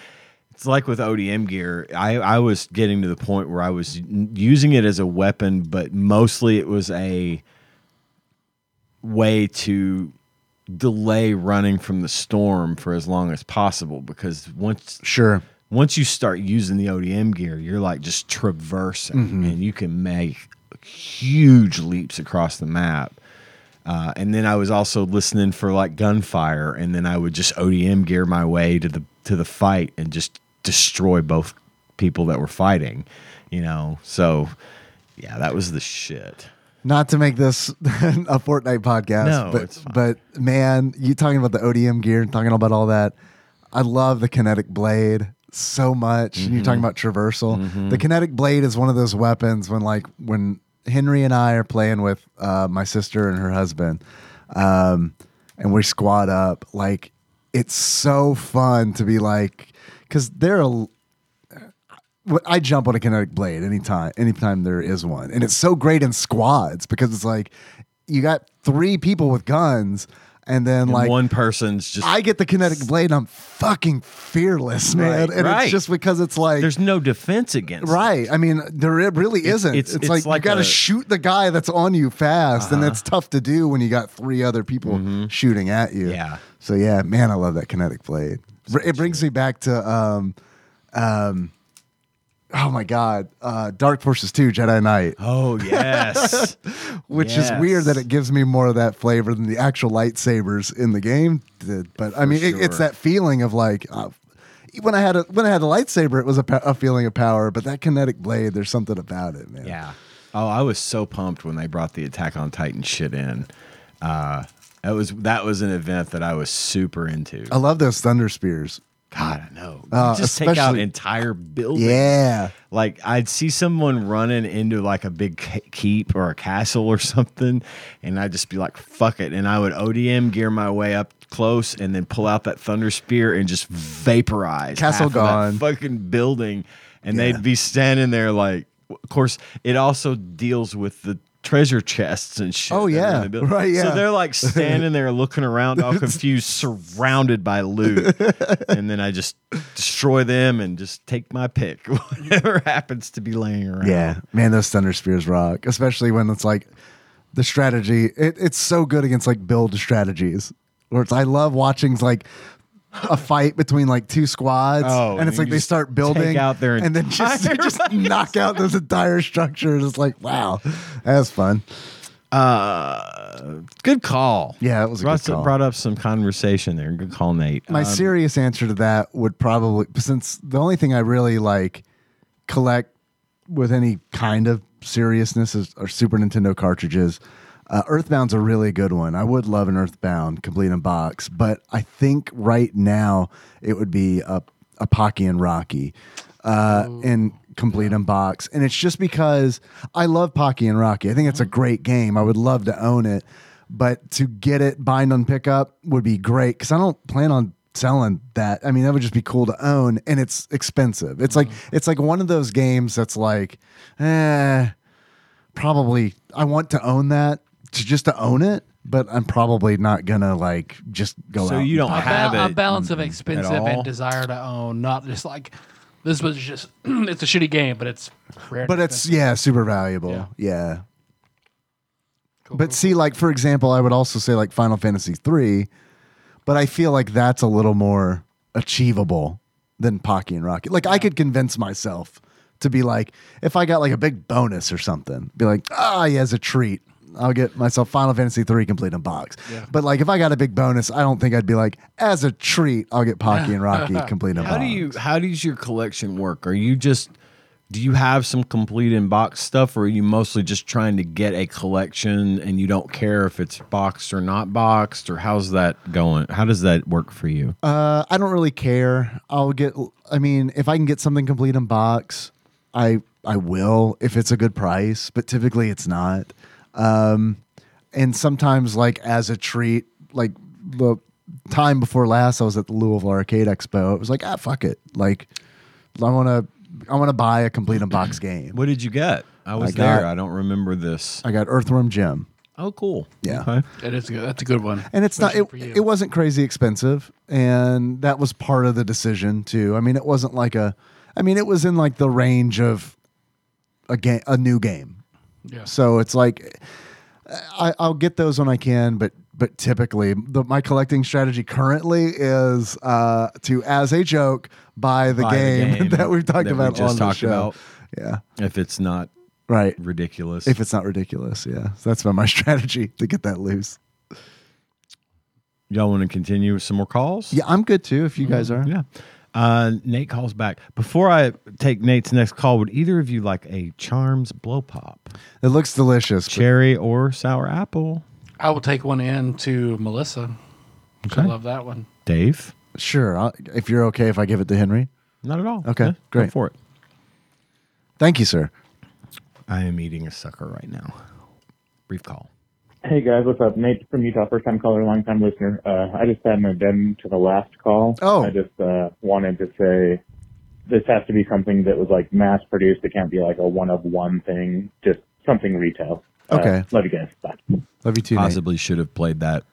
it's like with ODM gear. I I was getting to the point where I was n- using it as a weapon, but mostly it was a way to delay running from the storm for as long as possible because once
sure
once you start using the ODM gear you're like just traversing
Mm-hmm.
and you can make huge leaps across the map uh, and then I was also listening for like gunfire and then I would just ODM gear my way to the to the fight and just destroy both people that were fighting you know so yeah that was the shit
Not to make this a Fortnite podcast,
No,
but
it's
but man, you talking about the ODM gear and talking about all that. I love the kinetic blade so much. And
Mm-hmm.
You're talking about traversal. The kinetic blade is one of those weapons when like when Henry and I are playing with uh, my sister and her husband, um, and we squad up. Like it's so fun to be like because they're a what I jump on a kinetic blade anytime, anytime there is one, and it's so great in squads because it's like you got three people with guns, and then
and
like
one person's just
I get the kinetic blade, and I'm fucking fearless, man,
Right,
and
right.
it's just because it's like
there's no defense against it.
right. I mean, there it really
It's-
isn't.
it's-
It's,
it's
like,
like
you got
a-
to shoot the guy that's on you fast, and
Uh-huh. Mm-hmm.
it's tough to do when you got three other people shooting at you. Yeah. So yeah, man, I love that kinetic blade. it brings me back to um, um, oh my god, uh, Dark Forces Two Jedi Knight.
Oh yes.
Which is
Yes.
weird that it gives me more of that flavor than the actual lightsabers in the game did. But I
For
mean, it, it's
sure.
that feeling of like uh, when I had a when I had a lightsaber, it was a, pa- a feeling of power. But that kinetic blade, there's something about it, man.
Yeah. Oh, I was so pumped when they brought the Attack on Titan shit in. Uh, that was that was an event that I was super into.
I love those thunder spears.
God, I know.
Uh,
You just take out
especially-
entire buildings.
Yeah.
Like I'd see someone running into like a big ca- keep or a castle or something, and I'd just be like, "Fuck it!" And I would ODM gear my way up close and then pull out that thunder spear and just vaporize half
Castle
of that
gone.
fucking building, and they'd be standing there like. Of course, it also deals with the treasure chests and shit. that are
Oh,
in
yeah.
the building.
Right,
So
yeah.
they're like standing there looking around, all confused, surrounded by loot, and then I just destroy them and just take my pick, whatever happens to be laying around.
Yeah, man, those thunder spears rock, especially when it's like the strategy. It, it's so good against like build strategies. Where it's, I love watching like a fight between like two squads,
Oh,
and it's
you
like they
just
start building
take out their
and then just, they
entire
just knock out those entire structures. It's like wow, that's fun.
Uh, good call.
Yeah, it was a
brought,
good call.
brought up some conversation there. Good call, Nate.
My
Um,
serious answer to that would probably since the only thing I really like collect with any kind of seriousness is are Super Nintendo cartridges. Uh, Earthbound's a really good one. I would love an Earthbound complete in box, but I think right now it would be a a Pocky and Rocky uh, in complete in box, and it's just because I love Pocky and Rocky. I think it's a great game. I would love to own it, but to get it bind on pickup would be great because I don't plan on selling that. I mean, that would just be cool to own, and it's expensive. It's like
Mm-hmm.
it's like one of those games that's like, eh, probably I want to own that to just to own it, but I'm probably not gonna like just go
So
out.
you
and
don't
buy
have
a,
it
a balance of
at
expensive
all?
and desire to own, not just like this was just it's a shitty game, but it's rare.
but it's yeah, super valuable. Yeah. but see, like for example, I would also say like Final Fantasy three, but I feel like that's a little more achievable than Pocky and Rocket. Like I could convince myself to be like, if I got like a big bonus or something, be like, ah, yeah, as a treat, I'll get myself Final Fantasy three complete in box. But like if I got a big bonus, I don't think I'd be like, as a treat, I'll get Pocky and Rocky complete in
How
box.
do you? How does your collection work? Are you just? Do you have some complete in box stuff, or are you mostly just trying to get a collection and you don't care if it's boxed or not boxed, or how's that going? How does that work for you?
Uh, I don't really care. I'll get. I mean, if I can get something complete in box, I I will if it's a good price, but typically it's not. Um, and sometimes, like as a treat, like the time before last, I was at the Louisville Arcade Expo. It was like ah, fuck it, like I want to I want to buy a complete unbox game.
What did you get? I was
got-
there. I don't remember this.
I got Earthworm Jim.
Oh, cool.
Yeah.
That is good. That's a good one.
and it's not
Especially
it,
for you.
it wasn't crazy expensive and that was part of the decision too i mean it wasn't like a i mean it was in like the range of a game a new game
Yeah.
so it's like I, i'll get those when i can but but typically the, my collecting strategy currently is uh, to as a joke buy the,
Buy the
game,
game
that we've talked
that we
about
just
on the
talked
show
about.
yeah
If it's not
right
ridiculous.
if it's not ridiculous yeah so that's been my strategy to get that loose
Y'all want to continue with some more calls?
yeah i'm good too if you guys are
Yeah. Uh, Nate calls back. Before I take Nate's next call, would either of you like a Charms blow pop?
It looks delicious.
Cherry or sour apple?
I will take one in to Melissa. I love that one.
Dave?
Sure. I'll, if you're okay, if I give it to Henry.
Not at all.
Okay,
Yeah,
great.
Go for it.
Thank you, sir.
I am eating a sucker right now. Brief call.
Hey guys, what's up? Nate from Utah, first time caller, long time listener. Uh, I just had an addendum to the last call.
Oh.
I just uh, wanted to say this has to be something that was like mass produced. It can't be like a one of one thing, just something retail.
Okay.
Uh, love you guys. Bye.
Love you too. Nate.
Possibly should have played that,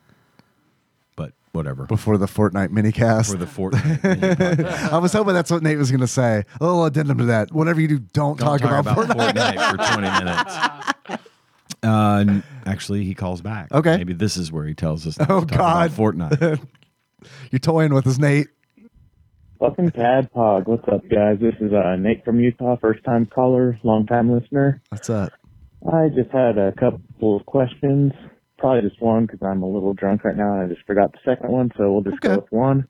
but whatever.
Before the Fortnite minicast.
For the Fortnite.
I was hoping that's what Nate was going to say. A little addendum to that. Whatever you do, don't,
Don't
talk, about, Fortnite.
Fortnite for 20 minutes. Uh, n- actually, he calls back.
Okay.
Maybe this is where he tells us. not
Oh,
to talk about
God.
Fortnite.
You're toying with us, Nate.
Fucking Tad Pog. What's up, guys? This is uh, Nate from Utah, first time caller, long time listener.
What's up?
I just had a couple of questions. Probably just one because I'm a little drunk right now and I just forgot the second one, so we'll just go with one.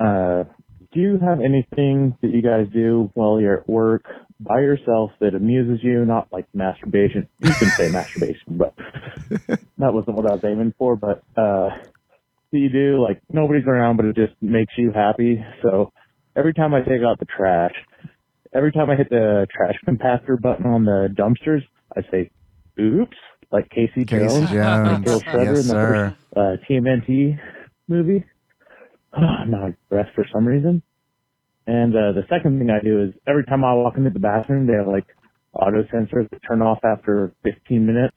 Uh, do you have anything that you guys do while you're at work by yourself that amuses you? Not like masturbation. You can say masturbation, but that wasn't what I was aiming for. But uh, that you do like nobody's around, but it just makes you happy. So every time I take out the trash, every time I hit the trash compactor button on the dumpsters, I say, "Oops!" Like Casey,
Casey
Jones,
Jones.
and Bill Shredder
Yes,
in the
sir.
first uh, TMNT movie. Ah, I'm out of breath for some reason. And uh, the second thing I do is every time I walk into the bathroom, they have like auto sensors that turn off after 15 minutes.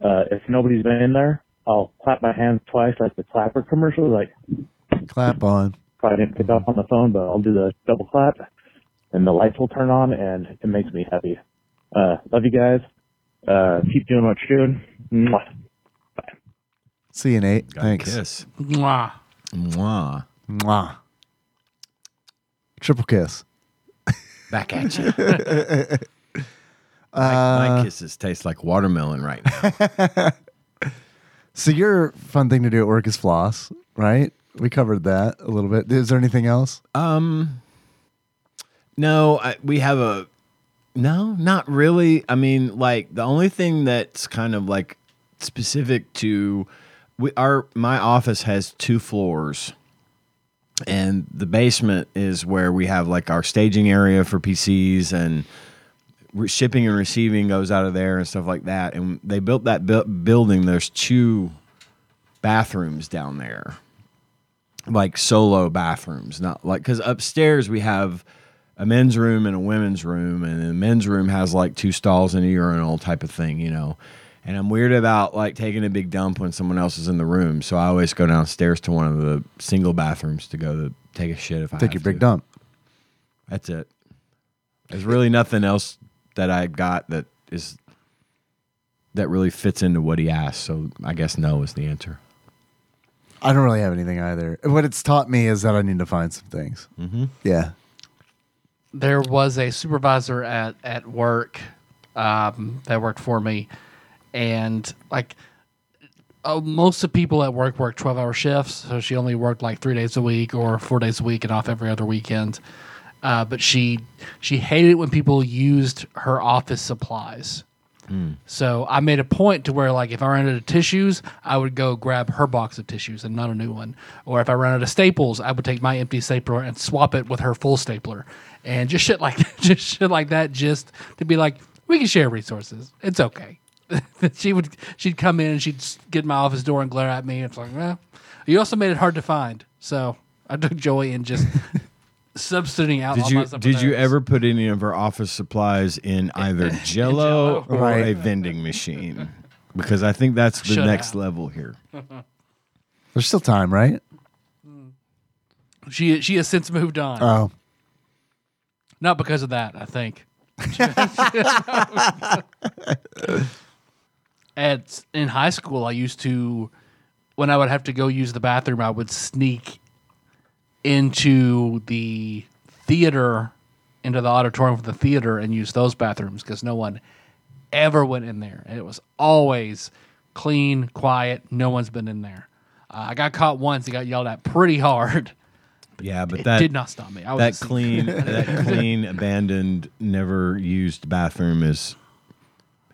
Uh, if nobody's been in there, I'll clap my hands twice, like the clapper commercial, like
Clap on.
probably didn't pick up on the phone, but I'll do the double clap, and the lights will turn on, and it makes me happy. Uh, love you guys. Uh, keep doing what you're doing. Mwah.
See you, Nate.
Got a
Thanks.
kiss.
Mwah.
Mwah.
Mwah. Triple kiss.
Back at you. my, my
Uh,
kisses taste like watermelon right now.
so your fun thing to do at work is floss, right? We covered that a little bit. Is there anything else?
Um, no, I, we have a no, not really. I mean, like the only thing that's kind of like specific to we our my office has two floors, and the basement is where we have like our staging area for PCs and re- shipping and receiving goes out of there and stuff like that. And they built that bu- building. There's two bathrooms down there like solo bathrooms, not like because upstairs we have a men's room and a women's room, and the men's room has like two stalls and a urinal type of thing, you know. And I'm weird about like taking a big dump when someone else is in the room, so I always go downstairs to one of the single bathrooms to go to take a shit if I
Take
have
your big
to.
dump.
That's it. There's really nothing else that I got that is that really fits into what he asked. So I guess no is the answer.
I don't really have anything either. What it's taught me is that I need to find some things. Mm-hmm. Yeah.
there was a supervisor at at work um, that worked for me, and like uh, most of the people at work work twelve hour shifts, so she only worked like three days a week or four days a week and off every other weekend. Uh, but she she hated it when people used her office supplies. So I made a point to where, like, if I ran out of tissues, I would go grab her box of tissues and not a new one. Or if I ran out of staples, I would take my empty stapler and swap it with her full stapler, and just shit like just shit like that, just to be like, we can share resources. It's okay. she would she'd come in and she'd s- get in my office door and glare at me. It's like, well, you also made it hard to find. So I took joy in just substituting out.
Did
all
you
my stuff with
did you
hers.
ever put any of her office supplies in either Jello or
Right.
a vending machine? Because I think that's the
Should
next level here.
There's still time, right?
She she has since moved on.
Oh.
Not because of that, I think. At in high school, I used to when I would have to go use the bathroom, I would sneak into the theater, into the auditorium for the theater, and use those bathrooms because no one ever went in there, and it was always clean, quiet. No one's been in there. Uh, I got caught once. and got yelled at pretty hard.
Yeah, but
It
that
did not stop me. I was
that
asleep.
clean, that clean, abandoned, never used bathroom is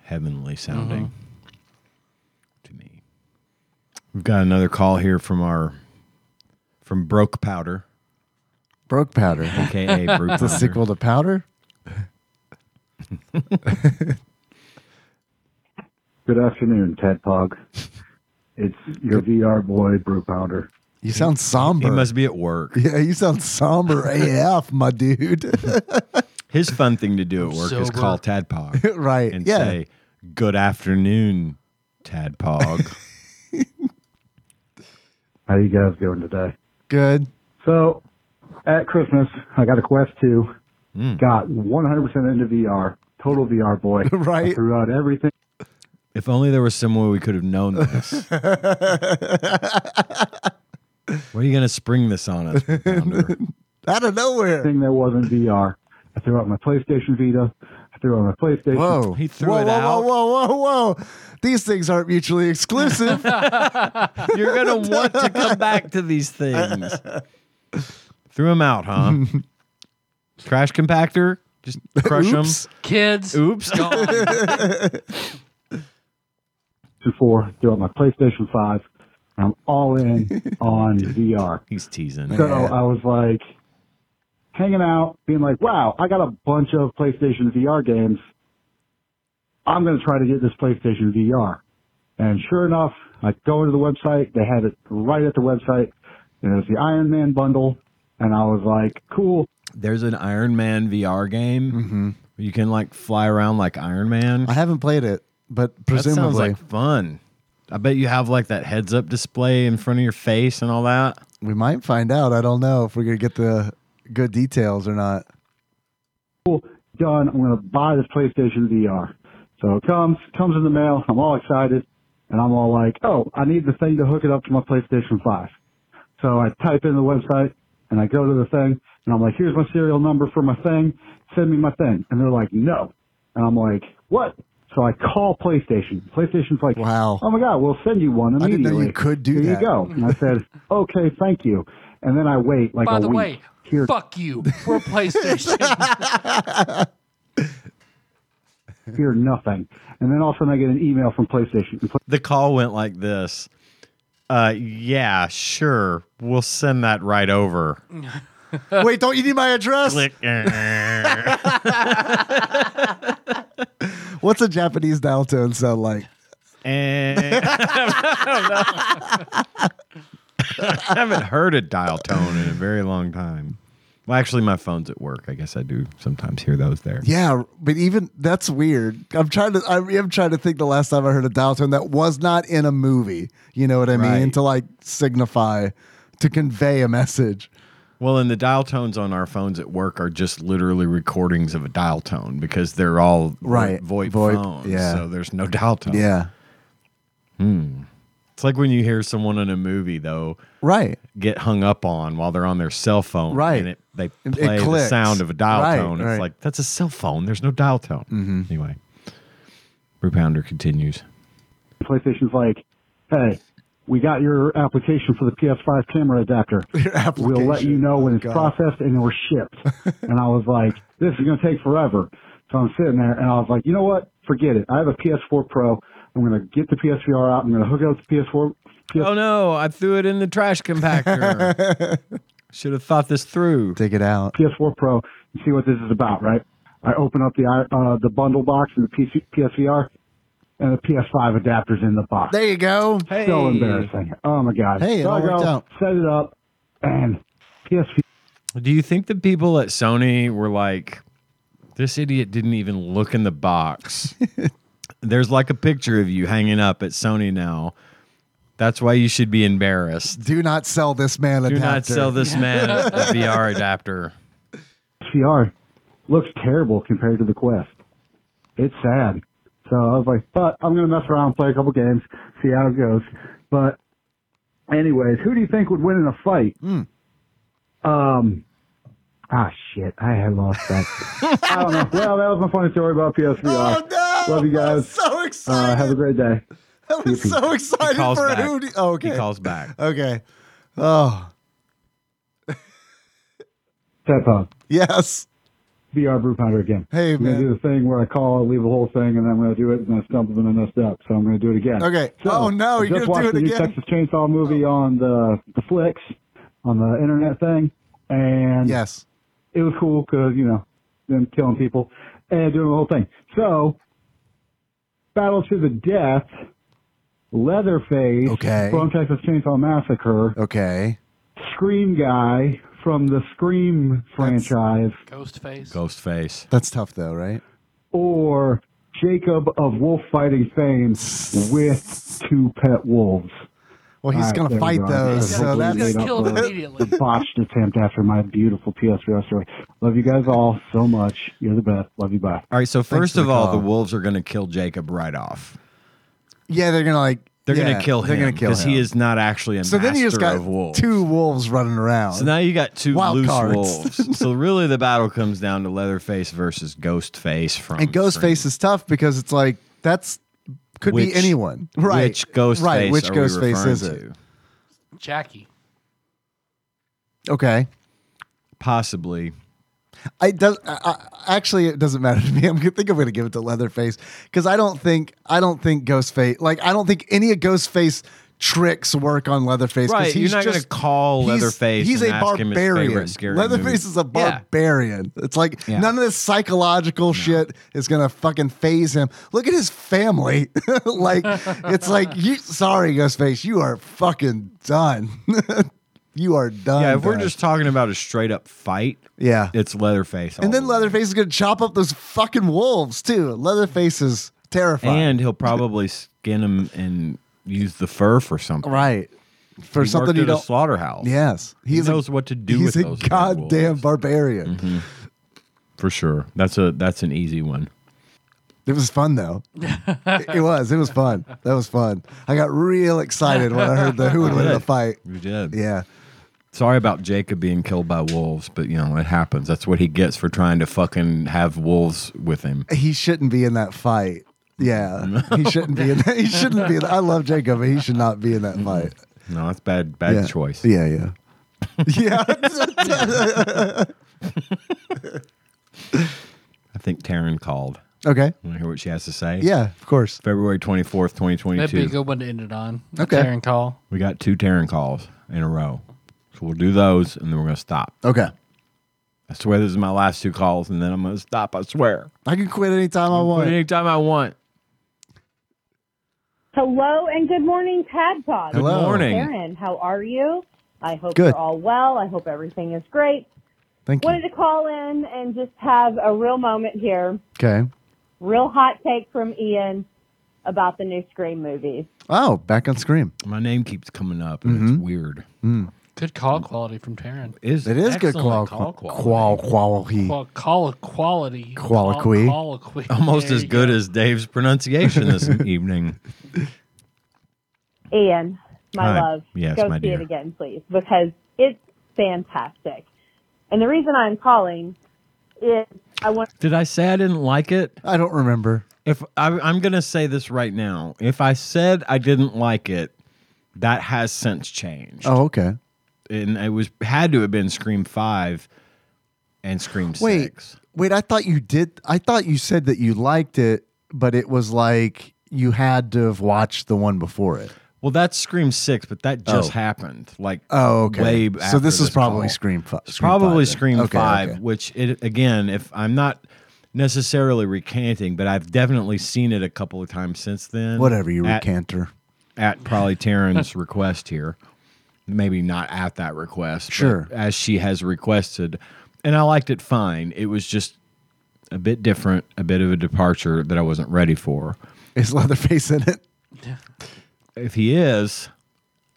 heavenly sounding
Mm-hmm.
to me. We've got another call here from our from Broke Powder,
Broke Powder.
aka Broke
It's a
Powder.
sequel to Powder?
Good afternoon, Ted Pog. It's your VR boy, Brew Powder.
You sound somber.
He must be at work.
Yeah, you sound somber AF, my dude.
His fun thing to do at
I'm
work is
sober.
call Tadpog.
right.
and
yeah.
say, "Good afternoon, Tadpog."
How you guys doing today?
Good.
So, at Christmas, I got a Quest 2.
Mm.
Got 100% into VR. Total VR boy.
right.
I threw out everything.
if only there was some way we could have known this. Why are you going to spring this on us? Pounder?
out of nowhere.
Thing that wasn't VR. I threw out my PlayStation Vita. I threw out my PlayStation.
Whoa. whoa, whoa, Whoa, whoa, whoa, whoa. These things aren't mutually exclusive.
You're going to want to come back to these things. Threw him out, huh? Trash compactor? Just crush him?
Oops.
Kids.
Oops.
PlayStation 4. Threw out my PlayStation 5. I'm all in on VR.
He's teasing.
So I was like hanging out, being like, wow, I got a bunch of PlayStation VR games. I'm going to try to get this PlayStation VR. And sure enough, I go into the website. They had it right at the website. And it was the Iron Man bundle. And I was like, cool.
There's an Iron Man VR game. where You can like fly around like Iron Man.
Mm-hmm. I haven't played it, but
That sounds
presumably.
like fun. I bet you have like that heads up display in front of your face and all that.
we might find out. I don't know if we're going to get the good details or not.
cool, done. I'm going to buy this PlayStation VR. So it comes, comes in the mail. I'm all excited. And I'm all like, oh, I need the thing to hook it up to my PlayStation 5. So I type in the website and I go to the thing and I'm like, here's my serial number for my thing. Send me my thing. And they're like, no. And I'm like, what? So I call PlayStation. Playstation's like,
wow.
Oh my God, we'll send you one
I didn't
immediately.
know you could do
Here
that.
you go. And I said, okay, thank you. And then I wait like
By
a
the
week.
way,
Here
fuck you. We're PlayStation.
hear nothing. And then all of a sudden I get an email from PlayStation.
The call went like this. Uh yeah, sure. We'll send that right over.
Wait, don't you need my address?
Click.
What's a Japanese dial tone sound like?
Eh. I haven't heard a dial tone in a very long time. Well, actually my phone's at work. I guess I do sometimes hear those there.
Yeah, but even that's weird. I'm trying to I am trying to think the last time I heard a dial tone that was not in a movie. You know what I mean?
Right.
To like signify to convey a message.
Well, and the dial tones on our phones at work are just literally recordings of a dial tone because they're all
Right.
VoIP,
VoIP,
phones.
yeah.
So there's no dial tone.
Yeah.
Hmm. It's like when you hear someone in a movie though,
right,
get hung up on while they're on their cell phone,
Right.
And it, they
It- it
play the
clicks.
sound of a dial
Right,
tone. It's
right. Mm-hmm.
like that's a cell phone. There's no dial tone. Anyway, Brew Pounder continues.
PlayStation's like, hey, we got your application for the PS5 camera adapter. We'll let you know
Oh,
when it's processed and or shipped. and I was like, this is going to take forever. So I'm sitting there and I was like, you know what? forget it. I have a PS4 Pro. I'm going to get the PSVR out. I'm going to hook it up to PS4.
Oh no, I threw it in the trash compactor. Should have thought this through.
Dig it out.
PS4 Pro and see what this is about, right? I open up the uh, the bundle box and the PC, PSVR and the PS5 adapters in the box.
There you go.
So embarrassing. Oh my god.
Hey, it
so I
all worked
go,
out.
Set it up and PSVR.
Do you think the people at Sony were like, this idiot didn't even look in the box? There's like a picture of you hanging up at Sony now. That's why you should be embarrassed.
Do not sell this man
Do
adapter.
not sell this man a VR adapter.
VR looks terrible compared to the Quest. It's sad. So I was like, but I'm going to mess around, play a couple games, see how it goes. But, anyways, who do you think would win in a fight?
Hmm.
Um, ah, shit, I had lost that. I don't know. Well, that was my funny story about PSVR.
Oh, no!
Love you
I'm
guys.
so
Uh,
excited.
have a great day.
I was so excited
calls
for
back.
who? do- Oh, okay.
He calls back.
Okay. Oh,
Ted Pod.
yes.
VR Brew Pounder again.
Hey,
I'm going to
man.
do the thing where I call, I leave the whole thing, and then I'm going to do it, and I stumbled and I messed up. So I'm going to do it again.
Okay.
So,
oh,
I
no.
just
You're going
watched
to do
the
it
new
again?
Texas Chainsaw movie on the the flicks on the internet thing, and
Yes.
it was cool because you know them killing people and doing the whole thing. So, battle to the death, Leatherface
Okay.
from Texas Chainsaw Massacre,
Okay.
Scream guy from the Scream franchise,
Ghostface.
Ghost face.
That's tough, though, right?
or Jacob of Wolf Fighting Fame with two pet wolves.
Well, he's
All right,
going to
there we
fight
go.
those.
Yeah,
So
completely
that's.
He's gonna
made
kill
up
him
for
immediately.
The botched attempt after my beautiful PS3 story. Love you guys all so much. You're the best. Love you. Bye.
All right, so first
for the
of all,
call.
the wolves are going to kill Jacob right off.
Yeah, they're going to like.
They're going
yeah,
to kill him.
They're going to kill him.
Because he is not actually a
so then you just
master
got
of wolves.
two wolves running around.
So now you got two
Wild
loose
cards.
wolves. so really, the battle comes down to Leatherface versus Ghostface from
and
Scream.
Ghostface is tough because it's like, that's. Could
Which-
be anyone. Right.
Which Ghostface?
Right. Which
are we
Ghostface
referring
is it?
to?
Jackie.
Okay.
Possibly.
I does I, I, actually it doesn't matter to me. I'm gonna think I'm gonna give it to Leatherface because I don't think I don't think Ghostface like I don't think any of Ghostface tricks work on Leatherface. 'cause
Right, you're
he's
not gonna
just-
call
he's-
Leatherface
He's,
and
a
ask him his favorite
barbarian.
scary
Leatherface
movie.
is a
Yeah.
barbarian. It's like
Yeah.
none of this psychological shit is gonna fucking phase him. Look at his family. like it's like you. Sorry, Ghostface, you are fucking done. you are done.
Yeah, if we're
done.
just talking about a straight up fight,
yeah.
it's Leatherface. all
And then
the way.
Leatherface is going to chop up those fucking wolves too. Leatherface is terrifying.
and he'll probably skin him and use the fur for something.
right. For
He
something
worked
you
at a
don't
slaughterhouse.
Yes.
he
He's
knows
a,
what to do with
He's a
those big
goddamn
wolves.
barbarian.
Mm-hmm. for sure. That's a that's an easy one.
It was fun though. it, it was. It was fun. That was fun. I got real excited when I heard the who would win in the
Good.
fight.
You did.
Yeah.
Sorry about Jacob being killed by wolves, but you know it happens. That's what he gets for trying to fucking have wolves with him.
He shouldn't be in that fight. Yeah. He shouldn't be in that. He shouldn't be in I love Jacob, but he should not be in that fight.
No, that's bad. Bad
yeah.
choice.
Yeah, yeah. yeah.
I think Taryn called.
okay.
Want to hear what she has to say?
Yeah, of course.
February twenty fourth, twenty twenty
That'd be a
two.
good one to end it on.
Okay.
Karen call.
We got two Taryn calls in a row, so we'll do those, and then we're gonna stop.
Okay.
I swear this is my last two calls, and then I'm gonna stop. I swear.
I can quit anytime I want.
Anytime I want.
Hello and good morning, Tad Pod.
Good Hello. morning.
Karen. How are you? I hope
Good.
you're all well. I hope everything is great.
Thank you.
Wanted to call in and just have a real moment here,
Okay.
real hot take from Ian about the new Scream movies.
Oh, back on Scream. Mm-hmm. Mm.
My name keeps coming up, and it's weird.
Good call quality from Taryn.
Is
It is good qual
Excellent
qual
call
qual quality.
Well, call quality.
Colloquy.
Call- colloquy.
almost
There
as
you
good
go.
as Dave's pronunciation this evening.
Ian, my
Hi.
love,
Yes,
go
my
see
dear.
it again, please, because it's fantastic. And the reason I'm calling is I want
Did I say I didn't like it?
I don't remember.
If I, I'm going to say this right now, if I said I didn't like it, that has since changed,
Oh, okay.
and it was had to have been Scream Five and Scream
Wait.
Six.
Wait, I thought you did. I thought you said that you liked it, but it was like you had to have watched the one before it.
Well, that's Scream Six, but that just
Oh.
happened. Like
Oh, okay.
way
So
after
this is
call.
probably Scream fi-
It's
Scream
probably
five then.
Scream
Okay,
Five,
okay.
which it again, if I'm not necessarily recanting, but I've definitely seen it a couple of times since then.
Whatever you
At-
recanter.
at probably Taryn's request here. Maybe not at that request, but
Sure.
as she has requested. And I liked it fine. It was just a bit different, a bit of a departure that I wasn't ready for.
Is Leatherface in it?
If he is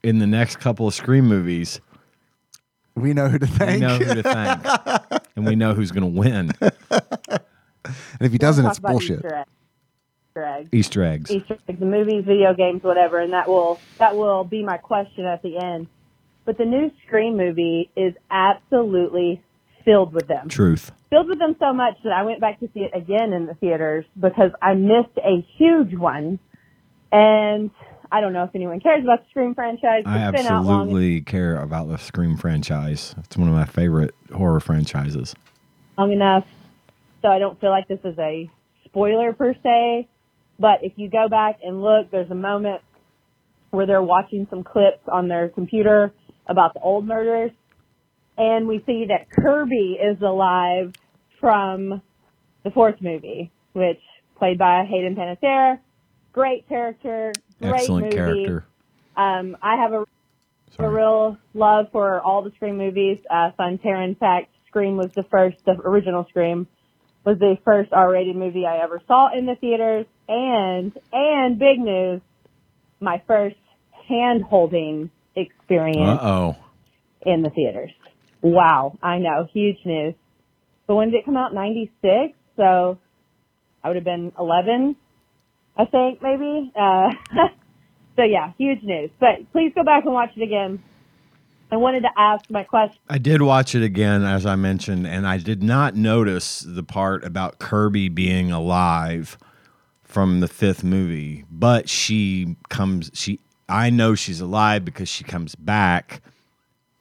in the next couple of Scream movies,
we know who to
We
thank.
know who to thank. and we know who's going to win. and
if he
We'll talk about Easter eggs. Easter eggs.
Easter eggs.
Easter eggs, the movies, video games, whatever, and that will that will be my question at the end. But the new Scream movie is absolutely filled with them.
Truth.
Filled with them so much that I went back to see it again in the theaters because I missed a huge one. And I don't know if anyone cares about the Scream franchise.
I
it's been out long.
absolutely care about the Scream franchise. It's one of my favorite horror franchises.
long enough, so I don't feel like this is a spoiler per se. But if you go back and look, there's a moment where they're watching some clips on their computer about the old murders, and we see that Kirby is alive from the fourth movie, which played by Hayden Panettiere. Great character, great
Excellent
movie.
character.
Um, I have a, a real love for all the Scream movies. Uh, fun Taryn fact, Scream was the first, the original Scream was the first R-rated movie I ever saw in the theaters. And, and big news, my first hand-holding experience
Uh oh.
in the theaters. Wow. I know. Huge news. But when did it come out? 96. So I would have been 11, I think, maybe. Uh, so yeah, huge news. But please go back and watch it again. I wanted to ask my question.
I did watch it again, as I mentioned, and I did not notice the part about Kirby being alive from the fifth movie. But she comes, she, I know she's alive because she comes back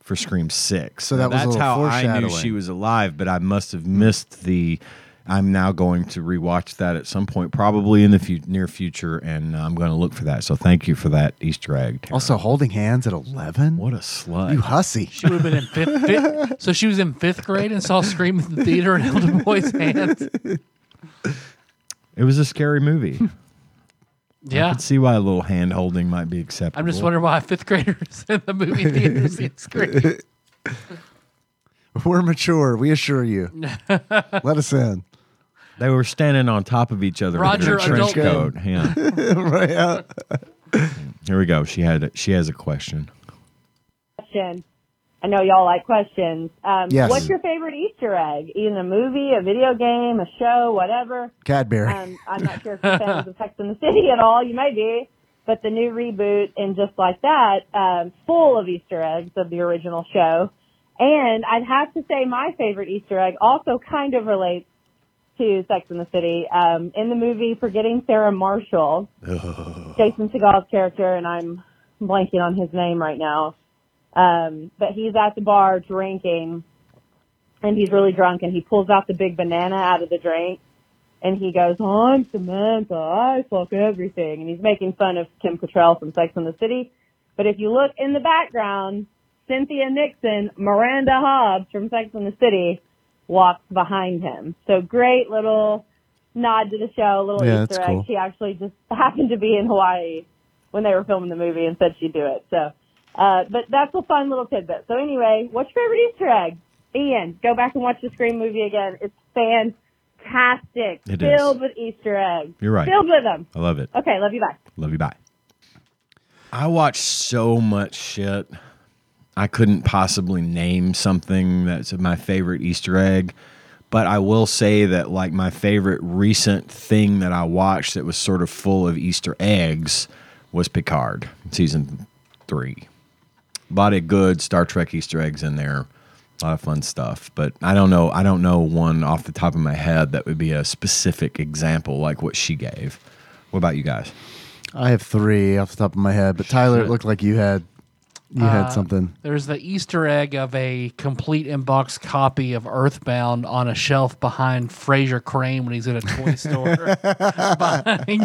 for Scream Six.
So that was
that's
a little
how I knew
foreshadowing.
she was alive. But I must have missed the. I'm now going to rewatch that at some point, probably in the fu- near future, and uh, I'm going to look for that. So thank you for that Easter egg. Tara.
Also, holding hands at 11?
What a slut.
You hussy.
She would have been in fifth, fifth. So she was in fifth grade and saw Scream in the theater and held a boy's hand.
It was a scary movie. I
Yeah.
could see why a little hand holding might be acceptable.
I'm just wondering why fifth graders in the movie theater see Scream.
We're mature, we assure you. Let us in.
They were standing on top of each other in their
Roger,
trench coat.
adult man.
Yeah.
right out.
Here we go. She had a, she has a question.
question. I know y'all like questions. Um,
Yes.
What's your favorite Easter egg? Either a movie, a video game, a show, whatever.
Cadbury.
Um, I'm not sure if you're fans of Sex in the City at all. You may be. But the new reboot and just like that, um, full of Easter eggs of the original show. And I'd have to say my favorite Easter egg also kind of relates to Sex in the City. Um, in the movie Forgetting Sarah Marshall, Jason Segal's character, and I'm blanking on his name right now. Um, but he's at the bar drinking, and he's really drunk, and he pulls out the big banana out of the drink, and he goes, "I'm Samantha, I fuck everything," and he's making fun of Kim Cattrall from Sex and the City. But if you look in the background, Cynthia Nixon, Miranda Hobbs from Sex and the City, walks behind him. So great little nod to the show, little
Yeah,
Easter
that's
egg.
cool.
She actually just happened to be in Hawaii when they were filming the movie and said she'd do it. So, uh, but that's a fun little tidbit. So anyway, what's your favorite Easter egg? Ian, go back and watch the Scream movie again. It's fantastic.
It is.
filled with Easter eggs.
You're right.
Filled with them.
I love it.
Okay, love you. Bye.
Love you. Bye. I watched so much shit. I couldn't possibly name something that's my favorite Easter egg, but I will say that like my favorite recent thing that I watched that was sort of full of Easter eggs was Picard season three. A lot of good Star Trek Easter eggs in there. A lot of fun stuff, but I don't know. I don't know one off the top of my head that would be a specific example like what she gave. What about you guys?
I have three off the top of my head, but Tyler, it
Shit. Uh,
looked like you had You had something.
Uh, There's the Easter egg of a complete inbox copy of Earthbound on a shelf behind Fraser Crane when he's at a toy store buying,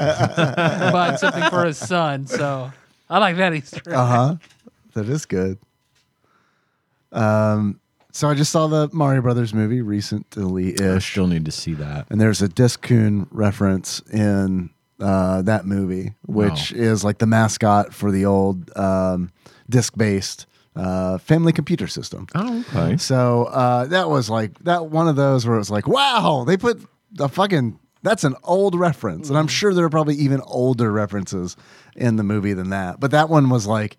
buying something for his son. So I like that Easter egg.
Uh huh. That is good. Um, so I just saw the Mario Brothers movie recently. I
still need to see that.
And there's a Discoon reference in uh, that movie, which is like the mascot for the old um, disc-based uh, family computer system.
Oh, okay.
So uh, that was like that one of those where it was like, wow, they put a fucking. That's an old reference, and I'm
Mm.
sure there are probably even older references in the movie than that. But that one was like,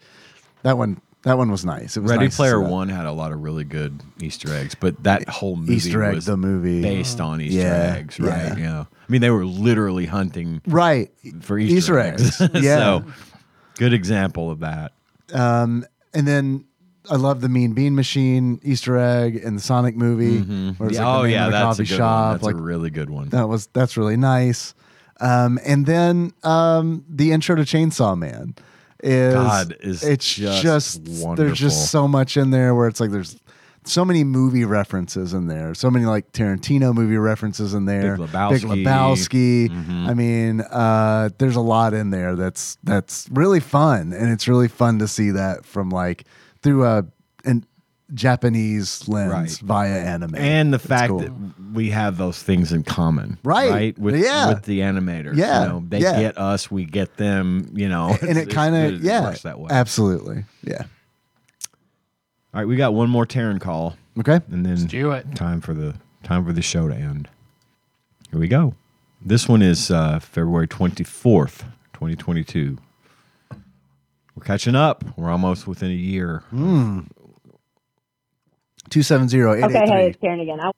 that one, that one was nice. It was
Ready
nice uh, to see
Player
that.
One had a lot of really good Easter eggs, but that whole movie
Easter egg,
was
the movie. Mm.
based on Easter
Yeah,
eggs, right?
yeah.
Yeah. I mean, they were literally hunting
right
for Easter,
Easter
eggs.
eggs, yeah.
so good example of that.
Um, and then I love the Mean Bean Machine Easter egg in the Sonic movie.
Mhm.
where it's,
Yeah,
like, the
oh
name
yeah,
of the
that's
coffee
a good
shop.
one. That's
like,
a really good one.
that was that's really nice. Um, and then um, the intro to Chainsaw Man is
God, is
it's
just
there's
wonderful.
just so much in there where it's like there's so many movie references in there, so many like Tarantino movie references in there,
Big Lebowski.
Lebowski.
Mhm.
I mean, uh, there's a lot in there that's that's really fun, and it's really fun to see that from like through a an Japanese lens
Right.
via anime
And the
It's
fact
cool.
that we have those things in common,
Right.
With
Yeah.
with the animators,
Yeah.
You know, they
Yeah.
get us, we get them. You know,
and it
It's-
kind
it
of yeah
works that way.
absolutely yeah
All right, we got one more Terran call.
Okay.
And then
do it.
time for the time for the show to end. Here we go. This one is uh, February 24th, 2022. We're catching up. We're almost within a year.
Hmm. two seven zero eight
Okay,
eight
hey,
three
it's Karen again. I,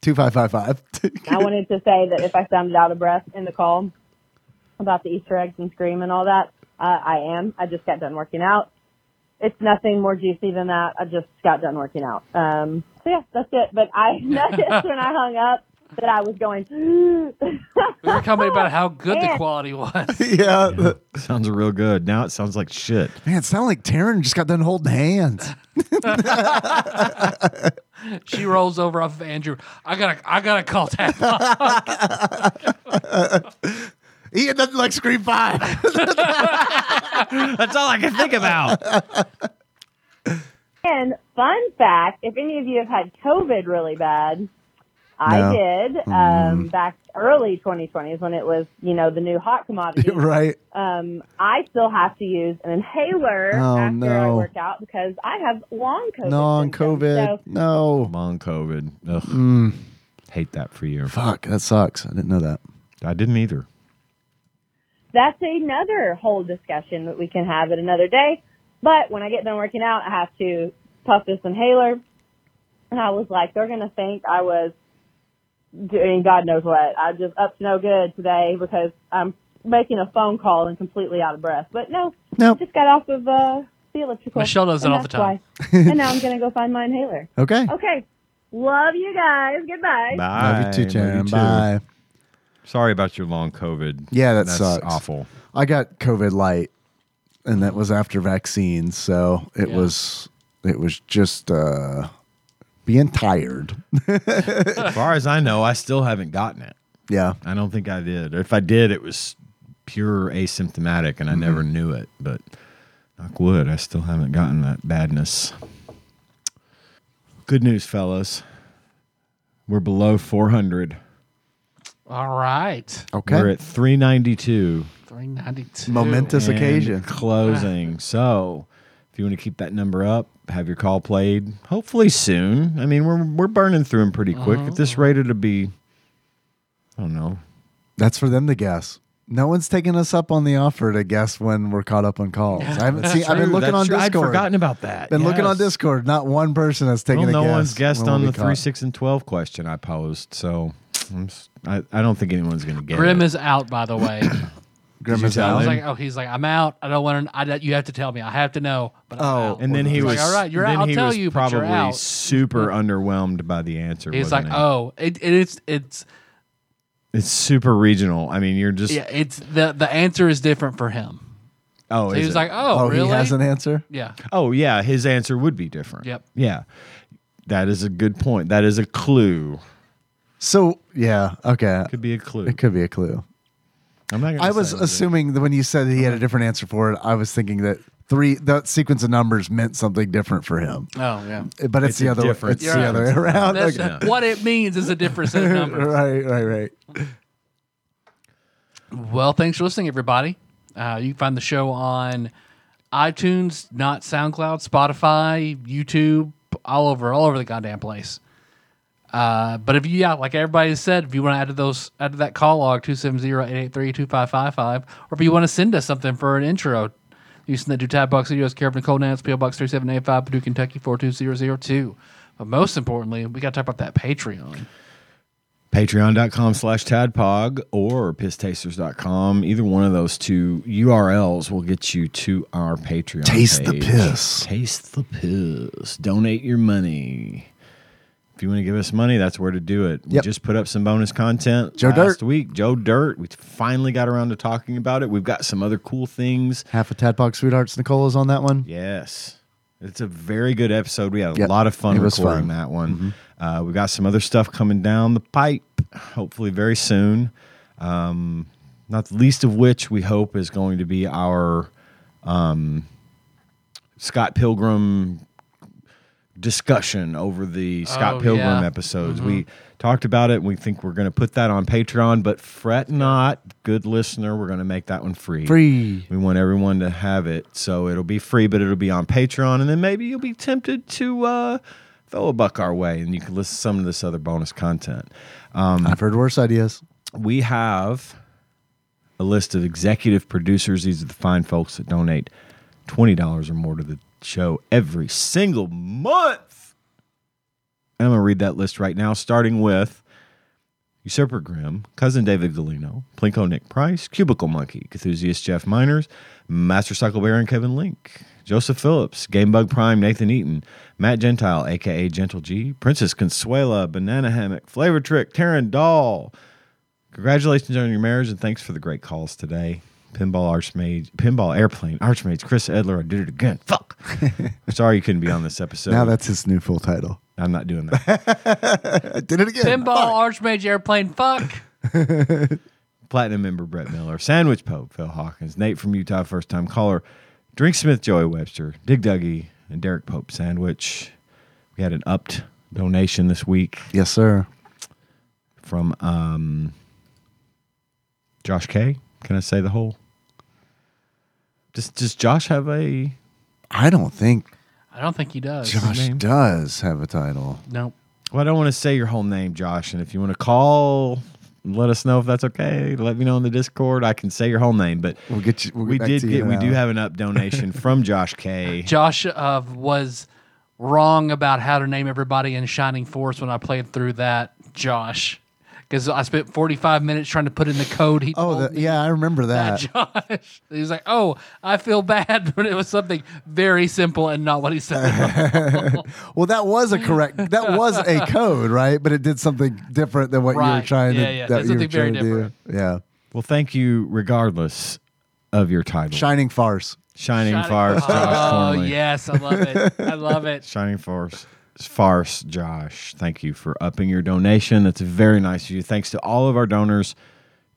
two five five five
I wanted to say that if I sounded out of breath in the call about the Easter eggs and Scream and all that, uh, I am. I just got done working out. It's nothing more juicy than that. I just got done working out. Um, so yeah, that's it. But I noticed when I hung up that I was going,
We were commenting about how good the
Man.
quality was.
yeah,
Sounds real good. Now it sounds like shit.
man it sounded like Taryn just got done holding hands
She rolls over off of Andrew. I gotta, I gotta call Tadlock.
Ian doesn't like Scream Five.
That's all I can think about.
And fun fact, if any of you have had COVID really bad, I
No. Mm.
did um, back early 2020 is when it was, you know, the new hot commodity.
right
Um, I still have to use an inhaler
Oh,
after I
no.
work out because I have long COVID.
non
symptoms.
COVID
So
no Mm.
Long COVID. Ugh. Hate that for you.
fuck that sucks I didn't know that
I didn't either.
that's another whole discussion that we can have at another day. But when I get done working out, I have to puff this inhaler. And I was like, they're going to think I was doing God knows what. I just up to no good today because I'm making a phone call and completely out of breath. But no,
Nope.
just got off of uh, the elliptical.
Michelle does it
And
all the
that's
time.
why. and now I'm going to go find my inhaler.
okay
Okay. Love you guys. Goodbye.
Bye.
love you too
Love you
Taryn
too.
bye
Sorry about your long COVID.
yeah that
That's
sucks
awful.
I got COVID light and that was after vaccines so it
Yeah.
was it was just uh being tired
as far as I know, I still haven't gotten it.
yeah
I don't think I did. If I did, it was pure asymptomatic, and
Mm-hmm.
I never knew it. But knock wood, I still haven't gotten that badness. Good news, fellas. We're below 400.
all right,
okay
We're at 392.
three ninety two.
momentous
and
occasion
Closing. so if you want to keep that number up, have your call played hopefully soon. I mean, we're, we're burning through them pretty
Uh-huh.
quick. At this rate, it'll be, I don't know,
That's for them to guess. No one's taken us up on the offer to guess when we're caught up on calls. I haven't seen. I've been
True,
looking
that's
on
true. I'd
Discord.
forgotten about that.
Been looking on
Yes.
Discord. Not one person has taken
Well,
a
no
guess.
one's guessed
when we'll
on
be
the
caught.
three, six, and twelve question I posed. So I'm, s- I, I don't think anyone's going to get
Grim
it.
is out, by the way.
Grim is
I
out.
was like, oh, he's like, I'm out. I don't want to. I, don't- you have to tell me. I have to know. But
Oh,
I'm out.
and then he
He's
was
like, all right, you're
then
out. I'll
he
tell
was
you.
probably
but you're out.
super underwhelmed by the answer.
He's like,
wasn't he?
oh, it, it, it's it's
it's super regional. I mean, you're just
yeah, it's the the answer is different for him.
Oh,
So he
is
was
it?
like, "Oh, really?" Yeah.
Oh, yeah. His answer would be different.
Yep.
Yeah. That is a good point. That is a clue.
So yeah, okay.
Could be a clue.
It could be a clue.
I'm not. Gonna
I was
say.
assuming that when you said he had a different answer for it, I was thinking that three that sequence of numbers meant something different for him.
Oh yeah.
But it's, the other way. It's
You're
the
right.
other way around.
That's-
Okay.
What it means is a different set of numbers.
right, right, right.
Well, thanks for listening, everybody. Uh, you can find the show on iTunes, not SoundCloud, Spotify, YouTube, all over, all over the goddamn place. Uh, but if you, yeah, like everybody has said, if you want to add to those, add to that call log 270-883-2555, or if you want to send us something for an intro, you send that to Tab Box Studios, Care of Nicole Nance, PO Box 3785, Purdue, Kentucky 42002. But most importantly, we got to talk about that Patreon.
patreon.com slash tadpog or pisstasters.com either one of those two urls will get you to our patreon
Taste the
page.
piss.
taste the piss donate your money if you want to give us money that's where to do it we just put up some bonus content
Joe
last
Dirt.
week joe dirt we finally got around to talking about it we've got some other cool things
Half of Tadpog Sweethearts Nicola's on that one.
Yes. It's a very good episode. We had a
Mm-hmm. Yeah,
lot of fun
it was
recording
fun. Mm-hmm.
that one. Uh, we got some other stuff coming down the pipe, hopefully very soon. Um, not the least of which we hope is going to be our um, Scott Pilgrim discussion over the Scott
Oh,
Pilgrim
yeah.
episodes.
Mm-hmm.
We talked about it and we think we're going to put that on Patreon, but fret not, good listener, we're going to make that one free.
Free.
We want everyone to have it. So it'll be free, but it'll be on Patreon and then maybe you'll be tempted to uh throw a buck our way and you can listen to some of this other bonus content. Um
I've heard worse ideas.
We have a list of executive producers. These are the fine folks that donate $20 or more to the show every single month. And I'm going to read that list right now, starting with Usurper Grimm, Cousin David Galino, Plinko Nick Price, Cubicle Monkey, Cthusiast Jeff Miners, Master Cycle Baron Kevin Link, Joseph Phillips, Gamebug Prime Nathan Eaton, Matt Gentile, aka Gentle G, Princess Consuela, Banana Hammock, Flavor Trick, Taryn Doll. Congratulations on your marriage and thanks for the great calls today. Pinball Archmage, Pinball Airplane, Archmage, Chris Edler, I did it again. Fuck. Sorry you couldn't be on this episode.
now that's his new full title.
I'm not doing that.
I did it again.
Pinball, Archmage, Airplane, fuck.
Platinum member Brett Miller, Sandwich Pope, Phil Hawkins, Nate from Utah, first time caller, Drink Smith, Joey Webster, Dig Dougie, and Derek Pope Sandwich. We had an upped donation this week.
Yes, sir.
From um, Josh K. Can I say the whole? Does Does Josh have a?
I don't think
I don't think he does.
Josh does have a title.
Nope.
Well, I don't want to say your whole name, Josh. And if you want to call, let us know if that's okay. Let me know in the Discord. I can say your whole name, but
we'll get you.
we
get back
did
to
get.
you uh,
We do
now.
have an up donation from Josh K.
Josh uh, was wrong about how to name everybody in Shining Force when I played through that, Josh. Because I spent 45 minutes trying to put in the code. He
Oh, the, yeah, I remember that.
Josh. He was like, oh, I feel bad, but it was something very simple and not what he said.
well, that was a correct. That was a code, right? But it did something different than what you were
Right.
trying
Yeah,
to.
yeah.
that
Did
you were
something very
trying to do.
different.
Yeah.
Well, thank you, regardless of your title.
Shining farce.
Shining, farce, Josh
Oh,
Cornley.
yes. I love it. I love it.
Shining farce, farce, Josh. Thank you for upping your donation. That's very nice of you. Thanks to all of our donors.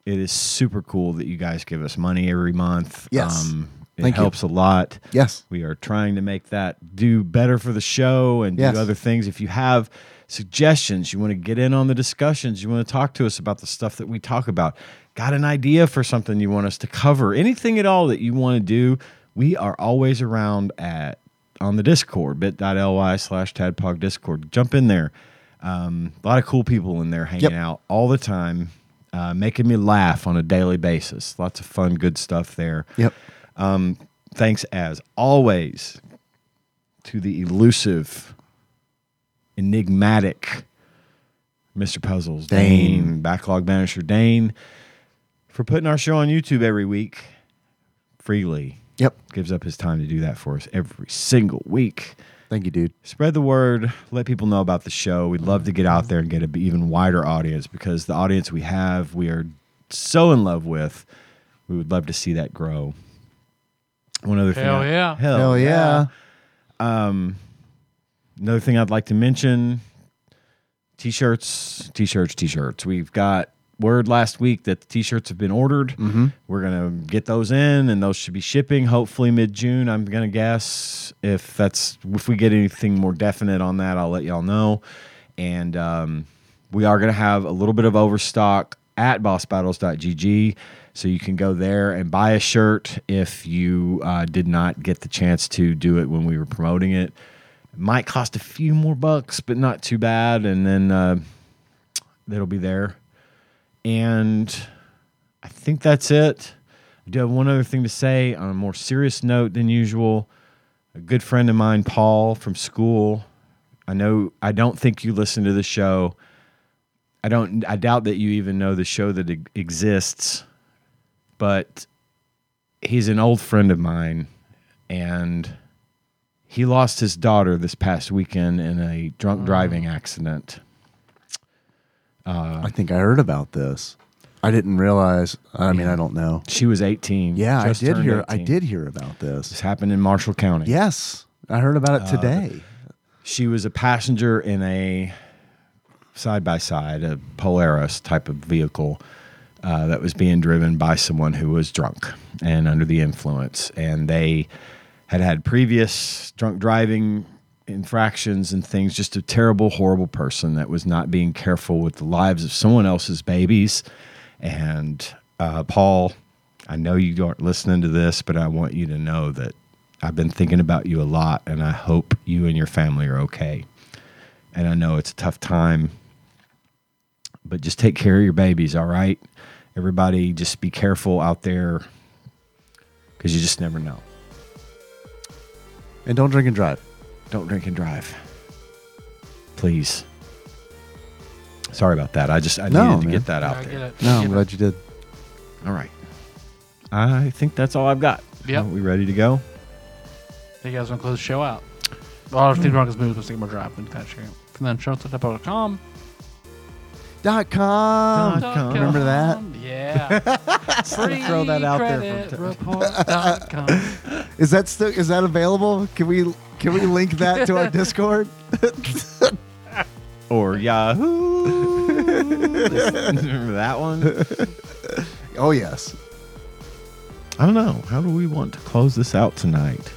It is super cool that you guys give us money every month. Um,
Yes.
it
Thank you.
helps a lot.
Yes.
We are trying to make that do better for the show and
Yes.
do other things. If you have suggestions, you want to get in on the discussions, you want to talk to us about the stuff that we talk about, got an idea for something you want us to cover, anything at all that you want to do, we are always around at on the Discord, bit.ly slash tadpog discord. Jump in there. Um, a lot of cool people in there hanging
Yep.
out all the time, uh, making me laugh on a daily basis. Lots of fun, good stuff there.
Yep.
Um, thanks as always to the elusive, enigmatic Mr. Puzzles, Dane,
Dane.
Backlog Banisher Dane, for putting our show on YouTube every week freely.
Yep.
Gives up his time to do that for us every single week.
Thank you, dude.
Spread the word. Let people know about the show. We'd love to get out there and get an even wider audience because the audience we have, we are so in love with. We would love to see that grow. One other
Hell
thing. I-
yeah.
Hell,
Hell yeah.
yeah. Um, another thing I'd like to mention t-shirts, t-shirts, t-shirts. We've got word last week that the t-shirts have been ordered. We're going to get those in and those should be shipping hopefully mid-June. I'm going to guess if that's if we get anything more definite on that, I'll let y'all know. And um, we are going to have a little bit of overstock at bossbattles.gg so you can go there and buy a shirt if you uh, did not get the chance to do it when we were promoting it might cost a few more bucks, but not too bad. And then uh, that'll be there. And I think that's it. I do have one other thing to say on a more serious note than usual. A good friend of mine, Paul from school. I know I don't think you listen to the show. I don't. I doubt that you even know the show that e- exists. But he's an old friend of mine, and he lost his daughter this past weekend in a drunk driving accident. Uh,
I think I heard about this. I didn't realize. I mean, I don't know.
She was 18.
Yeah, I
just
did
turned
hear. I
18.
did hear about this.
This happened in Marshall County.
Yes, I heard about it
Uh,
today.
she was a passenger in a side by side, a Polaris type of vehicle uh, that was being driven by someone who was drunk and under the influence. And they had had previous drunk driving infractions and things, just a terrible, horrible person that was not being careful with the lives of someone else's babies. And uh, Paul, I know you aren't listening to this, but I want you to know that I've been thinking about you a lot, and I hope you and your family are okay. And I know it's a tough time, but just take care of your babies, all right? Everybody, just be careful out there because you just never know.
And don't drink and drive.
Don't drink and drive. Please. Sorry about that. I just I
No,
needed to
man.
get that
Yeah,
out
I
there.
get it. No, I'm Get it. glad you did.
All right. I think that's all I've got.
Yep.
Are we ready to go?
You guys want to close the show out? A lot of Steve Rockets moves with Sigma Drive. Look at that shit. And then showtime.com.
Dot com.
Dot com.
Remember that?
Yeah.
Just throw that out there
Free
from
credit report.com.
Is that still is that available? Can we can we link that to our Discord?
Or Yahoo. Remember that one?
oh yes.
I don't know. How do we want to close this out tonight?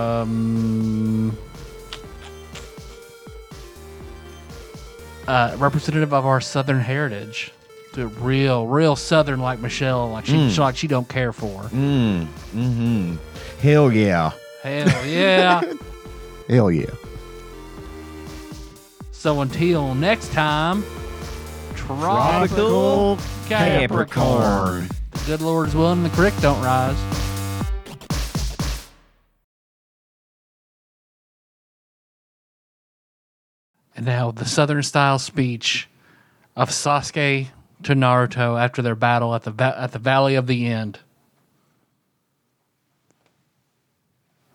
Um, uh, representative of our Southern heritage. The real, real Southern like Michelle, like she,
Mm.
she- like she don't care for.
Mm. Mm-hmm. Hell yeah.
Hell yeah.
Hell yeah.
so until next time,
Tropical
tropical Capricorn.
Capricorn.
The good Lord is willing, the creek don't rise. And now the Southern style speech of Sasuke to Naruto after their battle at the va- at the Valley of the End.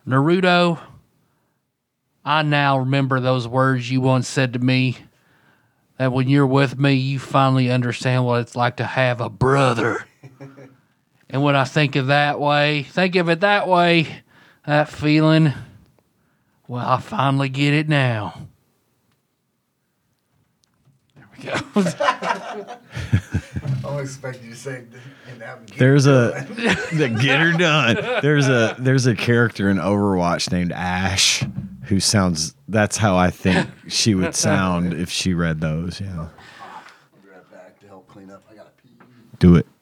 Naruto, I now remember those words you once said to me. That when you're with me, you finally understand what it's like to have a brother. and when I think of that way, think of it that way, that feeling, well, I finally get it now. There we go.
I was expecting you to say that.
There's a the get her done. There's a there's a character in Overwatch named Ash who sounds that's how I think she would sound if she read those, yeah. Do it.